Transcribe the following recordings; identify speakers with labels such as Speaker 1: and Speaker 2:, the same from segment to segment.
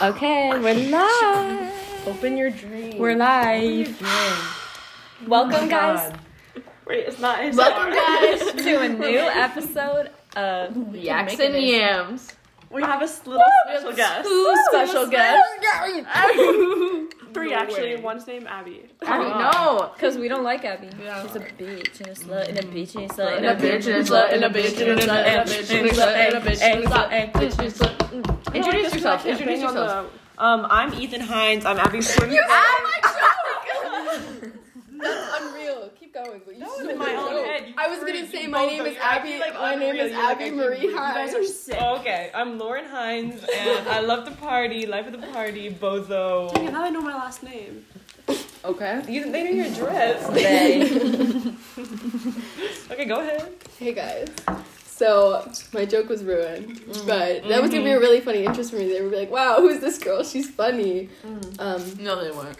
Speaker 1: Okay, we're live.
Speaker 2: Open your dream.
Speaker 1: We're live. Welcome, guys.
Speaker 2: Wait, it's not. It's
Speaker 3: Welcome, guys,
Speaker 1: To a new episode of
Speaker 3: Yaks and Yams.
Speaker 2: We have a s- little special guest.
Speaker 3: Two special guests.
Speaker 2: Three actually. One's named Abby.
Speaker 3: I mean, no.
Speaker 1: Because we don't like Abby.
Speaker 3: Yeah.
Speaker 1: She's a bitch and a slut and a bitch and a slut
Speaker 3: And a bitch and a slut and a bitch and a slut and a bitch and a slut and a bitch and a slut and a bitch and a slut. Introduce yourself. Introduce yourself.
Speaker 2: Um, I'm Ethan Hines. I'm Abby's twin.
Speaker 4: That's unreal. Keep going. But you
Speaker 2: That was
Speaker 4: stole
Speaker 2: in my
Speaker 4: the
Speaker 2: own
Speaker 4: joke.
Speaker 2: head. You
Speaker 4: I was gonna
Speaker 2: freak.
Speaker 4: say
Speaker 2: You
Speaker 4: my
Speaker 2: both
Speaker 4: name
Speaker 2: are-
Speaker 4: is
Speaker 2: you're acting,
Speaker 4: Abby.
Speaker 2: like,
Speaker 4: my name
Speaker 2: unreal.
Speaker 4: is
Speaker 2: You're like,
Speaker 4: Abby
Speaker 2: you-
Speaker 4: Marie
Speaker 2: You guys
Speaker 4: Hines.
Speaker 2: are sick.
Speaker 5: Okay, I'm Lauren Hines, and I love the party, life of the party,
Speaker 2: Dang it,
Speaker 5: bozo.
Speaker 2: now I know my last name.
Speaker 3: Okay.
Speaker 5: You, they knew your dress.
Speaker 1: They.
Speaker 5: Okay, go ahead.
Speaker 4: Hey guys. So my joke was ruined, but that was gonna be a really funny interest for me. They would be like, "Wow, who's this girl? She's funny." Um,
Speaker 3: No, they weren't.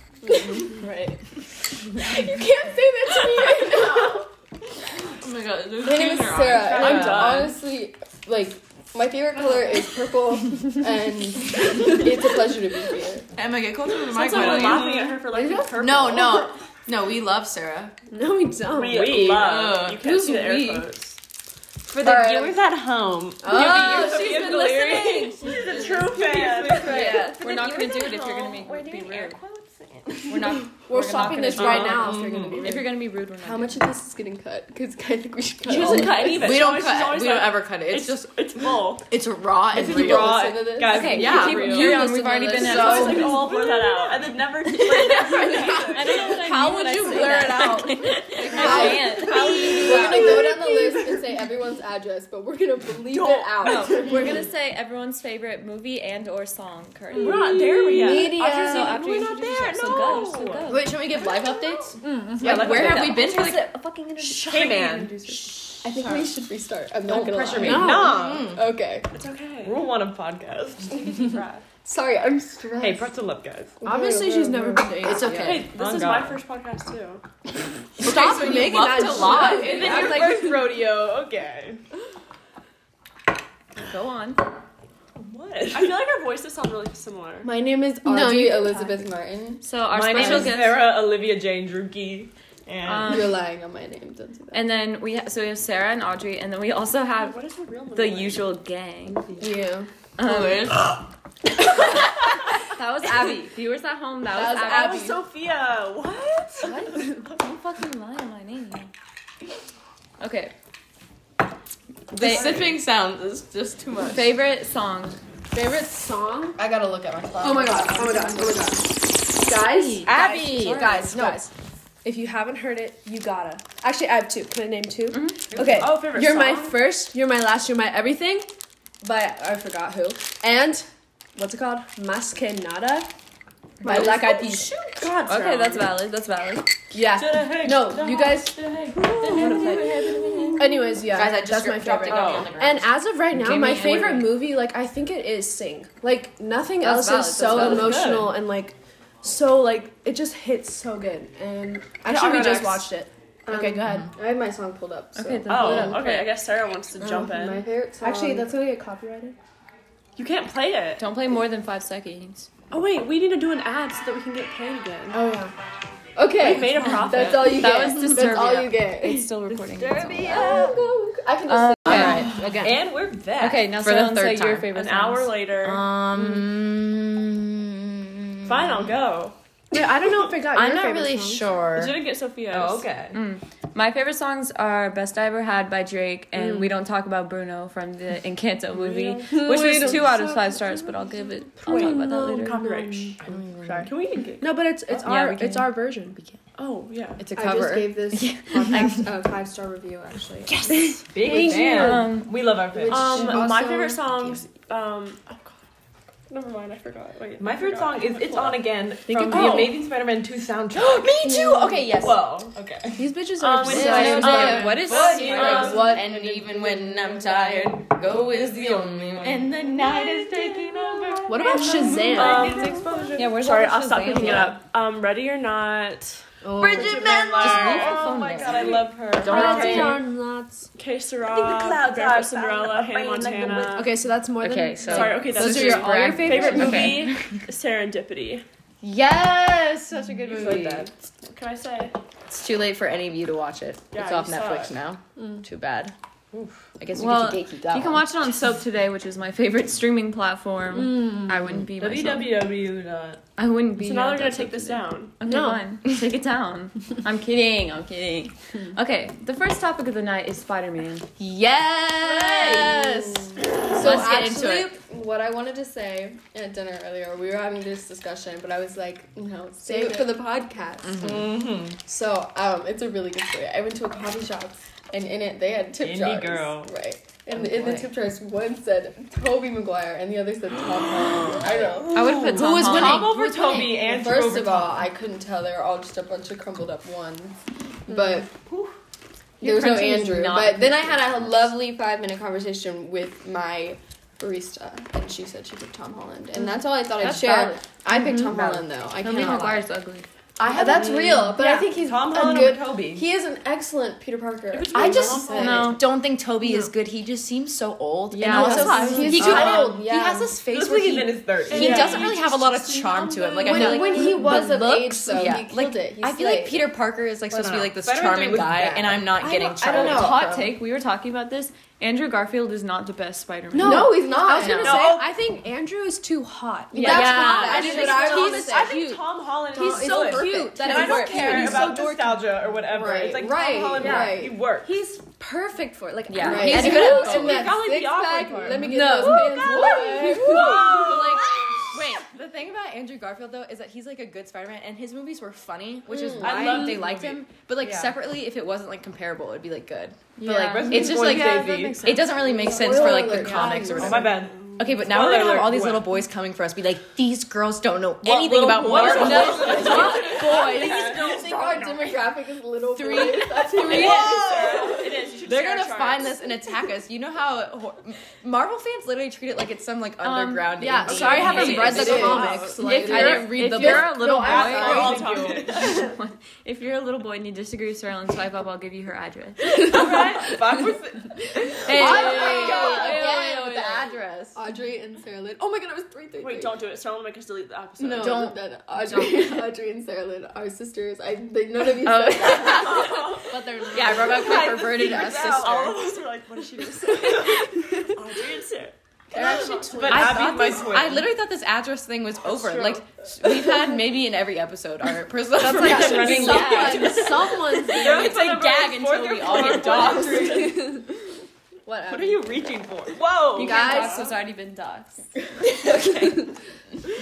Speaker 4: right. you can't say that to me.
Speaker 3: Oh my god.
Speaker 4: My name is Sarah. and I'm
Speaker 5: Sarah.
Speaker 4: honestly like my favorite color is purple, and it's a pleasure to be here.
Speaker 3: Am I get closer to the mic?
Speaker 2: Someone
Speaker 3: why don't
Speaker 2: laughing at her for
Speaker 4: Is
Speaker 2: like
Speaker 4: it?
Speaker 2: purple.
Speaker 3: you- No, no. No, we love Sarah.
Speaker 1: No, we don't.
Speaker 2: We,
Speaker 5: We,
Speaker 2: love.
Speaker 3: uh,
Speaker 2: you can't see the
Speaker 3: who's we?
Speaker 2: air quotes. For
Speaker 4: the Alright. viewers
Speaker 2: at home,
Speaker 3: Oh,
Speaker 5: she's
Speaker 3: she's
Speaker 5: been
Speaker 3: been listening.
Speaker 5: She's a true fan.
Speaker 1: Yeah, we're not gonna do it if you're gonna make, be rude. We're not.
Speaker 4: We're,
Speaker 1: not
Speaker 4: stopping
Speaker 1: gonna
Speaker 4: this
Speaker 1: do
Speaker 4: right
Speaker 1: it.
Speaker 4: now. If you're gonna be
Speaker 1: If you're
Speaker 4: here.
Speaker 1: gonna be rude, we're not. Oh.
Speaker 4: How much of this is getting cut? Because I think we should cut.
Speaker 2: She
Speaker 4: all
Speaker 2: doesn't
Speaker 4: of
Speaker 2: cut
Speaker 4: it.
Speaker 2: any of it.
Speaker 3: We
Speaker 2: She's
Speaker 3: don't
Speaker 2: always- she's
Speaker 3: cut.
Speaker 2: always
Speaker 3: We don't
Speaker 2: like,
Speaker 3: ever cut it. It's just,
Speaker 2: it's bull.
Speaker 3: it's raw and
Speaker 2: It's
Speaker 4: People
Speaker 3: real.
Speaker 2: raw.
Speaker 4: listen to this?
Speaker 5: Guys,
Speaker 1: Okay,
Speaker 3: Yeah,
Speaker 1: you,
Speaker 5: real.
Speaker 1: keep,
Speaker 3: You
Speaker 1: you
Speaker 3: listen
Speaker 1: we've already
Speaker 3: to
Speaker 1: been
Speaker 3: this,
Speaker 1: at
Speaker 2: I was
Speaker 3: so-
Speaker 1: so
Speaker 2: like, oh, I'll blur that out, and then never.
Speaker 1: I don't know what I
Speaker 3: How
Speaker 1: mean
Speaker 3: would
Speaker 1: when I
Speaker 3: you
Speaker 1: say
Speaker 3: blur
Speaker 1: that.
Speaker 3: it out?
Speaker 1: I
Speaker 4: Hi.
Speaker 1: can't.
Speaker 4: We're gonna go down the list and say everyone's address, but we're gonna bleep it out.
Speaker 1: No, we're gonna say everyone's favorite movie and or song currently.
Speaker 2: We're not there yet.
Speaker 4: Media.
Speaker 2: After
Speaker 1: So
Speaker 2: seeing-
Speaker 1: after
Speaker 2: we're
Speaker 1: you
Speaker 2: not
Speaker 1: introduce
Speaker 2: there.
Speaker 1: yourself,
Speaker 2: no.
Speaker 1: so go, so go.
Speaker 3: Wait, should we give live updates?
Speaker 2: Yeah,
Speaker 3: Like,
Speaker 2: let's
Speaker 3: where
Speaker 2: do
Speaker 3: have
Speaker 2: that.
Speaker 3: we been for like?
Speaker 5: Hey, man.
Speaker 4: I think we should restart. I'm not
Speaker 5: Don't
Speaker 4: gonna
Speaker 5: pressure
Speaker 4: lie.
Speaker 5: me.
Speaker 3: No.
Speaker 5: No.
Speaker 4: Okay.
Speaker 2: It's okay.
Speaker 5: Rule one of podcast.
Speaker 4: Sorry, I'm stressed.
Speaker 5: Hey, pretzel up, guys.
Speaker 3: Obviously, she's never been to. It's okay.
Speaker 2: Hey, this
Speaker 5: Wrong
Speaker 2: is
Speaker 5: guy.
Speaker 2: my first podcast too.
Speaker 3: Stop
Speaker 4: so you
Speaker 3: making
Speaker 4: love
Speaker 3: that
Speaker 4: to
Speaker 3: joke.
Speaker 4: lie.
Speaker 3: And then
Speaker 5: Your
Speaker 3: you're like,
Speaker 5: first rodeo. Okay.
Speaker 1: Go on.
Speaker 5: What?
Speaker 2: I feel like our voices sound really similar.
Speaker 4: My name is
Speaker 3: No,
Speaker 4: Audrey
Speaker 3: you-
Speaker 4: Elizabeth Martin.
Speaker 1: So our
Speaker 5: My name
Speaker 1: special
Speaker 5: is
Speaker 1: guest,
Speaker 5: Sarah Olivia Jane Drukey, and
Speaker 1: Um,
Speaker 4: You're lying on my name. Don't do that.
Speaker 1: and then we ha- so we have Sarah and Audrey, and then we also have
Speaker 2: what is her real name?
Speaker 1: the usual gang.
Speaker 4: Yeah.
Speaker 1: Um, that was Abby. Viewers at home, that,
Speaker 4: That
Speaker 1: was,
Speaker 4: was
Speaker 1: Abby.
Speaker 4: Abby.
Speaker 2: Oh, Sophia. What?
Speaker 1: Don't fucking lie on my name. Okay.
Speaker 3: the
Speaker 1: Fa-
Speaker 3: sipping sounds is just too much.
Speaker 1: favorite song.
Speaker 4: Favorite song?
Speaker 3: I gotta look at my clock.
Speaker 4: Oh my god. Oh my god. Oh my god. Guys,
Speaker 3: Abby!
Speaker 4: guys,
Speaker 3: Guys, no.
Speaker 4: guys. If you haven't heard it, you gotta. Actually, I have two. Can I name 2 Okay.
Speaker 2: Oh, favorite
Speaker 4: You're my
Speaker 2: song?
Speaker 4: first, you're my last, you're my everything. But I forgot who. And what's it called? Masquerada by Black Eyed Peas. God,
Speaker 1: Okay,
Speaker 4: Sarah.
Speaker 1: that's valid. That's valid.
Speaker 4: yeah. No, you guys. Oh, Anyways, yeah,
Speaker 3: Guys, I just
Speaker 4: that's my
Speaker 3: dropped
Speaker 4: favorite.
Speaker 3: it down on the ground.
Speaker 6: And as of right now,
Speaker 3: Jamie
Speaker 6: my
Speaker 3: and
Speaker 6: favorite
Speaker 3: Whitney.
Speaker 6: movie, like I think it is Sing. Like nothing
Speaker 1: That's
Speaker 6: else
Speaker 1: valid,
Speaker 6: is
Speaker 1: that's
Speaker 6: so
Speaker 1: valid.
Speaker 6: emotional and like so like it just hits so good. And actually, we just
Speaker 2: Arronax.
Speaker 6: watched it. Okay, go ahead.
Speaker 4: Um, I have my song pulled up. So.
Speaker 1: Okay, then
Speaker 2: Oh, okay. I guess Sarah wants to jump
Speaker 4: Oh, My
Speaker 2: in.
Speaker 4: favorite song.
Speaker 3: Um,
Speaker 6: Actually, that's gonna get copyrighted.
Speaker 2: You can't play it.
Speaker 1: Don't play more than five seconds.
Speaker 2: Oh wait, we need to do an ad so that we can get paid again.
Speaker 6: Oh yeah.
Speaker 4: okay.
Speaker 2: We made a profit.
Speaker 4: that's all you
Speaker 1: That
Speaker 4: get.
Speaker 1: was
Speaker 4: that's all
Speaker 1: Disturbia.
Speaker 4: you get.
Speaker 1: It's still recording.
Speaker 4: I can just.
Speaker 1: All
Speaker 3: Alright, again.
Speaker 2: And we're back.
Speaker 1: Okay, now
Speaker 3: For the
Speaker 1: someone say
Speaker 3: third
Speaker 1: your
Speaker 3: time.
Speaker 1: favorite
Speaker 2: An hour
Speaker 1: songs.
Speaker 2: later.
Speaker 3: Um.
Speaker 2: Fine, I'll go.
Speaker 6: Wait, I don't know if it got.
Speaker 3: I'm
Speaker 6: your
Speaker 3: not
Speaker 6: favorite
Speaker 3: really
Speaker 6: song.
Speaker 3: sure.
Speaker 2: You didn't get Sophia.
Speaker 5: oh, okay.
Speaker 1: Mm. My favorite songs are "Best I Ever Had" by Drake and "We Don't Talk About Bruno" from the Encanto movie, which was two out of five stars. But I'll give it. I'll talk about that later.
Speaker 2: Copyright. Sorry. Can we even get?
Speaker 6: No, but it's it's
Speaker 5: Oh.
Speaker 1: Yeah,
Speaker 6: our
Speaker 1: we can-
Speaker 6: it's our version.
Speaker 2: Oh yeah.
Speaker 5: Um,
Speaker 3: It's a
Speaker 4: I
Speaker 3: cover.
Speaker 4: just gave this podcast a five star review. Actually,
Speaker 5: Big fan.
Speaker 1: Um,
Speaker 5: we love our fans.
Speaker 2: Um,
Speaker 4: Which also-
Speaker 2: my favorite songs. Um, oh god, never mind. I forgot. Wait,
Speaker 5: my
Speaker 2: I
Speaker 5: favorite
Speaker 2: forgot.
Speaker 5: song is "It's On Again" from
Speaker 2: it's
Speaker 5: the
Speaker 2: cool.
Speaker 5: Amazing Spider-Man 2 soundtrack.
Speaker 3: Me too!
Speaker 2: Mm.
Speaker 3: Okay, yes.
Speaker 5: Whoa. Okay.
Speaker 6: These bitches are
Speaker 2: Um,
Speaker 6: obsessed.
Speaker 2: it's
Speaker 3: Yeah.
Speaker 2: like, um,
Speaker 1: what is?
Speaker 5: What
Speaker 3: Um,
Speaker 5: Um,
Speaker 4: what?
Speaker 3: And even when I'm tired, go is the only one. And the night is taking over.
Speaker 6: What about Shazam?
Speaker 2: Um,
Speaker 5: It's exposure.
Speaker 1: Yeah, where's
Speaker 2: Sorry,
Speaker 1: all the
Speaker 2: I'll stop
Speaker 1: Shazam?
Speaker 2: picking it up. Um, Ready or Not.
Speaker 7: Oh.
Speaker 2: Bridget Mendler. Oh my god, I love her.
Speaker 7: Clouds
Speaker 2: Okay.
Speaker 7: are nuts.
Speaker 5: K. Sarah, Grandpa Cinderella, Hannah Montana.
Speaker 7: Okay, so that's more
Speaker 3: Okay,
Speaker 7: than.
Speaker 3: so-
Speaker 5: Sorry, okay, that's
Speaker 7: those are your all your
Speaker 3: brag-
Speaker 5: favorite
Speaker 7: favorites.
Speaker 5: movie.
Speaker 3: Okay.
Speaker 5: Serendipity.
Speaker 3: Yes, such a good
Speaker 7: Movie.
Speaker 3: movie.
Speaker 5: What can I say?
Speaker 3: It's too late for any of you to watch it.
Speaker 5: Yeah,
Speaker 3: it's off
Speaker 5: you saw
Speaker 3: Netflix
Speaker 5: it.
Speaker 3: now. Too bad. I guess you
Speaker 1: Well,
Speaker 3: get to gatekeep that
Speaker 1: You can
Speaker 3: one.
Speaker 1: watch it on Soap Today, which is my favorite streaming platform. I wouldn't be myself.
Speaker 2: www.
Speaker 1: I wouldn't be.
Speaker 5: So now
Speaker 1: on
Speaker 5: they're gonna
Speaker 1: Soap
Speaker 5: take this
Speaker 1: Today.
Speaker 5: down.
Speaker 1: Okay,
Speaker 7: No.
Speaker 1: fine. Take it down. I'm kidding. I'm kidding. Okay, the first topic of the night is Spider-Man.
Speaker 3: Yes.
Speaker 4: So
Speaker 3: Let's get into
Speaker 4: actually, what I wanted to say at dinner earlier, we were having this discussion, but I was like, no, save it for the podcast.
Speaker 3: Mm-hmm.
Speaker 2: Mm-hmm.
Speaker 4: So um, it's a really good story. I went to a coffee shop, and in it they had tip
Speaker 2: Indie
Speaker 4: jars,
Speaker 2: girl.
Speaker 4: right? And in
Speaker 3: Oh, boy.
Speaker 4: the tip jars, one said Toby Maguire, and the other said Tom Holland. I know.
Speaker 1: I would put Tom
Speaker 4: Uh-huh.
Speaker 7: was
Speaker 1: Holland.
Speaker 2: Tom over
Speaker 7: Who's
Speaker 2: Toby and Drew
Speaker 4: First
Speaker 2: over
Speaker 4: of all, I couldn't tell they were all just a bunch of crumbled up ones, but. There was no
Speaker 1: Your crunching is
Speaker 4: Andrew,
Speaker 1: not
Speaker 4: but then I had a lovely five minute conversation with my barista, and she said she picked Tom Holland, and that's all I thought I'd
Speaker 3: That's
Speaker 4: share.
Speaker 3: valid.
Speaker 4: I picked Tom
Speaker 3: Valid.
Speaker 4: Holland though. I
Speaker 1: Toby
Speaker 4: cannot. lie.
Speaker 1: Maguire's ugly.
Speaker 4: I have, that's real, but I think he's
Speaker 2: Tom
Speaker 4: a
Speaker 2: Holland
Speaker 4: good.
Speaker 2: over Toby.
Speaker 4: He is an excellent Peter Parker.
Speaker 3: I just
Speaker 1: No.
Speaker 3: don't think Toby is good. He just seems so old.
Speaker 1: Yeah.
Speaker 3: and
Speaker 4: Yeah.
Speaker 3: also he,
Speaker 4: He's
Speaker 3: kind
Speaker 4: old,
Speaker 3: of he
Speaker 4: yeah.
Speaker 3: has this face
Speaker 2: Looks
Speaker 3: where
Speaker 2: like
Speaker 3: he,
Speaker 2: he's in his
Speaker 3: he
Speaker 2: thirties.
Speaker 5: Yeah.
Speaker 3: doesn't really have a lot of charm to him. Like I
Speaker 4: when,
Speaker 3: feel like
Speaker 4: when he was
Speaker 3: the
Speaker 4: of
Speaker 3: looks,
Speaker 4: age, so
Speaker 3: yeah,
Speaker 4: he killed
Speaker 3: like,
Speaker 4: it. He
Speaker 3: I feel
Speaker 4: slayed.
Speaker 3: like Peter Parker is like supposed to
Speaker 2: no.
Speaker 3: be like this
Speaker 2: Spider-Man
Speaker 3: charming
Speaker 2: was
Speaker 3: guy,
Speaker 4: bad.
Speaker 3: and I'm not getting
Speaker 4: I
Speaker 3: charmed.
Speaker 4: don't know.
Speaker 1: Hot
Speaker 4: Bro.
Speaker 1: take. We were talking about this. Andrew Garfield is not the best Spider-Man.
Speaker 4: No, he's not.
Speaker 7: I was gonna
Speaker 1: No.
Speaker 7: say, I think Andrew is too hot.
Speaker 4: Yeah. That's not-
Speaker 1: Yeah.
Speaker 4: I
Speaker 7: He's-
Speaker 4: didn't what I was
Speaker 7: he's-
Speaker 4: gonna
Speaker 2: I
Speaker 4: say.
Speaker 2: think Tom Holland.
Speaker 4: Tom-
Speaker 2: is
Speaker 4: it's
Speaker 7: so
Speaker 4: perfect.
Speaker 7: cute that
Speaker 4: That
Speaker 2: And
Speaker 7: it
Speaker 2: I don't
Speaker 7: works.
Speaker 2: care
Speaker 7: He's so
Speaker 2: about
Speaker 7: dorky.
Speaker 2: nostalgia or whatever.
Speaker 4: Right,
Speaker 2: It's like
Speaker 4: right,
Speaker 2: Tom Holland.
Speaker 4: right.
Speaker 2: He worked.
Speaker 7: He's perfect for it. Like
Speaker 3: Yeah.
Speaker 4: Right.
Speaker 3: He's
Speaker 4: and
Speaker 3: good at
Speaker 4: who- and
Speaker 3: both.
Speaker 4: that
Speaker 2: Probably the
Speaker 4: six pack.
Speaker 2: awkward part.
Speaker 4: Let me get
Speaker 1: No.
Speaker 4: those pins.
Speaker 2: Whoa.
Speaker 3: Like, wait, the thing about Andrew Garfield though is that he's like a good Spider-Man, and his movies were funny, which is
Speaker 4: Mm.
Speaker 3: why
Speaker 2: I love
Speaker 3: they
Speaker 2: his
Speaker 3: liked
Speaker 2: movie.
Speaker 3: him. But like
Speaker 2: Yeah.
Speaker 3: separately, if it wasn't like comparable, it'd be like good.
Speaker 1: Yeah.
Speaker 3: But like it's just like
Speaker 2: Yeah,
Speaker 1: that
Speaker 2: Daisy.
Speaker 1: makes sense.
Speaker 3: it doesn't really make sense for like the
Speaker 4: Spoiler.
Speaker 3: comics or
Speaker 2: Oh
Speaker 3: whatever.
Speaker 2: my bad.
Speaker 3: Okay, but now
Speaker 2: Spoiler
Speaker 3: we're gonna have
Speaker 2: alert,
Speaker 3: all these
Speaker 2: what?
Speaker 3: little boys coming for us, be like, these girls don't know
Speaker 2: What
Speaker 3: anything
Speaker 2: little
Speaker 3: about
Speaker 2: boys?
Speaker 3: Marvel.
Speaker 2: What
Speaker 4: Whoa. So Our demographic is little
Speaker 3: Three.
Speaker 4: boys. That's who we are.
Speaker 2: Sarah, It is. You should
Speaker 3: They're
Speaker 2: share
Speaker 3: gonna
Speaker 2: charts.
Speaker 3: find this and attack us. You know how hor- Marvel fans literally treat it like it's some
Speaker 1: Um,
Speaker 3: like underground.
Speaker 7: yeah,
Speaker 3: indie
Speaker 7: sorry I haven't
Speaker 3: movie.
Speaker 7: read
Speaker 4: It
Speaker 7: the
Speaker 4: is.
Speaker 7: comics. Like
Speaker 1: if
Speaker 3: I
Speaker 1: you're-
Speaker 3: didn't read
Speaker 1: if
Speaker 3: the
Speaker 1: you're
Speaker 3: book.
Speaker 1: a little
Speaker 4: No, I'm
Speaker 1: boy,
Speaker 4: sorry.
Speaker 2: We're all
Speaker 4: Thank you.
Speaker 2: talking.
Speaker 1: if you're a little boy and you disagree with Sarah on swipe up, I'll give you her address.
Speaker 2: Five percent.
Speaker 3: Oh
Speaker 1: Hey,
Speaker 4: Again,
Speaker 3: with the address.
Speaker 4: Audrey and Sarah Lynn. Oh my god, I was three, three,
Speaker 5: Wait,
Speaker 4: three.
Speaker 5: don't do it. Someone make us delete the episode.
Speaker 4: No,
Speaker 3: Don't.
Speaker 4: That, Audrey, Audrey and Sarah Lynn are sisters. I, they, none of you.
Speaker 3: Oh.
Speaker 4: said that.
Speaker 7: but they're not.
Speaker 3: Yeah, Robocop perverted us.
Speaker 5: Yeah, all of us were like, what is she gonna say? Audrey and Sarah.
Speaker 3: They're actually twins.
Speaker 2: But
Speaker 3: I,
Speaker 2: Abby's
Speaker 3: thought
Speaker 2: my
Speaker 3: this-
Speaker 2: twin.
Speaker 3: I literally thought this address thing was over. Like we've had maybe in every episode our personal That's
Speaker 7: like a
Speaker 3: running gag.
Speaker 7: Someone, someone's
Speaker 3: It's a gag until we all get dogs.
Speaker 4: Whatever.
Speaker 2: What are you reaching for? Whoa.
Speaker 7: guys.
Speaker 1: has already been doxxed.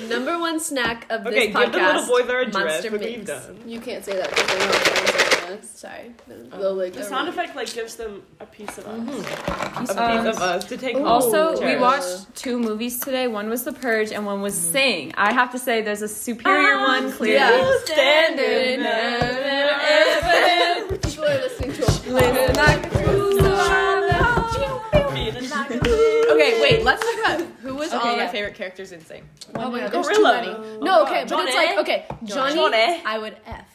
Speaker 7: Number one snack of
Speaker 2: Okay,
Speaker 7: this
Speaker 2: give the little
Speaker 7: podcast.
Speaker 2: boy their address.
Speaker 7: Monster
Speaker 2: Look what you've
Speaker 7: Mix.
Speaker 2: done.
Speaker 4: You can't say that because they're not friends with us.
Speaker 7: Sorry.
Speaker 4: They'll, like,
Speaker 5: The sound effect like gives them a piece of us.
Speaker 2: A piece
Speaker 1: Um,
Speaker 2: of us to take home.
Speaker 1: Also, we
Speaker 2: Jared.
Speaker 1: watched two movies today. One was The Purge, and one was Sing. I have to say, there's a superior one clearly.
Speaker 7: yeah.
Speaker 2: standing there.
Speaker 4: People are listening to a
Speaker 3: Okay, wait. Let's talk about who was
Speaker 1: Okay,
Speaker 3: all of
Speaker 1: yeah.
Speaker 3: our favorite characters in Sing.
Speaker 7: Oh my god, there's too many.
Speaker 5: Gorilla.
Speaker 3: Oh,
Speaker 7: No, okay, but
Speaker 2: Johnny.
Speaker 7: it's like okay, Johnny.
Speaker 2: Johnny.
Speaker 7: I would f.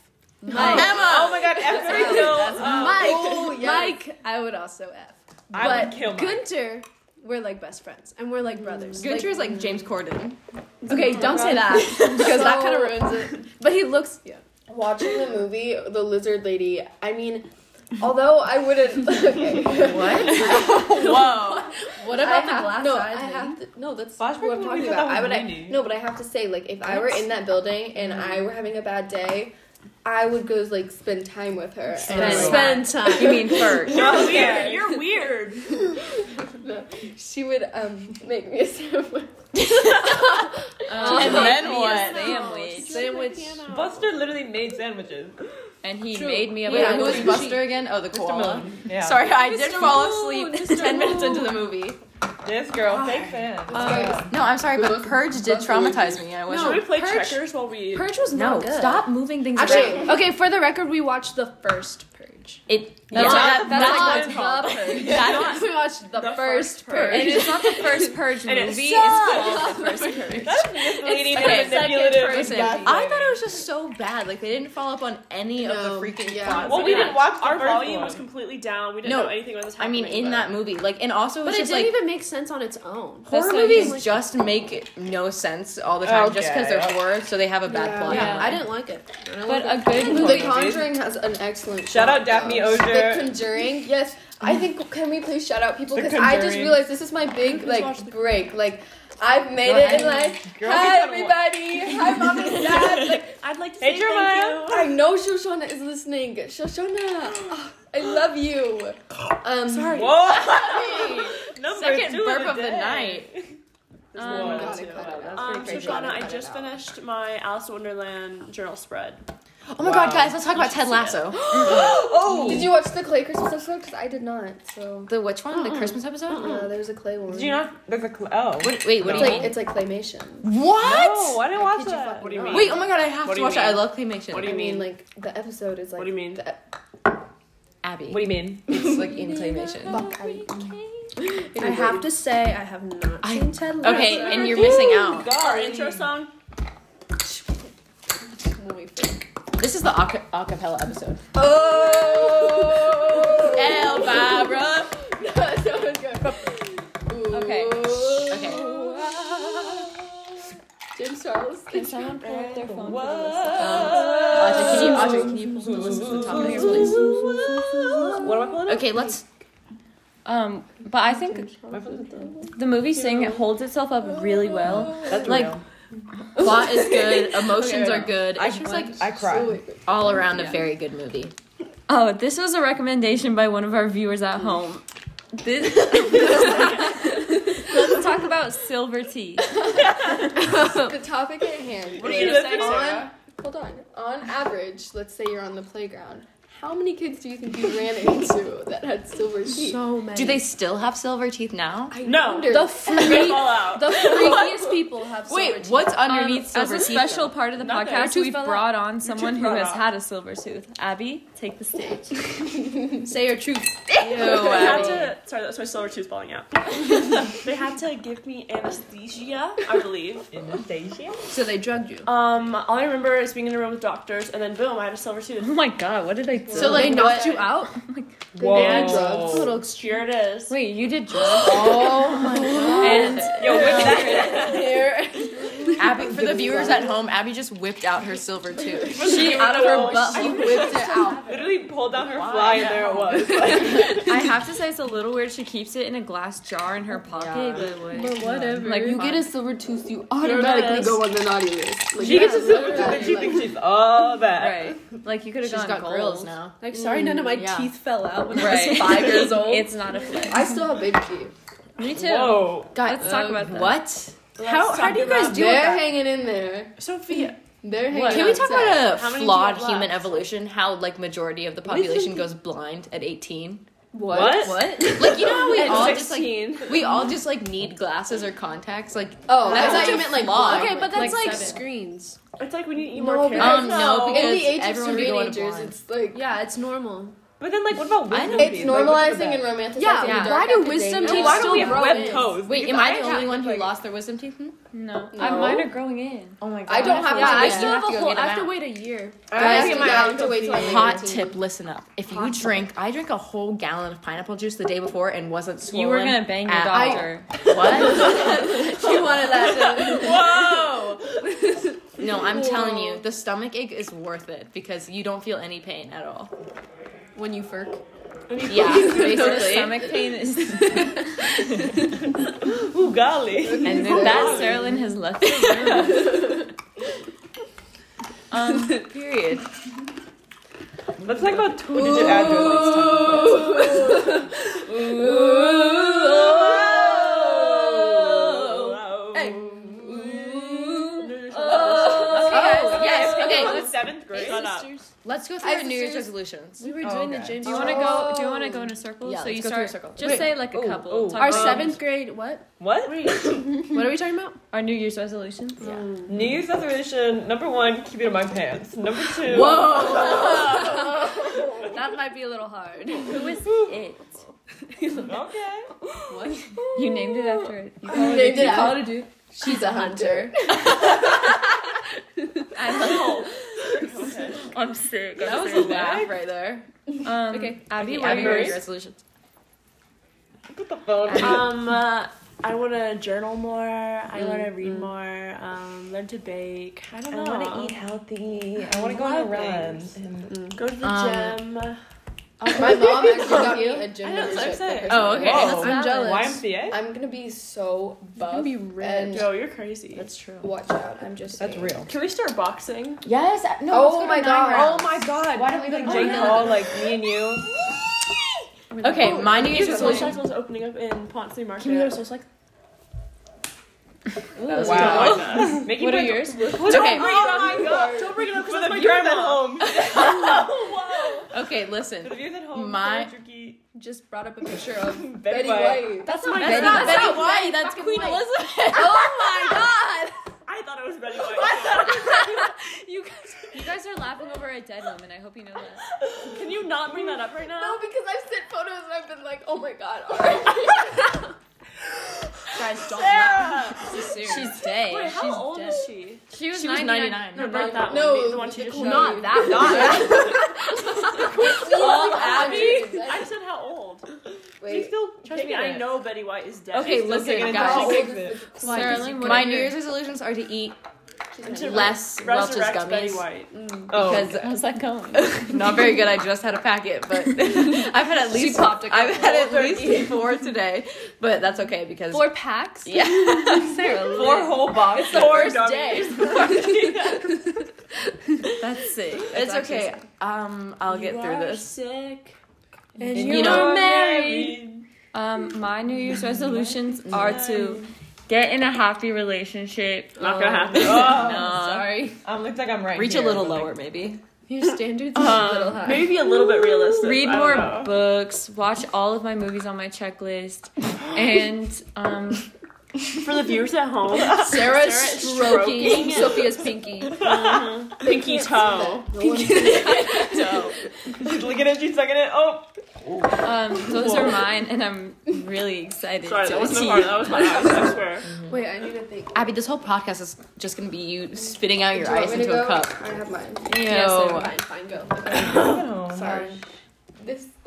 Speaker 7: Mike.
Speaker 2: Oh my god, every kill.
Speaker 7: Mike.
Speaker 4: Oh, yes.
Speaker 7: Mike. I would also f. But
Speaker 2: uh, I would kill Mike.
Speaker 7: Gunter, we're like best friends and we're like brothers. Like- mm.
Speaker 3: Gunter's Mm. like James Corden.
Speaker 7: okay, don't say that because that kind of ruins it. But he looks. Yeah.
Speaker 4: Watching the movie, The Lizard Lady, I mean, although I wouldn't. Okay.
Speaker 2: Whoa.
Speaker 7: What
Speaker 4: I
Speaker 7: about the
Speaker 4: have-
Speaker 7: glass
Speaker 4: no,
Speaker 7: eyes
Speaker 4: I
Speaker 7: thing?
Speaker 4: have to, no, that's
Speaker 2: Flashback
Speaker 4: who I'm
Speaker 2: movie,
Speaker 4: talking
Speaker 2: but
Speaker 4: about.
Speaker 2: that
Speaker 4: I would
Speaker 2: was
Speaker 4: I,
Speaker 2: Mindy.
Speaker 4: no, but I have to say, like, if I were in that building and I were having a bad day, I would go like spend time with her.
Speaker 1: Spend-
Speaker 4: and, like,
Speaker 7: Spend time.
Speaker 3: You mean Ferg?
Speaker 2: You're weird. You're weird.
Speaker 4: she would um make me a sandwich.
Speaker 3: and then
Speaker 1: Yes, sandwich.
Speaker 3: what?
Speaker 7: Sandwich.
Speaker 2: Buster literally made sandwiches.
Speaker 1: And he made me a
Speaker 3: Wait,
Speaker 7: Yeah,
Speaker 3: who
Speaker 1: burger.
Speaker 3: was Buster again? Oh, the koala.
Speaker 2: Yeah.
Speaker 3: Sorry, I did fall asleep ten minutes into the movie.
Speaker 2: This girl, fake fan.
Speaker 3: No, I'm sorry, but Purge did traumatize me. I wish.
Speaker 5: Should we play
Speaker 7: Perch-
Speaker 5: checkers while we?
Speaker 7: Purge was
Speaker 3: No,
Speaker 7: not good.
Speaker 3: stop moving things
Speaker 7: Actually,
Speaker 3: around.
Speaker 7: okay. For the record, we watched the first Purge.
Speaker 3: It,
Speaker 1: That's
Speaker 3: yeah.
Speaker 1: not-
Speaker 3: That-
Speaker 1: that's
Speaker 3: that's
Speaker 7: not the Purge.
Speaker 3: That-
Speaker 7: we watched the, first Purge.
Speaker 1: And it's not the first Purge movie. It's
Speaker 3: sucks.
Speaker 1: called the first Purge.
Speaker 2: Misleading
Speaker 3: okay.
Speaker 2: and manipulative.
Speaker 7: Second person.
Speaker 2: gaslighting.
Speaker 3: I thought it was just so bad. Like they didn't follow up on any
Speaker 4: No,
Speaker 3: of the freaking
Speaker 4: yeah.
Speaker 3: plots.
Speaker 2: Well, we
Speaker 3: Yeah.
Speaker 2: didn't watch the
Speaker 5: Our
Speaker 2: first
Speaker 5: volume
Speaker 2: one.
Speaker 5: was completely down. We didn't
Speaker 3: No,
Speaker 5: know anything about this.
Speaker 3: I mean, in
Speaker 5: happening,
Speaker 3: that movie, like, and also,
Speaker 8: But
Speaker 3: it's
Speaker 8: it
Speaker 3: just
Speaker 8: didn't
Speaker 3: like
Speaker 8: even make sense on its own.
Speaker 3: horror
Speaker 1: That's what I'm
Speaker 3: movies
Speaker 1: saying.
Speaker 3: just make no sense all the time, just because they're
Speaker 2: Okay.
Speaker 3: horror, so they have a bad
Speaker 4: Yeah.
Speaker 3: plot.
Speaker 8: Yeah, I didn't like it. I don't
Speaker 1: But
Speaker 8: like
Speaker 1: a
Speaker 8: it.
Speaker 1: good
Speaker 4: The
Speaker 1: movie.
Speaker 4: Conjuring has an excellent.
Speaker 2: Shout
Speaker 4: plot,
Speaker 2: out Daphne
Speaker 4: though.
Speaker 2: Oger.
Speaker 4: The Conjuring, yes. I think can we please shout out people
Speaker 2: The
Speaker 4: because I just
Speaker 2: Conjuring.
Speaker 4: realized this is my big like break. Like I've made
Speaker 3: Go
Speaker 4: it
Speaker 3: ahead.
Speaker 4: in life.
Speaker 2: Girl,
Speaker 4: Hi
Speaker 2: we
Speaker 4: everybody. Hi mom and dad. Like,
Speaker 5: I'd like to
Speaker 2: Hey,
Speaker 5: say
Speaker 2: Jeremiah.
Speaker 5: thank you.
Speaker 4: I know Shoshana is listening. Shoshana, oh, I love you. Um, Sorry.
Speaker 2: Whoa! Number
Speaker 3: Second
Speaker 2: two
Speaker 3: burp
Speaker 2: of the, day.
Speaker 3: night.
Speaker 4: oh
Speaker 5: There's
Speaker 1: Um,
Speaker 5: one,
Speaker 4: gotta
Speaker 5: two.
Speaker 4: cut it out.
Speaker 5: Um,
Speaker 4: pretty
Speaker 5: Shoshana,
Speaker 4: crazy.
Speaker 5: I just finished my Alice in Wonderland journal spread.
Speaker 3: Oh my god, guys, let's talk about Ted Lasso.
Speaker 2: Oh.
Speaker 4: Did you watch the Clay Christmas episode? Because I did not. So
Speaker 3: The which one? The Christmas episode?
Speaker 4: yeah, there's a Clay one.
Speaker 2: Did you not? There's a cl- oh.
Speaker 3: What, wait, what
Speaker 4: It's
Speaker 3: do you
Speaker 4: like
Speaker 3: mean?
Speaker 4: it's like claymation.
Speaker 3: What?
Speaker 2: No, I didn't watch
Speaker 4: Did you
Speaker 2: that.
Speaker 4: fucking
Speaker 2: What do you
Speaker 4: not?
Speaker 2: mean?
Speaker 3: Wait, oh my god, I have
Speaker 2: What
Speaker 3: to
Speaker 2: do you
Speaker 3: watch it. I
Speaker 2: mean?
Speaker 3: love claymation.
Speaker 2: What do
Speaker 4: I
Speaker 2: you
Speaker 4: mean,
Speaker 2: mean?
Speaker 4: like the episode is like.
Speaker 2: What do you mean?
Speaker 4: The,
Speaker 3: Abby.
Speaker 2: What do you mean?
Speaker 3: It's like in claymation.
Speaker 4: fuck, I,
Speaker 8: I have to say, I have not
Speaker 3: I-
Speaker 8: seen Ted Lasso.
Speaker 3: Okay, and you're missing out.
Speaker 2: Our intro song.
Speaker 3: This is the aca- acapella episode.
Speaker 4: Oh!
Speaker 3: Elvira.
Speaker 4: that sounds good. Ooh.
Speaker 1: Okay.
Speaker 3: Okay.
Speaker 4: Jim Charles.
Speaker 1: Can someone pull up their phone?
Speaker 3: Audrey, can you, Audrey, can you pull the list to the top of this, please?
Speaker 2: What am I pulling up?
Speaker 3: Okay, let's.
Speaker 1: Um, but I think the movie Sing it holds itself up really well.
Speaker 2: That's
Speaker 3: like,
Speaker 2: real.
Speaker 3: Plot is good, emotions
Speaker 2: Okay.
Speaker 3: are good.
Speaker 2: I
Speaker 3: It's just like
Speaker 2: I cried.
Speaker 3: all around a very good movie.
Speaker 1: Oh, this was a recommendation by one of our viewers at home. This. Let's talk about Silver Tea.
Speaker 4: The topic at hand.
Speaker 2: What are
Speaker 4: is
Speaker 2: you listening to,
Speaker 4: on, hold on. On average, let's say you're on the playground. How many kids do you think you ran into that had silver teeth?
Speaker 8: So many.
Speaker 3: Do they still have silver teeth now?
Speaker 4: I
Speaker 2: No.
Speaker 4: wonder.
Speaker 8: The
Speaker 2: They
Speaker 8: freak.
Speaker 2: fall out.
Speaker 8: the freakiest people have.
Speaker 3: Wait, what's underneath
Speaker 1: Um,
Speaker 3: silver
Speaker 1: as a
Speaker 3: teeth?
Speaker 1: special part of the
Speaker 2: Nothing.
Speaker 1: podcast,
Speaker 2: Your
Speaker 1: we've brought on someone who
Speaker 2: fell
Speaker 1: has
Speaker 2: out.
Speaker 1: had a silver tooth. Abby, take the stage.
Speaker 8: Say your truth.
Speaker 3: Ew,
Speaker 2: They had
Speaker 3: Abby.
Speaker 2: to. Sorry, that's my silver tooth falling out. they had to give me anesthesia, I believe. Anesthesia.
Speaker 8: So they drugged you.
Speaker 2: Um, all I remember is being in a room with doctors, and then boom, I had a silver
Speaker 1: Oh
Speaker 2: tooth.
Speaker 1: my god, what did I do?
Speaker 3: So like
Speaker 8: they knocked you out.
Speaker 4: did drugs.
Speaker 2: Little Here it is.
Speaker 1: Wait, you did drugs? oh my god. And
Speaker 2: Yo, whip that.
Speaker 3: Abby, for the viewers at home, Abby just whipped out her silver tooth.
Speaker 2: She out of her butt.
Speaker 3: She whipped it out.
Speaker 2: Literally pulled down her fly, and there it was.
Speaker 1: I have to say it's a little weird. She keeps it in a glass jar in her pocket, but like,
Speaker 8: whatever.
Speaker 1: like you get a
Speaker 4: silver tooth, you
Speaker 2: automatically go
Speaker 4: on the naughty list.
Speaker 2: She gets a silver tooth, and she thinks she's all that.
Speaker 1: right. Like you could have
Speaker 3: She's
Speaker 1: gone
Speaker 3: got
Speaker 1: gold.
Speaker 3: grills now.
Speaker 8: Like, sorry, none of my
Speaker 3: yeah.
Speaker 8: teeth fell out when I
Speaker 1: Right.
Speaker 8: was five years old.
Speaker 1: It's not a flex.
Speaker 4: I still have big teeth.
Speaker 1: Me too.
Speaker 2: Whoa.
Speaker 3: God,
Speaker 1: Let's talk about that.
Speaker 3: What?
Speaker 8: how how do you guys do
Speaker 4: They're
Speaker 8: that?
Speaker 4: hanging in there.
Speaker 2: Sophia.
Speaker 4: They're hanging.
Speaker 1: What?
Speaker 3: Can we talk about
Speaker 2: How
Speaker 3: a
Speaker 2: many do you
Speaker 3: flawed
Speaker 2: have left?
Speaker 3: human evolution? How like majority of the population goes blind at eighteen?
Speaker 2: What?
Speaker 1: What?
Speaker 3: Like you know how we
Speaker 2: At
Speaker 3: all just like
Speaker 2: 16.
Speaker 3: we all just like need glasses or contacts. Like
Speaker 4: Oh,
Speaker 3: That's what
Speaker 4: I thought
Speaker 3: you
Speaker 4: you
Speaker 3: meant, like,
Speaker 4: meant like
Speaker 3: blonde.
Speaker 8: Okay, but that's
Speaker 3: Like
Speaker 8: like
Speaker 3: seven.
Speaker 8: screens.
Speaker 2: It's like when you eat
Speaker 4: No,
Speaker 2: more
Speaker 4: but-
Speaker 2: carrots.
Speaker 3: Um, no, because-
Speaker 4: in the age of
Speaker 3: everyone would go into
Speaker 4: teenagers,
Speaker 3: blind.
Speaker 4: it's like
Speaker 8: Yeah, it's normal.
Speaker 2: But then, like, what about
Speaker 3: I
Speaker 2: wisdom?
Speaker 3: know.
Speaker 4: it's
Speaker 2: teeth? Like, what's
Speaker 4: normalizing
Speaker 2: the
Speaker 4: and
Speaker 2: best?
Speaker 4: romanticizing.
Speaker 8: Yeah,
Speaker 4: the
Speaker 8: why
Speaker 4: dark
Speaker 8: do
Speaker 4: after
Speaker 8: wisdom
Speaker 4: dating.
Speaker 8: teeth
Speaker 2: And why do
Speaker 8: still
Speaker 2: we have
Speaker 8: grow
Speaker 2: webbed
Speaker 8: in?
Speaker 2: toes?
Speaker 3: wait, am I the only one who lost their wisdom teeth? Hmm?
Speaker 1: No.
Speaker 4: No.
Speaker 1: I mine are growing in.
Speaker 3: Oh my god.
Speaker 4: I don't have
Speaker 8: Yeah, I
Speaker 4: mine.
Speaker 8: still
Speaker 3: You
Speaker 8: have a
Speaker 3: have to go
Speaker 8: whole.
Speaker 3: get
Speaker 8: I
Speaker 3: 'em
Speaker 8: have to
Speaker 3: out.
Speaker 8: wait a year.
Speaker 4: Guys,
Speaker 2: I
Speaker 4: you
Speaker 2: get my
Speaker 4: have
Speaker 2: uncle
Speaker 4: to wait till I'm
Speaker 3: Hot
Speaker 4: 18.
Speaker 3: tip, listen up. If you drink, I drank a whole gallon of pineapple juice the day before and wasn't swollen.
Speaker 1: You were gonna bang your
Speaker 3: at
Speaker 1: doctor.
Speaker 3: all. What?
Speaker 8: You wanted that.
Speaker 2: Whoa!
Speaker 3: No, I'm telling you, the stomach ache is worth it because you don't feel any pain at all.
Speaker 8: When you furk.
Speaker 3: Yeah,
Speaker 1: So the
Speaker 3: basically.
Speaker 1: stomach pain is.
Speaker 2: Ooh, golly.
Speaker 1: and then that Sterling has left the room. um,
Speaker 3: Period.
Speaker 2: Let's talk about two digit address.
Speaker 3: Hey.
Speaker 1: guys, yes,
Speaker 3: okay.
Speaker 2: Seventh grade. Shut up.
Speaker 3: Let's go through
Speaker 4: I've
Speaker 3: our New Year's
Speaker 4: serious-
Speaker 3: resolutions.
Speaker 8: We were
Speaker 2: Oh,
Speaker 8: doing the
Speaker 2: okay.
Speaker 8: James.
Speaker 1: do you want to go? Do you want to go in a circle?
Speaker 3: Yeah,
Speaker 1: so
Speaker 3: let's
Speaker 1: you
Speaker 3: go through
Speaker 1: start.
Speaker 3: a circle.
Speaker 1: Just
Speaker 3: Wait.
Speaker 1: say like a
Speaker 2: Ooh,
Speaker 1: couple.
Speaker 2: ooh.
Speaker 1: Talk
Speaker 8: Our
Speaker 1: about
Speaker 8: seventh grade. What?
Speaker 2: What?
Speaker 8: What are we talking about?
Speaker 1: Our New Year's resolutions.
Speaker 2: New Year's resolution number one: keep it in my pants. Number two.
Speaker 8: That might be a little hard.
Speaker 1: Who is it?
Speaker 2: Okay.
Speaker 1: You named it after it. You call it
Speaker 4: Named it
Speaker 8: How
Speaker 4: out.
Speaker 8: to do?
Speaker 4: She's a hunter.
Speaker 1: I love I'm sick. I'm
Speaker 4: That was
Speaker 1: sick.
Speaker 4: a laugh right there.
Speaker 1: Um,
Speaker 3: Okay.
Speaker 1: Abby,
Speaker 4: Okay,
Speaker 1: what
Speaker 4: Abby,
Speaker 1: are your
Speaker 4: yours?
Speaker 1: resolutions?
Speaker 2: Put the phone.
Speaker 5: um, uh, I want to journal more. I want to read more. Um, learn to bake. I don't
Speaker 2: I
Speaker 5: know.
Speaker 2: want to eat healthy. I want to go on a run. And
Speaker 5: Go to the
Speaker 1: Um,
Speaker 5: gym.
Speaker 4: My mom actually got me a
Speaker 5: you.
Speaker 4: gym
Speaker 5: I know, that's what I'm
Speaker 4: membership. for
Speaker 5: saying.
Speaker 1: Oh,
Speaker 4: Christmas.
Speaker 1: okay.
Speaker 2: Whoa.
Speaker 1: That's
Speaker 4: I'm
Speaker 1: valid.
Speaker 4: jealous.
Speaker 2: YMCA?
Speaker 4: I'm gonna be so buff.
Speaker 3: be red.
Speaker 4: And
Speaker 5: Yo, you're crazy.
Speaker 2: That's true.
Speaker 4: watch out. I'm just.
Speaker 2: That's
Speaker 4: saying.
Speaker 2: real.
Speaker 5: Can we start boxing?
Speaker 1: Yes. I- No,
Speaker 4: Oh my god.
Speaker 2: Oh my god. Why don't we like
Speaker 4: Oh,
Speaker 2: Jake
Speaker 4: no.
Speaker 2: Paul, like me and you?
Speaker 1: Okay, my New Year's
Speaker 5: Because Soul
Speaker 1: resolution.
Speaker 5: Cycle's opening up in Ponce Market.
Speaker 1: like?
Speaker 2: Wow. Making
Speaker 1: What are
Speaker 2: my-
Speaker 1: yours?
Speaker 2: What-
Speaker 1: Okay.
Speaker 2: Oh my god. Don't bring it up because that's my viewers at home.
Speaker 1: Okay,
Speaker 2: For
Speaker 1: listen.
Speaker 2: the viewers at home,
Speaker 1: My-
Speaker 2: Sarah Juki,
Speaker 3: Just brought up a picture of
Speaker 2: Betty White.
Speaker 1: That's my
Speaker 3: Betty
Speaker 1: That's not
Speaker 3: White.
Speaker 1: Betty White. That's Queen Elizabeth. Oh my god.
Speaker 2: I thought it was Betty White.
Speaker 1: You guys, you guys are laughing over a dead woman. I hope you know that.
Speaker 5: Can you not bring that up right now?
Speaker 4: No, because I've sent photos and I've been like, oh my god. alright.
Speaker 3: guys. Don't
Speaker 1: She's dead.
Speaker 5: Wait, how
Speaker 1: She's
Speaker 5: old
Speaker 1: dead.
Speaker 5: is she?
Speaker 1: She was,
Speaker 9: She was 99.
Speaker 5: No, not that
Speaker 4: No,
Speaker 5: one. The, the one she just
Speaker 4: the
Speaker 5: showed.
Speaker 1: Not
Speaker 4: queen.
Speaker 1: that one.
Speaker 4: Oh,
Speaker 1: Abby?
Speaker 5: I said how old.
Speaker 2: She's
Speaker 4: Wait.
Speaker 2: still
Speaker 5: Trust me,
Speaker 2: kicking
Speaker 5: I
Speaker 2: it.
Speaker 5: know Betty White is dead.
Speaker 1: Okay,
Speaker 2: She's still
Speaker 1: listen,
Speaker 2: kicking it.
Speaker 1: guys.
Speaker 2: She kicks it.
Speaker 1: Sterling,
Speaker 4: what
Speaker 1: my
Speaker 4: are
Speaker 1: New Year's
Speaker 4: yours?
Speaker 1: resolutions are to eat
Speaker 5: To
Speaker 1: less Welch's
Speaker 5: Resurrect Betty
Speaker 1: gummies. Mm,
Speaker 5: White.
Speaker 2: Oh,
Speaker 1: Because how's that going? not very good. I just had a packet, but I've had at least popped I've had at least four today, but that's okay because
Speaker 9: Four packs.
Speaker 1: yeah,
Speaker 2: four whole boxes.
Speaker 1: Four
Speaker 2: Gummies.
Speaker 1: that's sick. It's okay. Um, I'll get through this.
Speaker 5: Sick.
Speaker 3: And
Speaker 1: You
Speaker 3: you,
Speaker 1: know-
Speaker 3: know,
Speaker 1: were Um, my New Year's resolutions are to get in a happy relationship.
Speaker 2: Not gonna happen. Oh,
Speaker 3: Uh,
Speaker 1: sorry.
Speaker 2: Um, looks like I'm right.
Speaker 1: Reach
Speaker 2: here,
Speaker 1: a little
Speaker 2: but, like,
Speaker 1: lower, maybe.
Speaker 3: your standards are a little high.
Speaker 2: Maybe a little bit realistic.
Speaker 1: read
Speaker 2: I don't
Speaker 1: more
Speaker 2: know.
Speaker 1: books watch all of my movies on my checklist and um
Speaker 5: For the viewers at home,
Speaker 3: Sarah's stroking
Speaker 5: stroking
Speaker 3: Sophia's pinky.
Speaker 5: pinky toe.
Speaker 2: She's looking at it. She's sucking it. Oh,
Speaker 1: um those are mine and i'm really excited
Speaker 5: Sorry,
Speaker 1: to
Speaker 5: that wasn't
Speaker 1: achieve.
Speaker 5: hard. That was my eyes. I swear.
Speaker 4: Wait, I need to think.
Speaker 1: abby this whole podcast is just gonna be you spitting out your
Speaker 4: Do you want
Speaker 1: ice
Speaker 4: me to
Speaker 1: into a
Speaker 4: go?
Speaker 1: cup
Speaker 4: I have mine.
Speaker 1: Ew.
Speaker 3: Fine, fine, go.
Speaker 4: Sorry. This.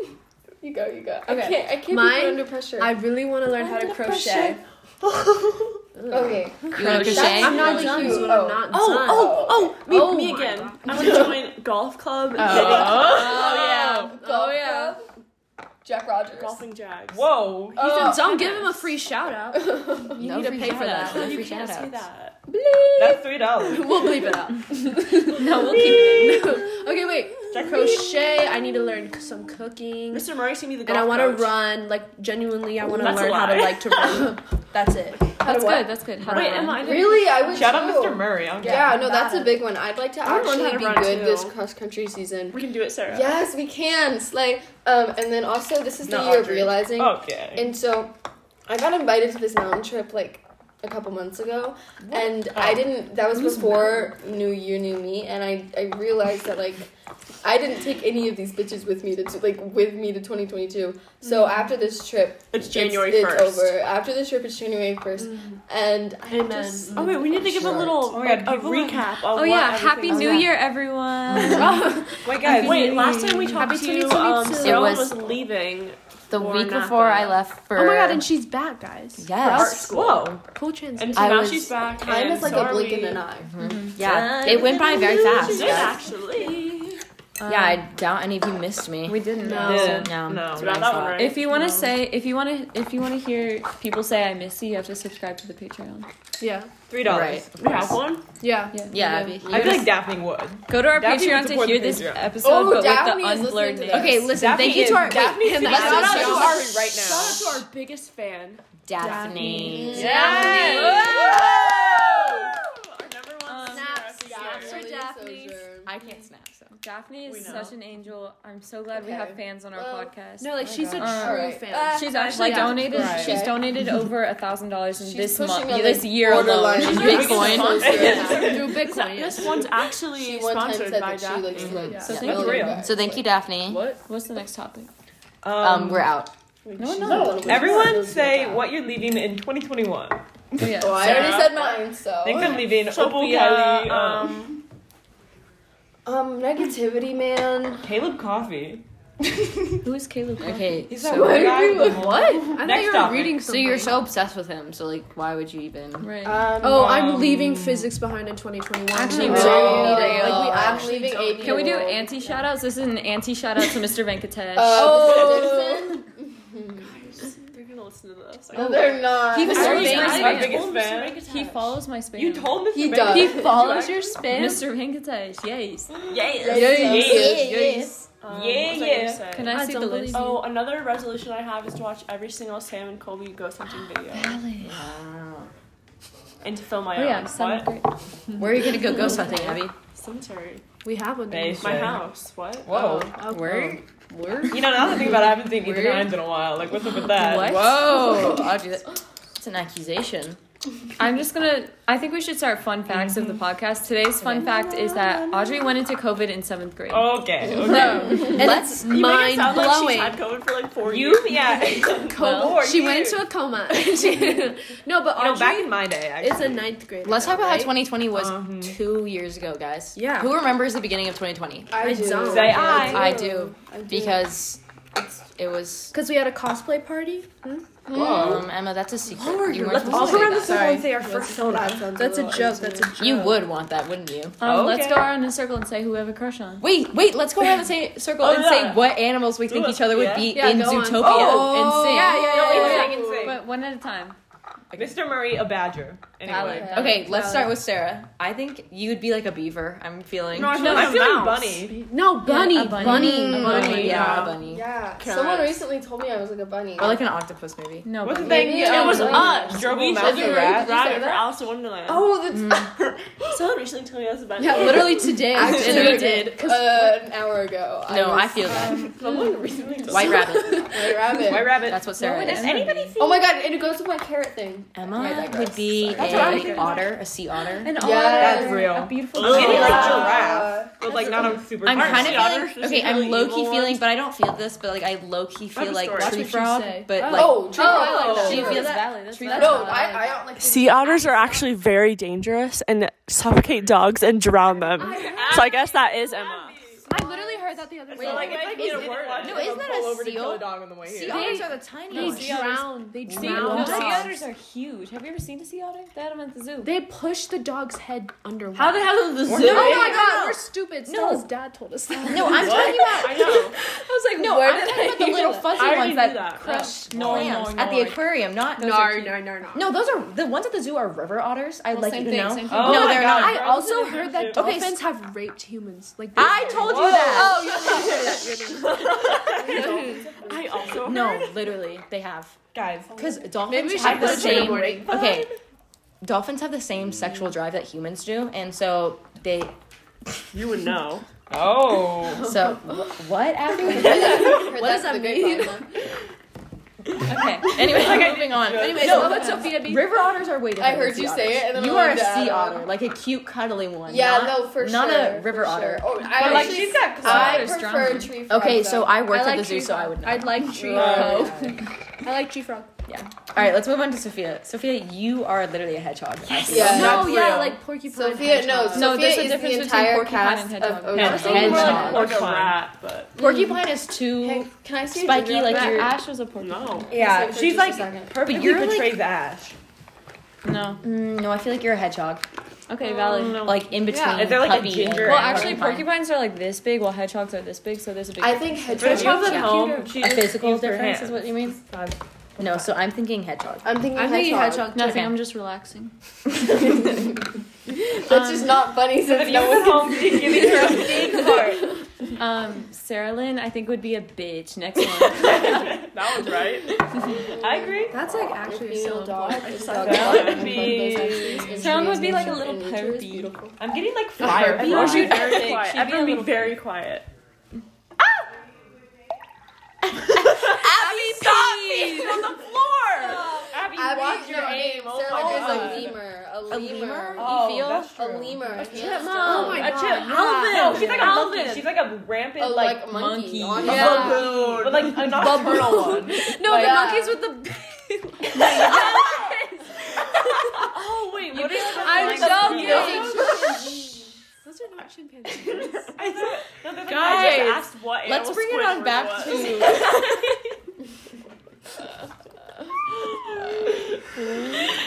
Speaker 4: You go, you go. I
Speaker 3: Okay.
Speaker 4: can't, I can't be
Speaker 3: Mine-
Speaker 4: put under pressure.
Speaker 3: I really want to learn how to crochet.
Speaker 4: okay.
Speaker 1: you wanna
Speaker 4: That's
Speaker 1: crochet
Speaker 3: I'm not
Speaker 4: really
Speaker 3: done.
Speaker 4: cute.
Speaker 3: Is what
Speaker 4: Oh.
Speaker 3: I'm not done.
Speaker 5: Oh, me,
Speaker 3: Oh
Speaker 5: me
Speaker 3: my
Speaker 5: again. I want to join golf club. and knitting club.
Speaker 1: oh
Speaker 4: oh yeah. Jack Rogers.
Speaker 5: Golfing jags.
Speaker 2: whoa.
Speaker 4: Oh,
Speaker 3: Don't give him a free shout out.
Speaker 1: yeah no
Speaker 3: need to
Speaker 1: free
Speaker 3: pay for
Speaker 1: shout-outs,
Speaker 3: that.
Speaker 1: no
Speaker 5: You
Speaker 1: free
Speaker 5: can't say
Speaker 1: shout-outs.
Speaker 5: that.
Speaker 2: That's three dollars.
Speaker 3: We'll bleep it out.
Speaker 1: no we'll keep it
Speaker 3: okay, wait. Crochet. I need to learn some cooking.
Speaker 5: Mr. Murray sent me the golf
Speaker 3: And I want to
Speaker 5: coach.
Speaker 3: run, like genuinely, I want to
Speaker 5: That's a
Speaker 3: learn how to
Speaker 5: lie.
Speaker 3: like to run. That's it.
Speaker 1: in. that's good that's good How
Speaker 5: Wait,
Speaker 1: to
Speaker 5: Emma, I
Speaker 1: run.
Speaker 5: didn't
Speaker 4: Really? I would
Speaker 2: Shout out
Speaker 4: too.
Speaker 2: Mr. Murray. I'm
Speaker 4: Yeah,
Speaker 2: down.
Speaker 4: no, that's a big one. I'd like to
Speaker 5: I wanna learn how
Speaker 4: actually
Speaker 5: to
Speaker 4: be
Speaker 5: run,
Speaker 4: good
Speaker 5: too.
Speaker 4: this cross country season.
Speaker 5: We can do it, Sarah.
Speaker 4: Yes, we can. Slay. Um, and then also this is the
Speaker 2: Not
Speaker 4: year of
Speaker 2: Audrey.
Speaker 4: realizing.
Speaker 5: Oh.
Speaker 2: Okay.
Speaker 4: And so I got invited to this mountain trip like a couple months ago. And I
Speaker 5: Oh.
Speaker 4: didn't that was before New Year, New Me, and I, I realized that like I didn't take any of these bitches with me to t- like with me to 2022. So
Speaker 5: Mm.
Speaker 4: after this trip,
Speaker 5: It's January
Speaker 4: it's,
Speaker 5: 1st.
Speaker 4: over. After this trip, it's January 1st, and I
Speaker 3: Amen.
Speaker 4: just
Speaker 5: Oh wait, we need to give a little
Speaker 2: Oh my
Speaker 5: like,
Speaker 2: God,
Speaker 5: a
Speaker 2: people-
Speaker 5: recap of
Speaker 1: oh
Speaker 5: what
Speaker 1: yeah
Speaker 5: everything
Speaker 1: happy
Speaker 5: was.
Speaker 1: new
Speaker 4: Yeah.
Speaker 1: year everyone
Speaker 2: Wait, guys.
Speaker 5: Wait, last time we talked
Speaker 3: Happy
Speaker 5: to you, um,
Speaker 3: 2022.
Speaker 5: Sarah
Speaker 1: It
Speaker 5: was,
Speaker 1: was-
Speaker 5: leaving.
Speaker 1: the
Speaker 5: For
Speaker 1: week
Speaker 5: Napa.
Speaker 1: before i left for
Speaker 3: Oh my god, and she's back, guys.
Speaker 5: art
Speaker 1: yes
Speaker 5: school.
Speaker 2: Whoa.
Speaker 3: Cool transition.
Speaker 5: And so
Speaker 1: I
Speaker 5: now
Speaker 1: was-
Speaker 5: she's back.
Speaker 4: time
Speaker 5: and
Speaker 4: is like
Speaker 5: so
Speaker 4: a
Speaker 5: are
Speaker 4: blink
Speaker 5: we.
Speaker 4: in an eye.
Speaker 1: yeah it went by very
Speaker 5: She
Speaker 1: fast
Speaker 5: did actually.
Speaker 1: yeah i doubt any of you missed me
Speaker 3: We didn't
Speaker 2: No.
Speaker 1: No.
Speaker 2: No.
Speaker 5: Not that one, right?
Speaker 1: If you want to say, if you want to, if you want to hear people say "I miss you," you have to subscribe to the Patreon.
Speaker 3: Yeah.
Speaker 2: Three
Speaker 1: Right.
Speaker 2: dollars.
Speaker 5: we have one.
Speaker 3: Yeah.
Speaker 1: Yeah.
Speaker 3: Yeah.
Speaker 1: yeah.
Speaker 2: I feel like Daphne would.
Speaker 1: Go to our
Speaker 2: Daphne would
Speaker 1: Patreon to
Speaker 2: support
Speaker 1: hear
Speaker 2: the
Speaker 1: this
Speaker 2: Patreon.
Speaker 1: episode,
Speaker 4: Oh,
Speaker 1: but
Speaker 4: Daphne is
Speaker 1: with the
Speaker 4: listening
Speaker 1: unblurred
Speaker 4: to
Speaker 1: name.
Speaker 4: this.
Speaker 1: Okay, listen.
Speaker 2: Daphne
Speaker 1: thank you
Speaker 2: is-
Speaker 1: to our
Speaker 2: Daphne
Speaker 1: wait,
Speaker 2: is
Speaker 1: can I
Speaker 2: Daphne.
Speaker 1: shout out
Speaker 2: Shout
Speaker 1: to
Speaker 2: out
Speaker 1: our-
Speaker 2: Sorry, right now.
Speaker 5: Shout out to our biggest fan.
Speaker 1: Daphne.
Speaker 5: Our number one
Speaker 1: Um,
Speaker 5: listener every year.
Speaker 1: snaps. Daphne's- I can't snap. So Daphne
Speaker 5: We
Speaker 1: is
Speaker 5: know.
Speaker 1: such an angel. I'm so glad we
Speaker 4: Okay.
Speaker 1: have fans on our
Speaker 4: Well,
Speaker 1: podcast.
Speaker 3: No, like she's a
Speaker 1: Oh God.
Speaker 3: true
Speaker 4: Alright.
Speaker 3: fan.
Speaker 4: Uh,
Speaker 1: She's actually
Speaker 3: yeah.
Speaker 1: donated.
Speaker 2: Right.
Speaker 1: She's donated over a thousand dollars in
Speaker 4: She's
Speaker 1: this
Speaker 4: pushing
Speaker 1: month,
Speaker 4: on the
Speaker 1: this year
Speaker 4: borderline.
Speaker 1: alone.
Speaker 4: She's
Speaker 1: Bitcoin.
Speaker 3: Through
Speaker 5: This,
Speaker 3: Bitcoin. yes.
Speaker 5: this one's actually
Speaker 4: She one time
Speaker 5: sponsored
Speaker 4: said
Speaker 5: by
Speaker 4: that she
Speaker 5: Jack.
Speaker 4: like smoked
Speaker 3: Yeah.
Speaker 4: some
Speaker 1: So
Speaker 2: thank you.
Speaker 4: million
Speaker 2: Real.
Speaker 4: bags,
Speaker 1: So thank you,
Speaker 4: like-
Speaker 1: Daphne.
Speaker 2: What?
Speaker 1: What's the next topic?
Speaker 2: Um,
Speaker 1: Um, we're out.
Speaker 4: She's
Speaker 1: no.
Speaker 4: a little bit-
Speaker 2: Everyone say what you're leaving in 2021.
Speaker 1: Oh, Yeah.
Speaker 4: Well, I already
Speaker 2: Sarah.
Speaker 4: said mine, so.
Speaker 1: um,
Speaker 2: I think I'm leaving Opal
Speaker 5: Sophia,
Speaker 2: Kelly. Um,
Speaker 5: um,
Speaker 4: Um, negativity, man.
Speaker 2: Caleb Coffee.
Speaker 1: Who's Caleb?
Speaker 10: Okay.
Speaker 2: He's that
Speaker 10: so,
Speaker 2: one guy. with the-
Speaker 3: What? I thought
Speaker 2: Next
Speaker 3: you were
Speaker 2: topic.
Speaker 3: reading
Speaker 10: so
Speaker 3: something.
Speaker 10: you're so obsessed with him. So like, why would you even?
Speaker 1: Right.
Speaker 4: Um,
Speaker 3: Oh, I'm
Speaker 2: Um,
Speaker 3: leaving physics behind in 2021.
Speaker 1: Actually,
Speaker 3: Wow.
Speaker 1: we don't need it.
Speaker 3: Like, we
Speaker 4: I'm
Speaker 3: actually
Speaker 4: leaving
Speaker 3: don't
Speaker 4: AP.
Speaker 3: need
Speaker 1: Can we do
Speaker 4: Whoa.
Speaker 1: anti shout outs? This is an anti shout out to Mr. Venkatesh.
Speaker 4: Oh.
Speaker 2: They're gonna listen to this.
Speaker 11: No, they're not.
Speaker 1: He was
Speaker 2: I
Speaker 1: so
Speaker 2: was
Speaker 1: famous.
Speaker 2: my biggest fan.
Speaker 1: He follows my spam.
Speaker 2: You told me
Speaker 4: He does.
Speaker 1: He follows
Speaker 2: your
Speaker 1: Mr. Venkatesh. Yes.
Speaker 2: Yes.
Speaker 4: yes.
Speaker 5: Um,
Speaker 2: Yeah,
Speaker 5: what was I gonna
Speaker 2: yeah.
Speaker 5: say?
Speaker 1: Can I, see the list?
Speaker 5: Oh, another resolution I have is to watch every single Sam and Colby ghost hunting video and to film my
Speaker 1: Oh,
Speaker 5: own.
Speaker 1: yeah, seventh
Speaker 5: what?
Speaker 1: grade.
Speaker 10: Where are you gonna go ghost hunting, Abby?
Speaker 5: Cemetery.
Speaker 3: We have one.
Speaker 2: Basic.
Speaker 5: My house. What?
Speaker 2: Whoa.
Speaker 10: Where? Where?
Speaker 2: You know, now that I think about it, I haven't seen either
Speaker 10: Weird.
Speaker 2: nines in a while. Like, what's up with that?
Speaker 1: What?
Speaker 10: Whoa, Audrey, that, it's an accusation.
Speaker 1: I'm just gonna. I think we should start fun facts of the podcast. Today's fun fact is that Audrey went into COVID in seventh grade.
Speaker 2: Oh. Okay. okay.
Speaker 3: And it's mind
Speaker 2: sound like
Speaker 3: blowing.
Speaker 2: I've covered for like four years. You, yeah.
Speaker 1: Well,
Speaker 3: she went into a coma. no, but
Speaker 2: You know, back
Speaker 3: Audrey
Speaker 2: in my day, actually.
Speaker 3: is a ninth grade.
Speaker 10: Let's talk about how
Speaker 3: right?
Speaker 10: 2020 was
Speaker 2: Um,
Speaker 10: two years ago, guys.
Speaker 3: Yeah.
Speaker 10: Who remembers the beginning of 2020?
Speaker 3: I, don't.
Speaker 2: Say I.
Speaker 10: I do, because it was.
Speaker 3: Because we had a cosplay party.
Speaker 10: Um, Emma, that's a secret. You weren't supposed to say that.
Speaker 3: they are That's a joke. That's a joke.
Speaker 10: You would want that, wouldn't you?
Speaker 1: Um, Let's
Speaker 2: Okay.
Speaker 1: go around in a circle and say who we have a crush on.
Speaker 10: Wait, wait. Let's go around the same circle
Speaker 2: Oh,
Speaker 10: and
Speaker 2: yeah.
Speaker 10: say what animals we think
Speaker 2: Do it.
Speaker 10: each other would
Speaker 2: Yeah.
Speaker 10: be
Speaker 3: Yeah,
Speaker 10: in
Speaker 3: go on. Oh.
Speaker 10: Zootopia
Speaker 4: Oh.
Speaker 10: and sing.
Speaker 3: yeah, yeah, yeah, yeah, yeah.
Speaker 1: But one at a time.
Speaker 2: Mr. Murray, a badger. Anyway.
Speaker 10: Okay, let's start with Sarah. I think you'd be like a beaver. I'm feeling.
Speaker 2: No, I'm feeling bunny.
Speaker 3: No, bunny.
Speaker 1: a bunny.
Speaker 3: bunny.
Speaker 10: Mm,
Speaker 2: bunny,
Speaker 10: yeah,
Speaker 2: yeah.
Speaker 10: a bunny.
Speaker 4: Yeah. Someone recently told me I was like a bunny.
Speaker 10: Or like an octopus, maybe.
Speaker 1: No,
Speaker 2: What's the
Speaker 1: but-
Speaker 2: thing?
Speaker 4: Maybe
Speaker 2: it
Speaker 4: I'm
Speaker 2: was
Speaker 4: bunny.
Speaker 2: us.
Speaker 10: Gerbil
Speaker 2: we
Speaker 10: mouth
Speaker 2: said
Speaker 10: and
Speaker 2: we
Speaker 10: rat.
Speaker 2: were rabbit
Speaker 4: You said
Speaker 2: for
Speaker 4: that?
Speaker 2: Alice in Wonderland.
Speaker 4: oh, that's
Speaker 2: Someone recently told me I was a bunny.
Speaker 3: Yeah, literally today.
Speaker 4: Actually,
Speaker 3: we
Speaker 4: we
Speaker 3: did.
Speaker 4: uh, an hour ago.
Speaker 10: No,
Speaker 4: was-
Speaker 10: I feel that.
Speaker 2: Someone recently told
Speaker 10: White
Speaker 2: me.
Speaker 10: rabbit.
Speaker 4: White rabbit.
Speaker 2: White rabbit.
Speaker 10: That's what Sarah
Speaker 2: Does
Speaker 10: is.
Speaker 2: anybody see?
Speaker 4: Oh my god, and it goes with my carrot thing. I
Speaker 10: Emma
Speaker 4: digress.
Speaker 10: would be
Speaker 4: Sorry.
Speaker 2: what I'm
Speaker 10: a
Speaker 2: thinking.
Speaker 10: otter, a sea otter.
Speaker 1: An
Speaker 4: Yeah.
Speaker 1: otter,
Speaker 2: That's real.
Speaker 1: A beautiful.
Speaker 2: Ugh. Maybe, like,
Speaker 1: Oh, giraffe.
Speaker 2: giraffe. But like not on super.
Speaker 10: I'm
Speaker 2: Aren't
Speaker 10: kind
Speaker 2: sea
Speaker 10: of
Speaker 2: otters
Speaker 10: feeling okay.
Speaker 2: really
Speaker 10: I'm low key
Speaker 2: evil
Speaker 10: feeling,
Speaker 2: ones?
Speaker 10: but I don't feel this. But like I low key
Speaker 2: I
Speaker 10: feel
Speaker 2: have a
Speaker 10: like
Speaker 2: story.
Speaker 10: tree
Speaker 3: That's what you
Speaker 10: frog.
Speaker 3: say.
Speaker 10: But like
Speaker 4: Oh, true. I like that.
Speaker 10: she
Speaker 4: True.
Speaker 10: feels
Speaker 1: valid. That's
Speaker 10: tree
Speaker 1: valid.
Speaker 4: No, I, I don't like
Speaker 2: Sea otters are actually very dangerous and suffocate dogs and drown them. So I guess that is Emma.
Speaker 3: I literally heard that the other day.
Speaker 2: like, it's like
Speaker 10: is
Speaker 2: in a
Speaker 10: it-
Speaker 2: word.
Speaker 10: no, isn't that a seal?
Speaker 2: dog on the way
Speaker 10: Sea otters are the tiny
Speaker 3: They
Speaker 10: ones.
Speaker 3: drown. They
Speaker 1: Sea,
Speaker 3: drown.
Speaker 1: no,
Speaker 3: dogs.
Speaker 1: sea otters are huge. Have you ever seen a sea otter? They had them at the zoo.
Speaker 3: They push the dog's head underwater.
Speaker 10: How the hell is the zoo?
Speaker 3: Oh my god, we're stupid.
Speaker 10: No.
Speaker 3: Stella's dad told us that.
Speaker 10: No, I'm talking about.
Speaker 2: I know.
Speaker 10: I was like, no, I'm talking about the little fuzzy
Speaker 2: I
Speaker 10: ones
Speaker 2: already
Speaker 10: that,
Speaker 2: knew that.
Speaker 10: crush
Speaker 2: No,
Speaker 10: clams
Speaker 2: no,
Speaker 10: at the
Speaker 2: no.
Speaker 10: aquarium. Not
Speaker 3: No, no, no, no.
Speaker 10: No, those are the ones at the zoo are river otters. I'd like you to know.
Speaker 2: Oh
Speaker 10: no,
Speaker 2: my
Speaker 10: they're
Speaker 2: God.
Speaker 10: not.
Speaker 3: I also heard that
Speaker 10: Okay,
Speaker 3: dolphins have raped humans. Like
Speaker 10: I told you that.
Speaker 2: I also
Speaker 10: No, literally, they have.
Speaker 2: guys.
Speaker 10: Because dolphins
Speaker 3: should
Speaker 10: have the
Speaker 3: put it in the
Speaker 10: same.
Speaker 3: morning.
Speaker 10: Okay, dolphins have the same sexual drive that humans do, and so they.
Speaker 2: You would know. Oh.
Speaker 10: So wh- what? Abby?
Speaker 4: What does that mean?
Speaker 10: okay. Anyway, moving on. Anyway,
Speaker 3: no, but Sophia be
Speaker 10: river otters are way different.
Speaker 4: I
Speaker 10: than
Speaker 4: heard
Speaker 10: sea
Speaker 4: you
Speaker 10: otters.
Speaker 4: say it, and then
Speaker 10: You
Speaker 4: I
Speaker 10: are a
Speaker 4: looked at
Speaker 10: sea
Speaker 4: it.
Speaker 10: otter, like a cute, cuddly one.
Speaker 4: Yeah,
Speaker 10: not-
Speaker 4: no, for
Speaker 10: not
Speaker 4: sure.
Speaker 10: a river
Speaker 4: for
Speaker 10: otter.
Speaker 4: Sure. Oh, I
Speaker 2: But like
Speaker 4: actually-
Speaker 2: she's got
Speaker 4: I
Speaker 2: claws.
Speaker 1: Otters
Speaker 4: prefer
Speaker 1: drown.
Speaker 4: tree frogs.
Speaker 10: Okay, so
Speaker 4: though.
Speaker 10: I worked
Speaker 3: I
Speaker 10: at
Speaker 3: like
Speaker 10: the zoo,
Speaker 3: tree
Speaker 10: so I would know.
Speaker 3: I'd like tree
Speaker 2: Right.
Speaker 3: frog.
Speaker 1: Oh,
Speaker 3: I like tree frog.
Speaker 10: All right, let's move on to Sophia. Sophia, you are literally a hedgehog.
Speaker 4: Yeah.
Speaker 3: No,
Speaker 2: That's
Speaker 3: yeah,
Speaker 2: real.
Speaker 3: like porcupine.
Speaker 4: Sophia no,
Speaker 3: hedgehog.
Speaker 1: No,
Speaker 4: Sophia
Speaker 1: there's a
Speaker 4: is
Speaker 1: difference
Speaker 4: the
Speaker 1: between
Speaker 4: entire
Speaker 1: porcupine
Speaker 4: cast
Speaker 1: and
Speaker 4: of
Speaker 1: hedgehog.
Speaker 4: Odin.
Speaker 2: I think more
Speaker 10: Hedgehog.
Speaker 2: like a rat, but
Speaker 10: Porcupine Mm. is too
Speaker 4: Hey, can I see a
Speaker 10: spiky,
Speaker 4: ginger
Speaker 10: like
Speaker 4: ale?
Speaker 1: That
Speaker 10: you're.
Speaker 1: Ash was a porcupine.
Speaker 2: no.
Speaker 4: Yeah,
Speaker 2: she's
Speaker 4: she's
Speaker 2: like
Speaker 4: like
Speaker 2: perfectly
Speaker 10: you're, like-
Speaker 2: portrays Ash.
Speaker 1: No.
Speaker 10: Mm, no, I feel like you're a hedgehog.
Speaker 1: Okay, valid.
Speaker 10: Like in between.
Speaker 2: If they're like a
Speaker 10: puppy and
Speaker 2: ginger
Speaker 1: Well,
Speaker 2: and
Speaker 1: actually,
Speaker 10: porcupine.
Speaker 1: porcupines are like this big, while hedgehogs are this big, so there's a big.
Speaker 4: I think
Speaker 2: But if
Speaker 4: hedgehogs.
Speaker 2: she was at
Speaker 4: are
Speaker 2: home, she
Speaker 10: A
Speaker 2: just
Speaker 10: physical
Speaker 2: used her
Speaker 10: difference
Speaker 2: hands.
Speaker 10: is what you mean? No, so I'm thinking hedgehog.
Speaker 4: I'm thinking
Speaker 3: I'm
Speaker 4: hedgehog.
Speaker 3: thinking hedgehog.
Speaker 1: Nothing.
Speaker 10: Okay.
Speaker 1: I'm just relaxing.
Speaker 4: That's just not funny
Speaker 2: If
Speaker 4: since
Speaker 2: you
Speaker 4: no
Speaker 2: was at
Speaker 4: one.
Speaker 2: home, she'd give you her a big heart.
Speaker 1: Um, Sarah Lynn, I think would be a bitch. Next one.
Speaker 2: That was right. I agree.
Speaker 3: That's like actually
Speaker 4: Real
Speaker 3: so
Speaker 4: dog. It's dog.
Speaker 2: That would
Speaker 4: Both
Speaker 2: be-
Speaker 4: actually.
Speaker 1: Someone would be like a
Speaker 4: Nature-
Speaker 1: little
Speaker 4: and nature is
Speaker 1: pervy.
Speaker 4: beautiful.
Speaker 2: I'm getting like fire.
Speaker 10: herpes.
Speaker 2: Everyone be
Speaker 1: She'd be
Speaker 2: very
Speaker 1: big.
Speaker 2: quiet.
Speaker 1: She'd be a
Speaker 2: Everyone be
Speaker 1: little-
Speaker 2: very quiet. Abby,
Speaker 4: Abby,
Speaker 2: watch your
Speaker 4: no,
Speaker 2: aim.
Speaker 4: Sarah
Speaker 2: Oh my
Speaker 4: Lynn
Speaker 2: God.
Speaker 4: is a lemur. A
Speaker 10: A
Speaker 4: lemur.
Speaker 10: lemur?
Speaker 2: Oh,
Speaker 10: you feel?
Speaker 2: that's
Speaker 4: A
Speaker 2: true.
Speaker 4: lemur. A
Speaker 3: Oh my
Speaker 2: A
Speaker 3: god.
Speaker 2: chip.
Speaker 3: yeah.
Speaker 2: No, she's like a monkey. She's like a rampant,
Speaker 4: A
Speaker 2: like,
Speaker 4: like
Speaker 1: monkey.
Speaker 4: monkey. on
Speaker 2: a
Speaker 4: a
Speaker 3: Yeah.
Speaker 4: monkey.
Speaker 2: baboon. But like a nocturnal one.
Speaker 1: no,
Speaker 4: Like-
Speaker 1: the
Speaker 4: Yeah.
Speaker 1: monkeys with the.
Speaker 2: Oh, wait, what
Speaker 1: I'm joking.
Speaker 4: That's
Speaker 3: Those are not chimpanzees.
Speaker 2: I know. No, they're like, I
Speaker 10: Guys,
Speaker 2: just asked what
Speaker 10: Let's
Speaker 2: animal
Speaker 10: bring it on
Speaker 2: Squidward
Speaker 10: back
Speaker 2: was.
Speaker 10: to.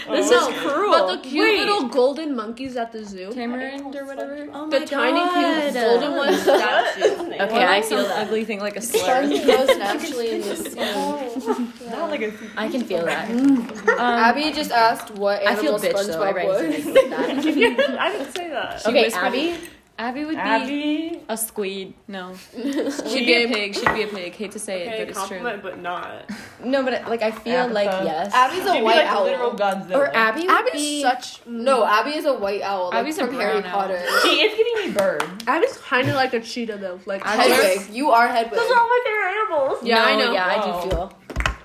Speaker 3: This is cruel. But the cute
Speaker 1: Wait.
Speaker 3: little golden monkeys at the zoo.
Speaker 1: Tamarind or whatever.
Speaker 3: Oh the tiny cute golden ones. That's you.
Speaker 1: Okay, I feel the ugly thing like a slur.
Speaker 4: Shark grows naturally in this sea.
Speaker 2: Not like a
Speaker 1: I can feel that. Um,
Speaker 4: Abby just asked what
Speaker 1: I feel
Speaker 4: animal
Speaker 1: bitch though. I
Speaker 4: SpongeBob was.
Speaker 1: raised like that.
Speaker 2: I didn't say that.
Speaker 1: okay,
Speaker 10: whispered-
Speaker 1: Abby. Abby would be
Speaker 2: Abby,
Speaker 1: a squid. No, she'd be a pig. She'd be a pig. Hate to say
Speaker 2: okay,
Speaker 1: it, but it's true.
Speaker 2: compliment, but not.
Speaker 1: No, but like I feel like
Speaker 10: Abathon.
Speaker 1: yes.
Speaker 4: Abby's a
Speaker 10: Maybe
Speaker 4: white
Speaker 10: like a literal
Speaker 4: owl.
Speaker 10: Godzilla.
Speaker 4: Or Abby would
Speaker 3: Abby's
Speaker 4: be...
Speaker 3: such.
Speaker 4: No, Abby is a white owl. Like
Speaker 1: Abby's a
Speaker 4: from Harry
Speaker 1: brown owl.
Speaker 4: Potter.
Speaker 10: She is giving me bird.
Speaker 3: Abby's kind of like a cheetah though. Like
Speaker 4: Hedwig. You are Hedwig.
Speaker 2: my favorite animals.
Speaker 3: Yeah,
Speaker 1: No,
Speaker 3: I know.
Speaker 1: Yeah, I
Speaker 2: Oh.
Speaker 10: Wow.
Speaker 1: do feel.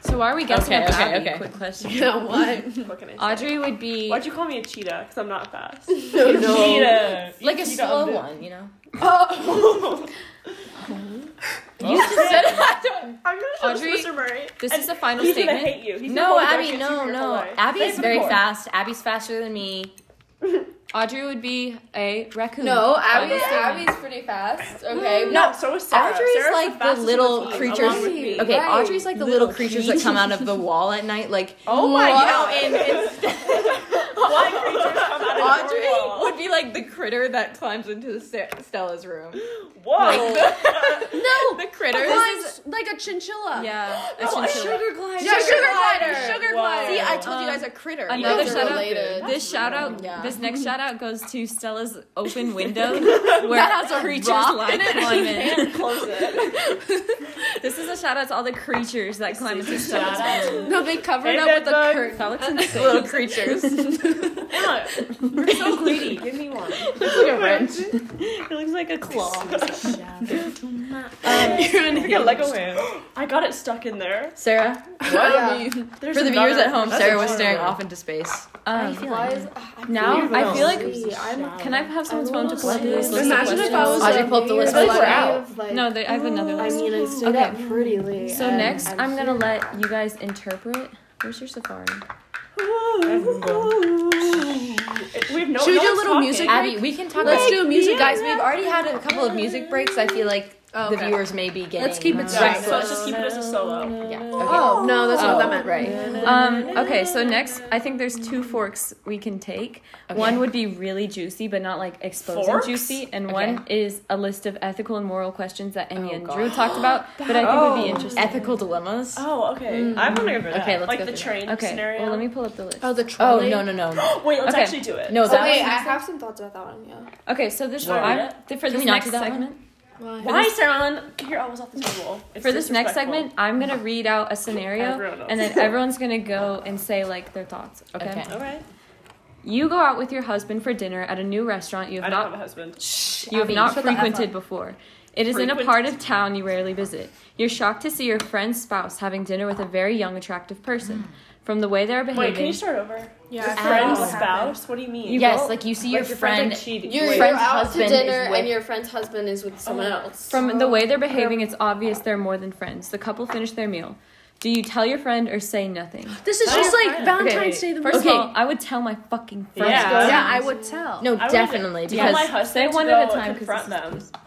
Speaker 1: So why are we guessing
Speaker 10: Okay,
Speaker 1: about
Speaker 10: okay,
Speaker 1: Abby?
Speaker 10: okay.
Speaker 1: Quick question.
Speaker 3: You know what?
Speaker 2: What can I say?
Speaker 1: Audrey would be
Speaker 2: Why'd you call me a cheetah? Because I'm not fast.
Speaker 4: No, no.
Speaker 10: Cheetah.
Speaker 1: like a
Speaker 10: Cheetah
Speaker 1: slow
Speaker 10: of the-
Speaker 1: one, you know.
Speaker 2: I'm not sure
Speaker 1: Audree,
Speaker 2: this is Mr. Murray.
Speaker 1: This
Speaker 2: and
Speaker 1: is the final
Speaker 2: he's
Speaker 1: statement.
Speaker 2: gonna hate you. He's gonna
Speaker 1: No,
Speaker 2: hold it
Speaker 1: Abby,
Speaker 2: against you
Speaker 1: no,
Speaker 2: for your
Speaker 1: no.
Speaker 2: whole life.
Speaker 1: Abby
Speaker 10: Play
Speaker 1: is
Speaker 10: for the
Speaker 1: very
Speaker 10: core.
Speaker 1: fast. Abby's faster than me. Audrey would be a raccoon.
Speaker 4: No,
Speaker 1: Final
Speaker 4: Abby,
Speaker 1: statement.
Speaker 4: Abby's pretty fast. Okay.
Speaker 2: No, so was Sarah.
Speaker 1: Audrey's
Speaker 2: Sarah's
Speaker 1: like the
Speaker 2: fastest of
Speaker 1: little
Speaker 2: team, along
Speaker 1: creatures-
Speaker 2: with me.
Speaker 1: Okay,
Speaker 4: Right.
Speaker 1: Audrey's like the little, creatures that come out of the wall at night. Like
Speaker 10: Oh my god.
Speaker 2: Why creatures come out of the
Speaker 1: Audrey
Speaker 2: wall?
Speaker 1: would be like the critter that climbs into Ste- Stella's room.
Speaker 2: Whoa.
Speaker 1: No, the critter.
Speaker 3: Mine's like a chinchilla.
Speaker 1: Yeah, a
Speaker 2: Oh, a
Speaker 1: chinchilla.
Speaker 2: sugar glider.
Speaker 3: Yeah, sugar glider. Sugar
Speaker 2: Wow.
Speaker 3: glider.
Speaker 2: See, I
Speaker 1: told you guys
Speaker 3: a critter.
Speaker 1: Um, Another
Speaker 4: guys are
Speaker 1: shout out.
Speaker 4: related.
Speaker 1: This shout out.
Speaker 4: Yeah.
Speaker 1: This next shout out goes to Stella's open window where that has a creatures like climb in.
Speaker 2: Close it.
Speaker 1: This is a shout out to all the creatures that climb into Stella's window.
Speaker 3: No, they covered
Speaker 2: Hey,
Speaker 3: up
Speaker 2: bed
Speaker 3: with a
Speaker 2: bug.
Speaker 3: curtain.
Speaker 1: That looks insane. Little creatures.
Speaker 2: Emma, you're so greedy. Give me one.
Speaker 1: It looks like a claw.
Speaker 2: You're in a Lego man. I got it stuck in there.
Speaker 1: Sarah.
Speaker 2: There's
Speaker 1: For the
Speaker 2: another-
Speaker 1: viewers at home, Um,
Speaker 2: That's
Speaker 1: Sarah
Speaker 2: a
Speaker 1: was
Speaker 2: horror.
Speaker 1: staring off into space. Um,
Speaker 4: Why is- Ah, I
Speaker 1: now
Speaker 2: weird
Speaker 1: I feel
Speaker 2: though.
Speaker 1: like. Can I have someone's phone to pull up this list
Speaker 3: Imagine
Speaker 1: of
Speaker 3: if
Speaker 1: questions?
Speaker 3: I was
Speaker 1: Audrey,
Speaker 3: a
Speaker 1: pull up the list
Speaker 3: weird
Speaker 1: of
Speaker 3: Like,
Speaker 1: questions.
Speaker 4: like,
Speaker 1: No, they, I have another list.
Speaker 4: I stayed
Speaker 1: Okay.
Speaker 4: up pretty late.
Speaker 1: So next, I'm, gonna let you guys interpret. Where's your safari?
Speaker 2: We have no.
Speaker 3: Should we
Speaker 2: no
Speaker 3: do a
Speaker 2: one's
Speaker 3: little
Speaker 2: talking.
Speaker 3: music?
Speaker 1: Abby, we can talk.
Speaker 3: Let's do music,
Speaker 1: guys.
Speaker 3: guys.
Speaker 1: We've already had a couple of music breaks. I feel like the
Speaker 3: okay.
Speaker 1: viewers may be getting.
Speaker 3: Let's keep it
Speaker 2: Yeah,
Speaker 3: straight.
Speaker 2: so let's just keep it as a solo.
Speaker 1: Yeah.
Speaker 3: Oh no, that's not
Speaker 1: Oh,
Speaker 3: what that meant.
Speaker 1: Right. Um, okay, so next, I think there's two forks we can take. One would be really juicy, but not like exposing
Speaker 2: Forks?
Speaker 1: juicy, and
Speaker 10: Okay.
Speaker 1: one is a list of ethical and moral questions that Amy
Speaker 10: Oh,
Speaker 1: and
Speaker 10: God.
Speaker 1: Drew talked about, but I think would be interesting.
Speaker 10: Ethical dilemmas.
Speaker 2: Oh, okay. I'm gonna go for that.
Speaker 1: Okay, let's
Speaker 2: like
Speaker 1: go
Speaker 2: the
Speaker 1: through that.
Speaker 2: train
Speaker 1: Okay,
Speaker 2: scenario.
Speaker 1: well, let me pull up the list.
Speaker 3: Oh, the
Speaker 10: Oh
Speaker 3: trolley.
Speaker 10: no no no.
Speaker 2: Wait, let's
Speaker 1: Okay.
Speaker 2: actually do it.
Speaker 10: No, that
Speaker 4: wait,
Speaker 10: was
Speaker 4: I have some thoughts about that one. Yeah.
Speaker 1: Okay, so this
Speaker 2: Why?
Speaker 1: I'm, th- for this
Speaker 10: we not
Speaker 1: next
Speaker 10: do that one?
Speaker 1: segment,
Speaker 2: Why, Sarah? You're almost off the table. It's
Speaker 1: for this next
Speaker 2: disrespectful.
Speaker 1: segment, I'm gonna read out a scenario,
Speaker 2: Everyone else.
Speaker 1: and then everyone's gonna go and say like their thoughts. Okay.
Speaker 10: Okay.
Speaker 2: All right.
Speaker 1: You go out with your husband for dinner at a new restaurant you
Speaker 2: I
Speaker 1: have
Speaker 2: don't have a
Speaker 1: not
Speaker 2: husband.
Speaker 1: you have not frequented before. It is in a
Speaker 2: Frequent-
Speaker 1: part of town you rarely visit. You're shocked to see your friend's spouse having dinner with a very young, attractive person. From the way they are behaving,
Speaker 2: Wait, can you start over?
Speaker 3: Yeah.
Speaker 2: Friend,
Speaker 1: Ow.
Speaker 2: spouse. What do you mean?
Speaker 10: Yes, like you see your, friend.
Speaker 2: cheating.
Speaker 4: You're, you're
Speaker 10: Wait. Friend's
Speaker 4: out to
Speaker 10: husband is
Speaker 4: dinner
Speaker 10: with-
Speaker 4: and your friend's husband is with someone
Speaker 1: Oh.
Speaker 4: else.
Speaker 1: From the way they're behaving, it's obvious they're more than friends. The couple finish their meal. Do you tell your friend or say nothing?
Speaker 3: This is just like Valentine's Day. The
Speaker 1: First
Speaker 3: movie.
Speaker 1: of all, I would tell my fucking friend.
Speaker 2: Yeah.
Speaker 3: Yeah, I would tell.
Speaker 10: No,
Speaker 2: I would
Speaker 10: definitely
Speaker 2: tell my
Speaker 10: because
Speaker 2: husband
Speaker 1: say one
Speaker 2: to
Speaker 1: at a
Speaker 2: go
Speaker 1: time, 'cause
Speaker 2: confront
Speaker 1: this
Speaker 2: them.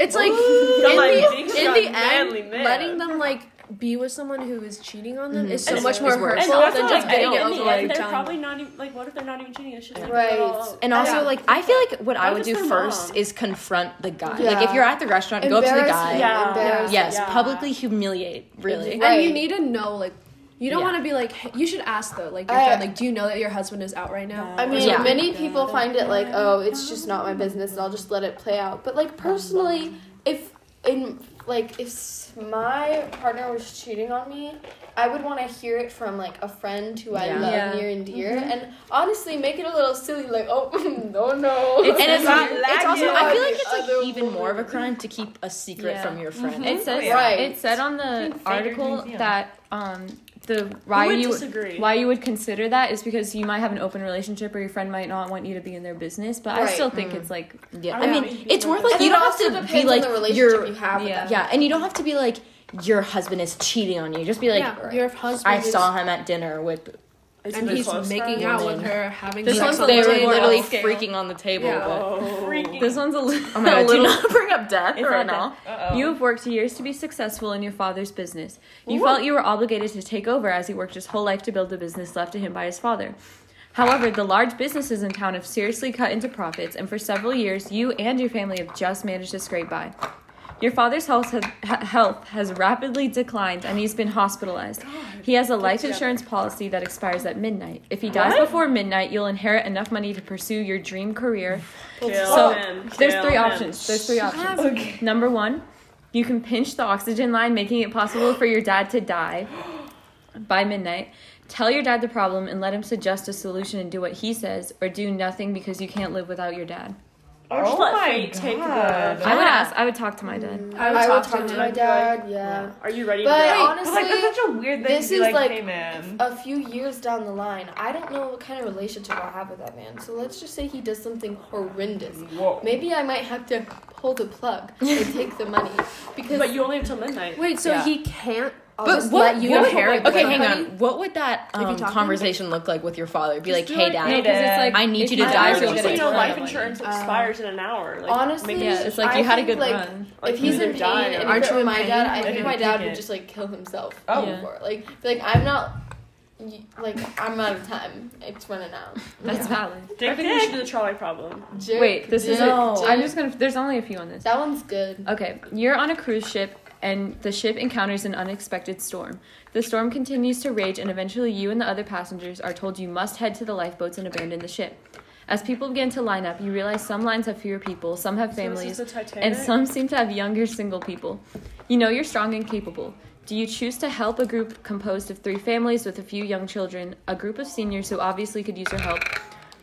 Speaker 3: It's like
Speaker 2: Got
Speaker 3: in
Speaker 2: my
Speaker 3: the,
Speaker 2: big
Speaker 3: in
Speaker 2: strong
Speaker 3: the
Speaker 2: manly
Speaker 3: end,
Speaker 2: man.
Speaker 3: letting them like be with someone who is cheating on them is so
Speaker 2: It's-
Speaker 3: much more
Speaker 10: it's worse.
Speaker 2: And
Speaker 3: hurtful
Speaker 2: also,
Speaker 3: than
Speaker 2: like,
Speaker 3: just getting it
Speaker 2: in
Speaker 3: over
Speaker 2: the
Speaker 3: with
Speaker 2: end,
Speaker 3: your
Speaker 2: they're
Speaker 3: tongue.
Speaker 2: probably not even like. What if they're not even cheating? It's just like
Speaker 4: Right.
Speaker 2: oh,
Speaker 10: and also
Speaker 4: Yeah.
Speaker 10: like I feel like what I
Speaker 2: Why
Speaker 10: would
Speaker 2: does
Speaker 10: do
Speaker 2: their
Speaker 10: first
Speaker 2: mom?
Speaker 10: is confront the guy.
Speaker 4: Yeah.
Speaker 10: Like if you're at the restaurant, go up to the guy.
Speaker 4: Embarrassing.
Speaker 2: Yeah.
Speaker 4: Embarrassing.
Speaker 10: Yes,
Speaker 2: Yeah.
Speaker 10: publicly humiliate. Really.
Speaker 4: Right.
Speaker 3: And you need to know, like, you don't
Speaker 10: Yeah.
Speaker 3: want to be like, hey- you should ask though, like, your
Speaker 4: I-
Speaker 3: friend, like, do you know that your husband is out right now?
Speaker 4: I mean,
Speaker 10: Oh, Yeah.
Speaker 4: many people find it like, oh, it's just not my business, and I'll just let it play out. But like personally, if in like if s- my partner was cheating on me, I would want to hear it from like a friend who I
Speaker 10: Yeah. Mm-hmm.
Speaker 4: love
Speaker 1: Yeah.
Speaker 4: near and dear, and honestly, make it a little silly, like, oh, no, no.
Speaker 10: and it's not. It's also. I feel
Speaker 4: lagging.
Speaker 10: like it's
Speaker 4: Other
Speaker 10: like even more of a
Speaker 4: woman.
Speaker 10: crime to keep a secret
Speaker 1: Yeah.
Speaker 10: from your friend.
Speaker 1: It says
Speaker 4: yeah. Right.
Speaker 1: it said on the article
Speaker 10: things, yeah.
Speaker 1: that um the
Speaker 2: I
Speaker 1: why
Speaker 2: would
Speaker 1: you
Speaker 2: disagree.
Speaker 1: why you would consider that is because you might have an open relationship or your friend might not want you to be in their business. But I
Speaker 4: Right.
Speaker 1: still
Speaker 3: Mm.
Speaker 1: think it's like
Speaker 10: Yeah,
Speaker 2: I
Speaker 10: I
Speaker 2: don't
Speaker 10: mean,
Speaker 2: know, maybe
Speaker 10: it's worth like
Speaker 4: And
Speaker 10: you
Speaker 4: it
Speaker 10: don't have
Speaker 4: also
Speaker 10: to be
Speaker 4: depends on
Speaker 10: like
Speaker 4: the
Speaker 10: your
Speaker 4: relationship you have with
Speaker 1: yeah.
Speaker 4: them.
Speaker 10: yeah, and you don't have to be like your husband is cheating on you. Just be like,
Speaker 3: yeah, your husband.
Speaker 10: I saw him at dinner with
Speaker 5: It's
Speaker 10: and
Speaker 5: been
Speaker 10: he's
Speaker 5: close.
Speaker 10: making out with her, having
Speaker 3: This
Speaker 10: sex
Speaker 3: one's
Speaker 10: on
Speaker 3: they
Speaker 10: the
Speaker 3: were
Speaker 10: table.
Speaker 3: literally freaking on the table.
Speaker 10: Yeah.
Speaker 2: Oh,
Speaker 5: Freaking.
Speaker 1: This one's a, li-
Speaker 3: Oh my god,
Speaker 1: a little.
Speaker 3: do not bring up death
Speaker 1: It's
Speaker 3: right
Speaker 1: not
Speaker 3: now.
Speaker 5: Uh-oh.
Speaker 1: You have worked years to be successful in your father's business. You felt you were obligated to take over as he worked his whole life to build the business left to him by his father. However, the large businesses in town have seriously cut into profits, and for several years, you and your family have just managed to scrape by. Your father's health has, ha- health has rapidly declined, and he's been hospitalized. he has a life insurance policy that expires at midnight. If he dies before midnight, you'll inherit enough money to pursue your dream career.
Speaker 5: Kill
Speaker 1: So,
Speaker 5: him.
Speaker 1: There's
Speaker 5: Kill
Speaker 1: three
Speaker 5: him.
Speaker 1: options. There's three options. Number one, you can pinch the oxygen line, making it possible for your dad to die by midnight. Tell your dad the problem and let him suggest a solution and do what he says, or do nothing because you can't live without your dad.
Speaker 5: Or just
Speaker 3: Oh
Speaker 5: let
Speaker 3: my
Speaker 5: fate take
Speaker 3: God.
Speaker 5: the.
Speaker 1: I would ask. I would talk to my dad.
Speaker 10: I would
Speaker 4: I
Speaker 10: talk
Speaker 4: will
Speaker 10: to
Speaker 4: talk to
Speaker 10: him.
Speaker 4: my dad. Yeah.
Speaker 5: Are you ready
Speaker 4: But
Speaker 5: to go?
Speaker 3: But like
Speaker 4: honestly,
Speaker 3: that's such a weird thing
Speaker 4: this
Speaker 3: to be
Speaker 4: is
Speaker 3: like,
Speaker 4: like-
Speaker 3: hey man.
Speaker 4: a few years down the line, I don't know what kind of relationship I'll have with that man. So let's just say he does something horrendous.
Speaker 5: Whoa.
Speaker 4: Maybe I might have to pull the plug and take the money because
Speaker 5: But you only have till midnight.
Speaker 10: Wait, so
Speaker 3: Yeah.
Speaker 10: he can't? I'll
Speaker 3: But
Speaker 10: just
Speaker 3: what,
Speaker 10: let you
Speaker 3: what would-
Speaker 10: inherit the
Speaker 3: okay, hang
Speaker 10: company?
Speaker 3: on. What would that
Speaker 10: you
Speaker 3: um,
Speaker 10: talk to him?
Speaker 3: conversation look like with your father? Be like,
Speaker 1: do
Speaker 3: hey
Speaker 1: it-
Speaker 3: dad,
Speaker 1: no, 'cause it's like-
Speaker 3: I need you to
Speaker 1: it's not
Speaker 3: die. so
Speaker 1: like-
Speaker 3: that
Speaker 5: Because,
Speaker 3: I can
Speaker 5: you know,
Speaker 3: earn
Speaker 5: life
Speaker 3: money."
Speaker 5: insurance expires in an hour. Like,
Speaker 4: honestly,
Speaker 5: maybe
Speaker 1: Yeah, it's like
Speaker 4: I
Speaker 1: you had a
Speaker 4: think,
Speaker 1: good
Speaker 4: like,
Speaker 1: run.
Speaker 5: Like,
Speaker 4: if he's
Speaker 5: either
Speaker 4: in pain,
Speaker 5: die or-
Speaker 4: and
Speaker 5: Aren't
Speaker 4: if it
Speaker 5: you
Speaker 4: were
Speaker 5: in
Speaker 4: my dad, I
Speaker 5: They
Speaker 4: think
Speaker 5: didn't
Speaker 4: my dad
Speaker 5: pick
Speaker 4: would
Speaker 5: it.
Speaker 4: just like kill himself
Speaker 5: Oh.
Speaker 1: Yeah.
Speaker 4: before. Like, be like I'm not, y- like I'm out of time. It's running out.
Speaker 1: That's valid.
Speaker 5: I think we should do the trolley problem.
Speaker 4: Jer-
Speaker 1: Wait, this is.
Speaker 4: Jer-
Speaker 1: No.
Speaker 4: Jer-
Speaker 1: I'm just gonna. There's only a few on this.
Speaker 4: That one's good.
Speaker 1: Okay, you're on a cruise ship, and the ship encounters an unexpected storm. The storm continues to rage, and eventually, you and the other passengers are told you must head to the lifeboats and abandon the ship. As people begin to line up, you realize some lines have fewer people, some have families,
Speaker 5: So this is the Titanic.
Speaker 1: and some seem to have younger single people. You know you're strong and capable. Do you choose to help a group composed of three families with a few young children, a group of seniors who obviously could use your help,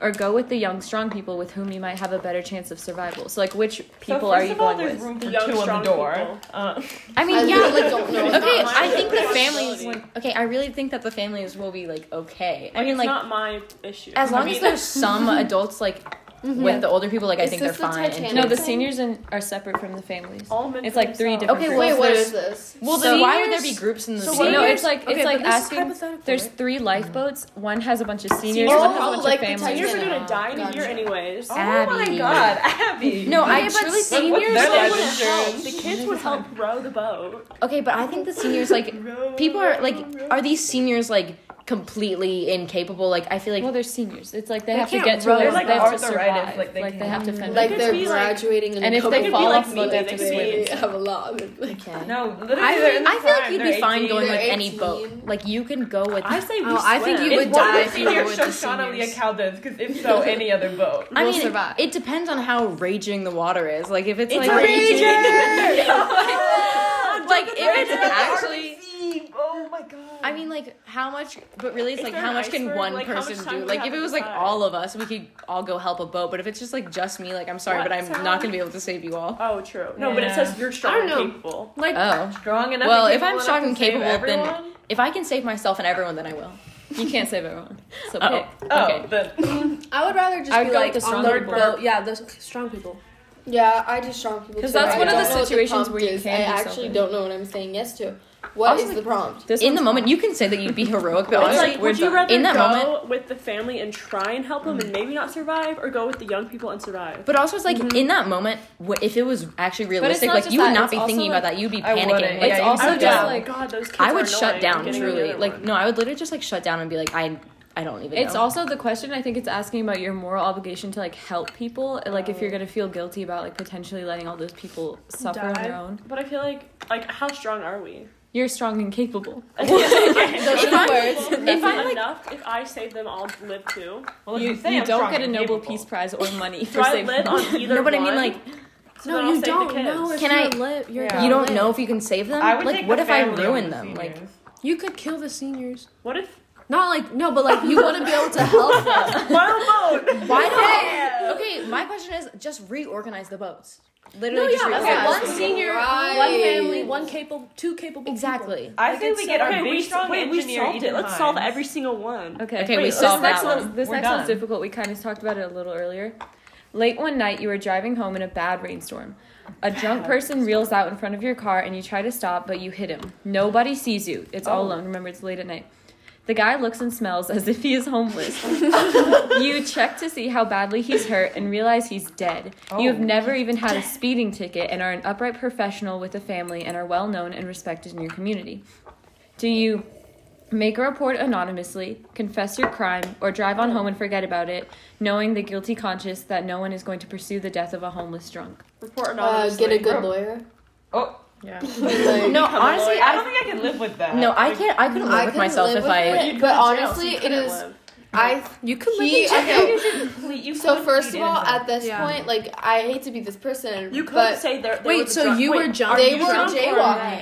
Speaker 1: or go with the young, strong people with whom you might have a better chance of survival? So, like, which people
Speaker 3: first
Speaker 1: are you
Speaker 3: of all,
Speaker 1: going
Speaker 3: there's
Speaker 1: with?
Speaker 3: room
Speaker 5: The
Speaker 3: for
Speaker 5: young,
Speaker 3: two on
Speaker 5: strong
Speaker 3: the door.
Speaker 5: people. Uh,
Speaker 1: I mean,
Speaker 4: I
Speaker 1: yeah,
Speaker 4: literally
Speaker 1: like
Speaker 4: don't know. It's
Speaker 3: Okay,
Speaker 4: not my
Speaker 3: I think the families.
Speaker 4: responsibility.
Speaker 3: would- Okay, I really think that the families will be like okay. I
Speaker 5: like,
Speaker 3: mean,
Speaker 5: it's
Speaker 3: like
Speaker 5: not my issue.
Speaker 3: as
Speaker 5: I
Speaker 3: long
Speaker 5: mean,
Speaker 3: as there's some adults like with the older people, like I
Speaker 4: Is
Speaker 3: think they're
Speaker 4: this the
Speaker 3: fine.
Speaker 4: Titanic?
Speaker 1: no, the
Speaker 4: Thing?
Speaker 1: seniors in, are separate from the families.
Speaker 2: Oh,
Speaker 5: all meant
Speaker 1: It's
Speaker 5: for
Speaker 1: like three different.
Speaker 5: themselves.
Speaker 4: Okay,
Speaker 1: groups.
Speaker 4: wait, what is this?
Speaker 3: Well,
Speaker 1: then
Speaker 3: then why would
Speaker 1: seniors-
Speaker 3: there be groups in the
Speaker 1: So no,
Speaker 3: seniors?
Speaker 1: it's like it's like asking. There's three lifeboats. One has a bunch of seniors.
Speaker 4: Oh,
Speaker 1: one has a bunch
Speaker 4: like
Speaker 1: of
Speaker 4: the
Speaker 1: families.
Speaker 5: Seniors are
Speaker 4: Titanic.
Speaker 5: gonna die in a year
Speaker 4: Gotcha.
Speaker 5: anyways.
Speaker 10: Oh
Speaker 3: Abby.
Speaker 5: Abby.
Speaker 3: No, I
Speaker 1: but
Speaker 3: truly think.
Speaker 1: seniors.
Speaker 5: Their
Speaker 3: Someone
Speaker 5: life insurance. The kids would help row the boat.
Speaker 3: Okay, but I think the seniors like people are like are these seniors like completely incapable? Like I feel like
Speaker 1: Well, they're seniors. It's like they,
Speaker 10: They
Speaker 1: have to
Speaker 10: can't
Speaker 1: get to.
Speaker 10: row.
Speaker 1: a-
Speaker 10: They're
Speaker 1: they
Speaker 10: like
Speaker 1: have to
Speaker 2: arthritis,
Speaker 1: survive.
Speaker 2: like, they
Speaker 1: they have to finish.
Speaker 4: Like
Speaker 5: could
Speaker 4: they're
Speaker 5: be, like-
Speaker 4: graduating and,
Speaker 1: and if
Speaker 5: They
Speaker 1: they
Speaker 5: could
Speaker 1: fall
Speaker 5: be like
Speaker 1: off
Speaker 5: me.
Speaker 1: the boat, they have to
Speaker 5: could
Speaker 1: swim.
Speaker 5: be-
Speaker 4: they have a lot. Of, like,
Speaker 3: okay.
Speaker 2: No, literally.
Speaker 10: I-
Speaker 2: they're in
Speaker 3: I feel like
Speaker 2: prime.
Speaker 3: you'd be
Speaker 2: They're
Speaker 3: fine
Speaker 2: 18.
Speaker 3: going with
Speaker 4: They're
Speaker 3: any
Speaker 4: 18.
Speaker 3: boat. Like you can go with.
Speaker 5: I say we
Speaker 10: Oh, I think
Speaker 5: swim.
Speaker 10: you
Speaker 2: If
Speaker 10: would
Speaker 2: one of
Speaker 10: die
Speaker 2: the
Speaker 10: if you were
Speaker 2: seniors
Speaker 10: with the
Speaker 2: shows Connolly a
Speaker 10: seniors.
Speaker 2: cow does, because if so, any other boat.
Speaker 3: I
Speaker 10: We'll
Speaker 3: mean,
Speaker 10: survive.
Speaker 3: it depends on how raging the water is. Like if it's,
Speaker 5: It's
Speaker 3: like
Speaker 5: a
Speaker 3: like if it's actually.
Speaker 2: Oh my god.
Speaker 3: I mean, like how much? But really, it's
Speaker 5: If
Speaker 3: like
Speaker 5: they're
Speaker 3: how
Speaker 5: an
Speaker 3: much can
Speaker 5: iceberg,
Speaker 3: one
Speaker 5: like, how much
Speaker 3: person
Speaker 5: time
Speaker 3: do?
Speaker 5: do we
Speaker 3: Like
Speaker 5: have
Speaker 3: if it
Speaker 5: to
Speaker 3: was like
Speaker 5: survive?
Speaker 3: all of us, we could all go help a boat. But if it's just like just me, like I'm sorry,
Speaker 5: What?
Speaker 3: but I'm
Speaker 5: So-
Speaker 3: not gonna be able to save you all.
Speaker 5: Oh, true. No, but it says you're strong
Speaker 10: I don't know.
Speaker 5: and capable.
Speaker 3: Like oh,
Speaker 2: Strong enough.
Speaker 3: well,
Speaker 2: and
Speaker 3: if I'm
Speaker 2: capable
Speaker 3: strong and
Speaker 2: enough to save
Speaker 3: capable, then
Speaker 2: everyone?
Speaker 3: if I can save myself and everyone, then I will.
Speaker 1: You can't save everyone. So
Speaker 3: Oh.
Speaker 1: pick.
Speaker 2: Oh,
Speaker 3: okay.
Speaker 2: the,
Speaker 10: I would rather just
Speaker 1: I would
Speaker 10: be
Speaker 1: go
Speaker 10: like
Speaker 1: with the
Speaker 10: on
Speaker 1: strong
Speaker 10: the
Speaker 1: people.
Speaker 10: boat. Yeah, the strong people.
Speaker 4: Yeah, I just strong people.
Speaker 1: 'Cause
Speaker 4: too.
Speaker 1: that's
Speaker 4: I
Speaker 1: one of
Speaker 4: don't
Speaker 1: the
Speaker 4: know what
Speaker 1: situations
Speaker 4: prompt
Speaker 1: where you
Speaker 4: is.
Speaker 1: can
Speaker 4: I
Speaker 1: do
Speaker 4: actually
Speaker 1: something.
Speaker 4: don't know what I'm saying yes to. What
Speaker 1: Also,
Speaker 4: is the prompt?
Speaker 1: This
Speaker 3: In
Speaker 1: one's
Speaker 3: the moment, you can say that you'd be heroic, but
Speaker 5: It's
Speaker 3: honestly,
Speaker 5: like,
Speaker 3: we're
Speaker 5: would you
Speaker 3: done.
Speaker 5: rather
Speaker 3: in that
Speaker 5: go
Speaker 3: moment.
Speaker 5: with the family and try and help them and maybe not survive, or go with the young people and survive?
Speaker 3: But also, it's like in that moment, wh- if it was actually realistic,
Speaker 1: not
Speaker 3: like
Speaker 1: just
Speaker 3: you would
Speaker 1: that,
Speaker 3: not
Speaker 1: it's
Speaker 3: be
Speaker 1: also,
Speaker 3: thinking about
Speaker 1: like-
Speaker 3: that. You'd be
Speaker 2: I wouldn't.
Speaker 3: panicking.
Speaker 2: Yeah,
Speaker 3: Like,
Speaker 2: you
Speaker 1: also
Speaker 5: I would
Speaker 1: just,
Speaker 5: just,
Speaker 1: like-
Speaker 5: God, those kids
Speaker 3: I
Speaker 5: are
Speaker 3: would shut
Speaker 5: annoying.
Speaker 3: down
Speaker 5: Getting rid of the
Speaker 3: truly.
Speaker 5: other
Speaker 3: Like
Speaker 5: one.
Speaker 3: no, I would literally just like shut down and be like, I, I don't even.
Speaker 1: It's
Speaker 3: know.
Speaker 1: also the question I think it's asking about your moral obligation to like help people, like if you're gonna feel guilty about like potentially letting all those people suffer on
Speaker 10: Die.
Speaker 1: their own.
Speaker 5: But I feel like, like, how strong are we?
Speaker 1: You're strong and capable.
Speaker 4: Those are the words.
Speaker 5: If I'm enough, if I save them, I'll live too.
Speaker 2: well, if
Speaker 1: you
Speaker 2: you, say
Speaker 1: you
Speaker 2: I'm
Speaker 1: don't
Speaker 2: strong
Speaker 1: get a
Speaker 2: and
Speaker 1: Nobel
Speaker 2: capable.
Speaker 1: Peace Prize or money
Speaker 5: Do
Speaker 1: for
Speaker 5: I
Speaker 1: saving.
Speaker 5: live on either
Speaker 3: no, but I mean
Speaker 5: one?
Speaker 3: like
Speaker 5: So then I'll save the kids.
Speaker 10: if
Speaker 3: Can
Speaker 10: you're
Speaker 3: I-
Speaker 10: Li- you're
Speaker 2: Yeah.
Speaker 3: you don't
Speaker 10: lit.
Speaker 3: know if you can save them.
Speaker 2: I would
Speaker 3: like
Speaker 2: take
Speaker 3: what
Speaker 2: the
Speaker 3: if I
Speaker 2: family
Speaker 3: ruin
Speaker 2: over
Speaker 3: them? Like
Speaker 2: seniors.
Speaker 10: You could kill the seniors.
Speaker 5: What if?
Speaker 10: Not like no, but like you wouldn't be able to help them.
Speaker 5: Well, boat.
Speaker 3: why not? Okay, my question is just reorganize the boats. Literally, just
Speaker 10: yeah,
Speaker 3: reorganize.
Speaker 10: okay, one senior, one
Speaker 4: Right.
Speaker 10: family, one capable, two capable.
Speaker 3: Exactly.
Speaker 2: I think we get our
Speaker 5: okay,
Speaker 2: big
Speaker 5: we,
Speaker 2: strong
Speaker 5: wait, we
Speaker 2: engineer.
Speaker 5: solved it.
Speaker 2: Ethan
Speaker 5: Let's solve
Speaker 2: Hines.
Speaker 5: every single one.
Speaker 1: Okay.
Speaker 3: Um, Okay, we
Speaker 1: this
Speaker 3: solved
Speaker 1: next
Speaker 3: that
Speaker 1: one's-
Speaker 3: one.
Speaker 1: This
Speaker 2: We're
Speaker 1: next
Speaker 2: done.
Speaker 1: one's difficult. We kind of talked about it a little earlier. Late one night, you were driving home in a bad rainstorm. A drunk person reels out in
Speaker 3: Oh.
Speaker 1: front of your car, and you try to stop, but you hit him. Nobody sees you. It's all alone. Remember, it's late at night. The guy looks and smells as if he is homeless. you check to see how badly he's hurt and realize he's dead. You
Speaker 3: Oh.
Speaker 1: have never even had a speeding ticket and are an upright professional with a family and are well known and respected in your community. Do you make a report anonymously, confess your crime, or drive on home and forget about it, knowing the guilty conscience that no one is going to pursue the death of a homeless drunk?
Speaker 2: Report
Speaker 4: Uh,
Speaker 2: anonymously.
Speaker 4: get a good lawyer.
Speaker 10: Oh.
Speaker 11: Yeah.
Speaker 4: Like,
Speaker 1: No,
Speaker 2: Become a lawyer.
Speaker 1: honestly,
Speaker 10: I
Speaker 1: I
Speaker 10: don't think I can live with that.
Speaker 1: no, I can't. I couldn't live with
Speaker 4: couldn't
Speaker 1: myself
Speaker 4: live
Speaker 1: if
Speaker 4: with
Speaker 1: I.
Speaker 4: it, but honestly, it is. I
Speaker 3: You could live
Speaker 4: he,
Speaker 3: in jail.
Speaker 4: okay.
Speaker 2: You
Speaker 4: So
Speaker 2: could
Speaker 4: first
Speaker 2: plead
Speaker 4: of all,
Speaker 2: innocent.
Speaker 4: at this
Speaker 3: Yeah.
Speaker 4: point, like I hate to be this person,
Speaker 2: you could
Speaker 4: but
Speaker 2: say there. they
Speaker 3: Wait,
Speaker 2: the
Speaker 3: so
Speaker 2: drunk-
Speaker 3: you were
Speaker 2: wait,
Speaker 3: drunk?
Speaker 2: are
Speaker 4: they
Speaker 2: you
Speaker 4: were
Speaker 2: drunk or
Speaker 4: jaywalking.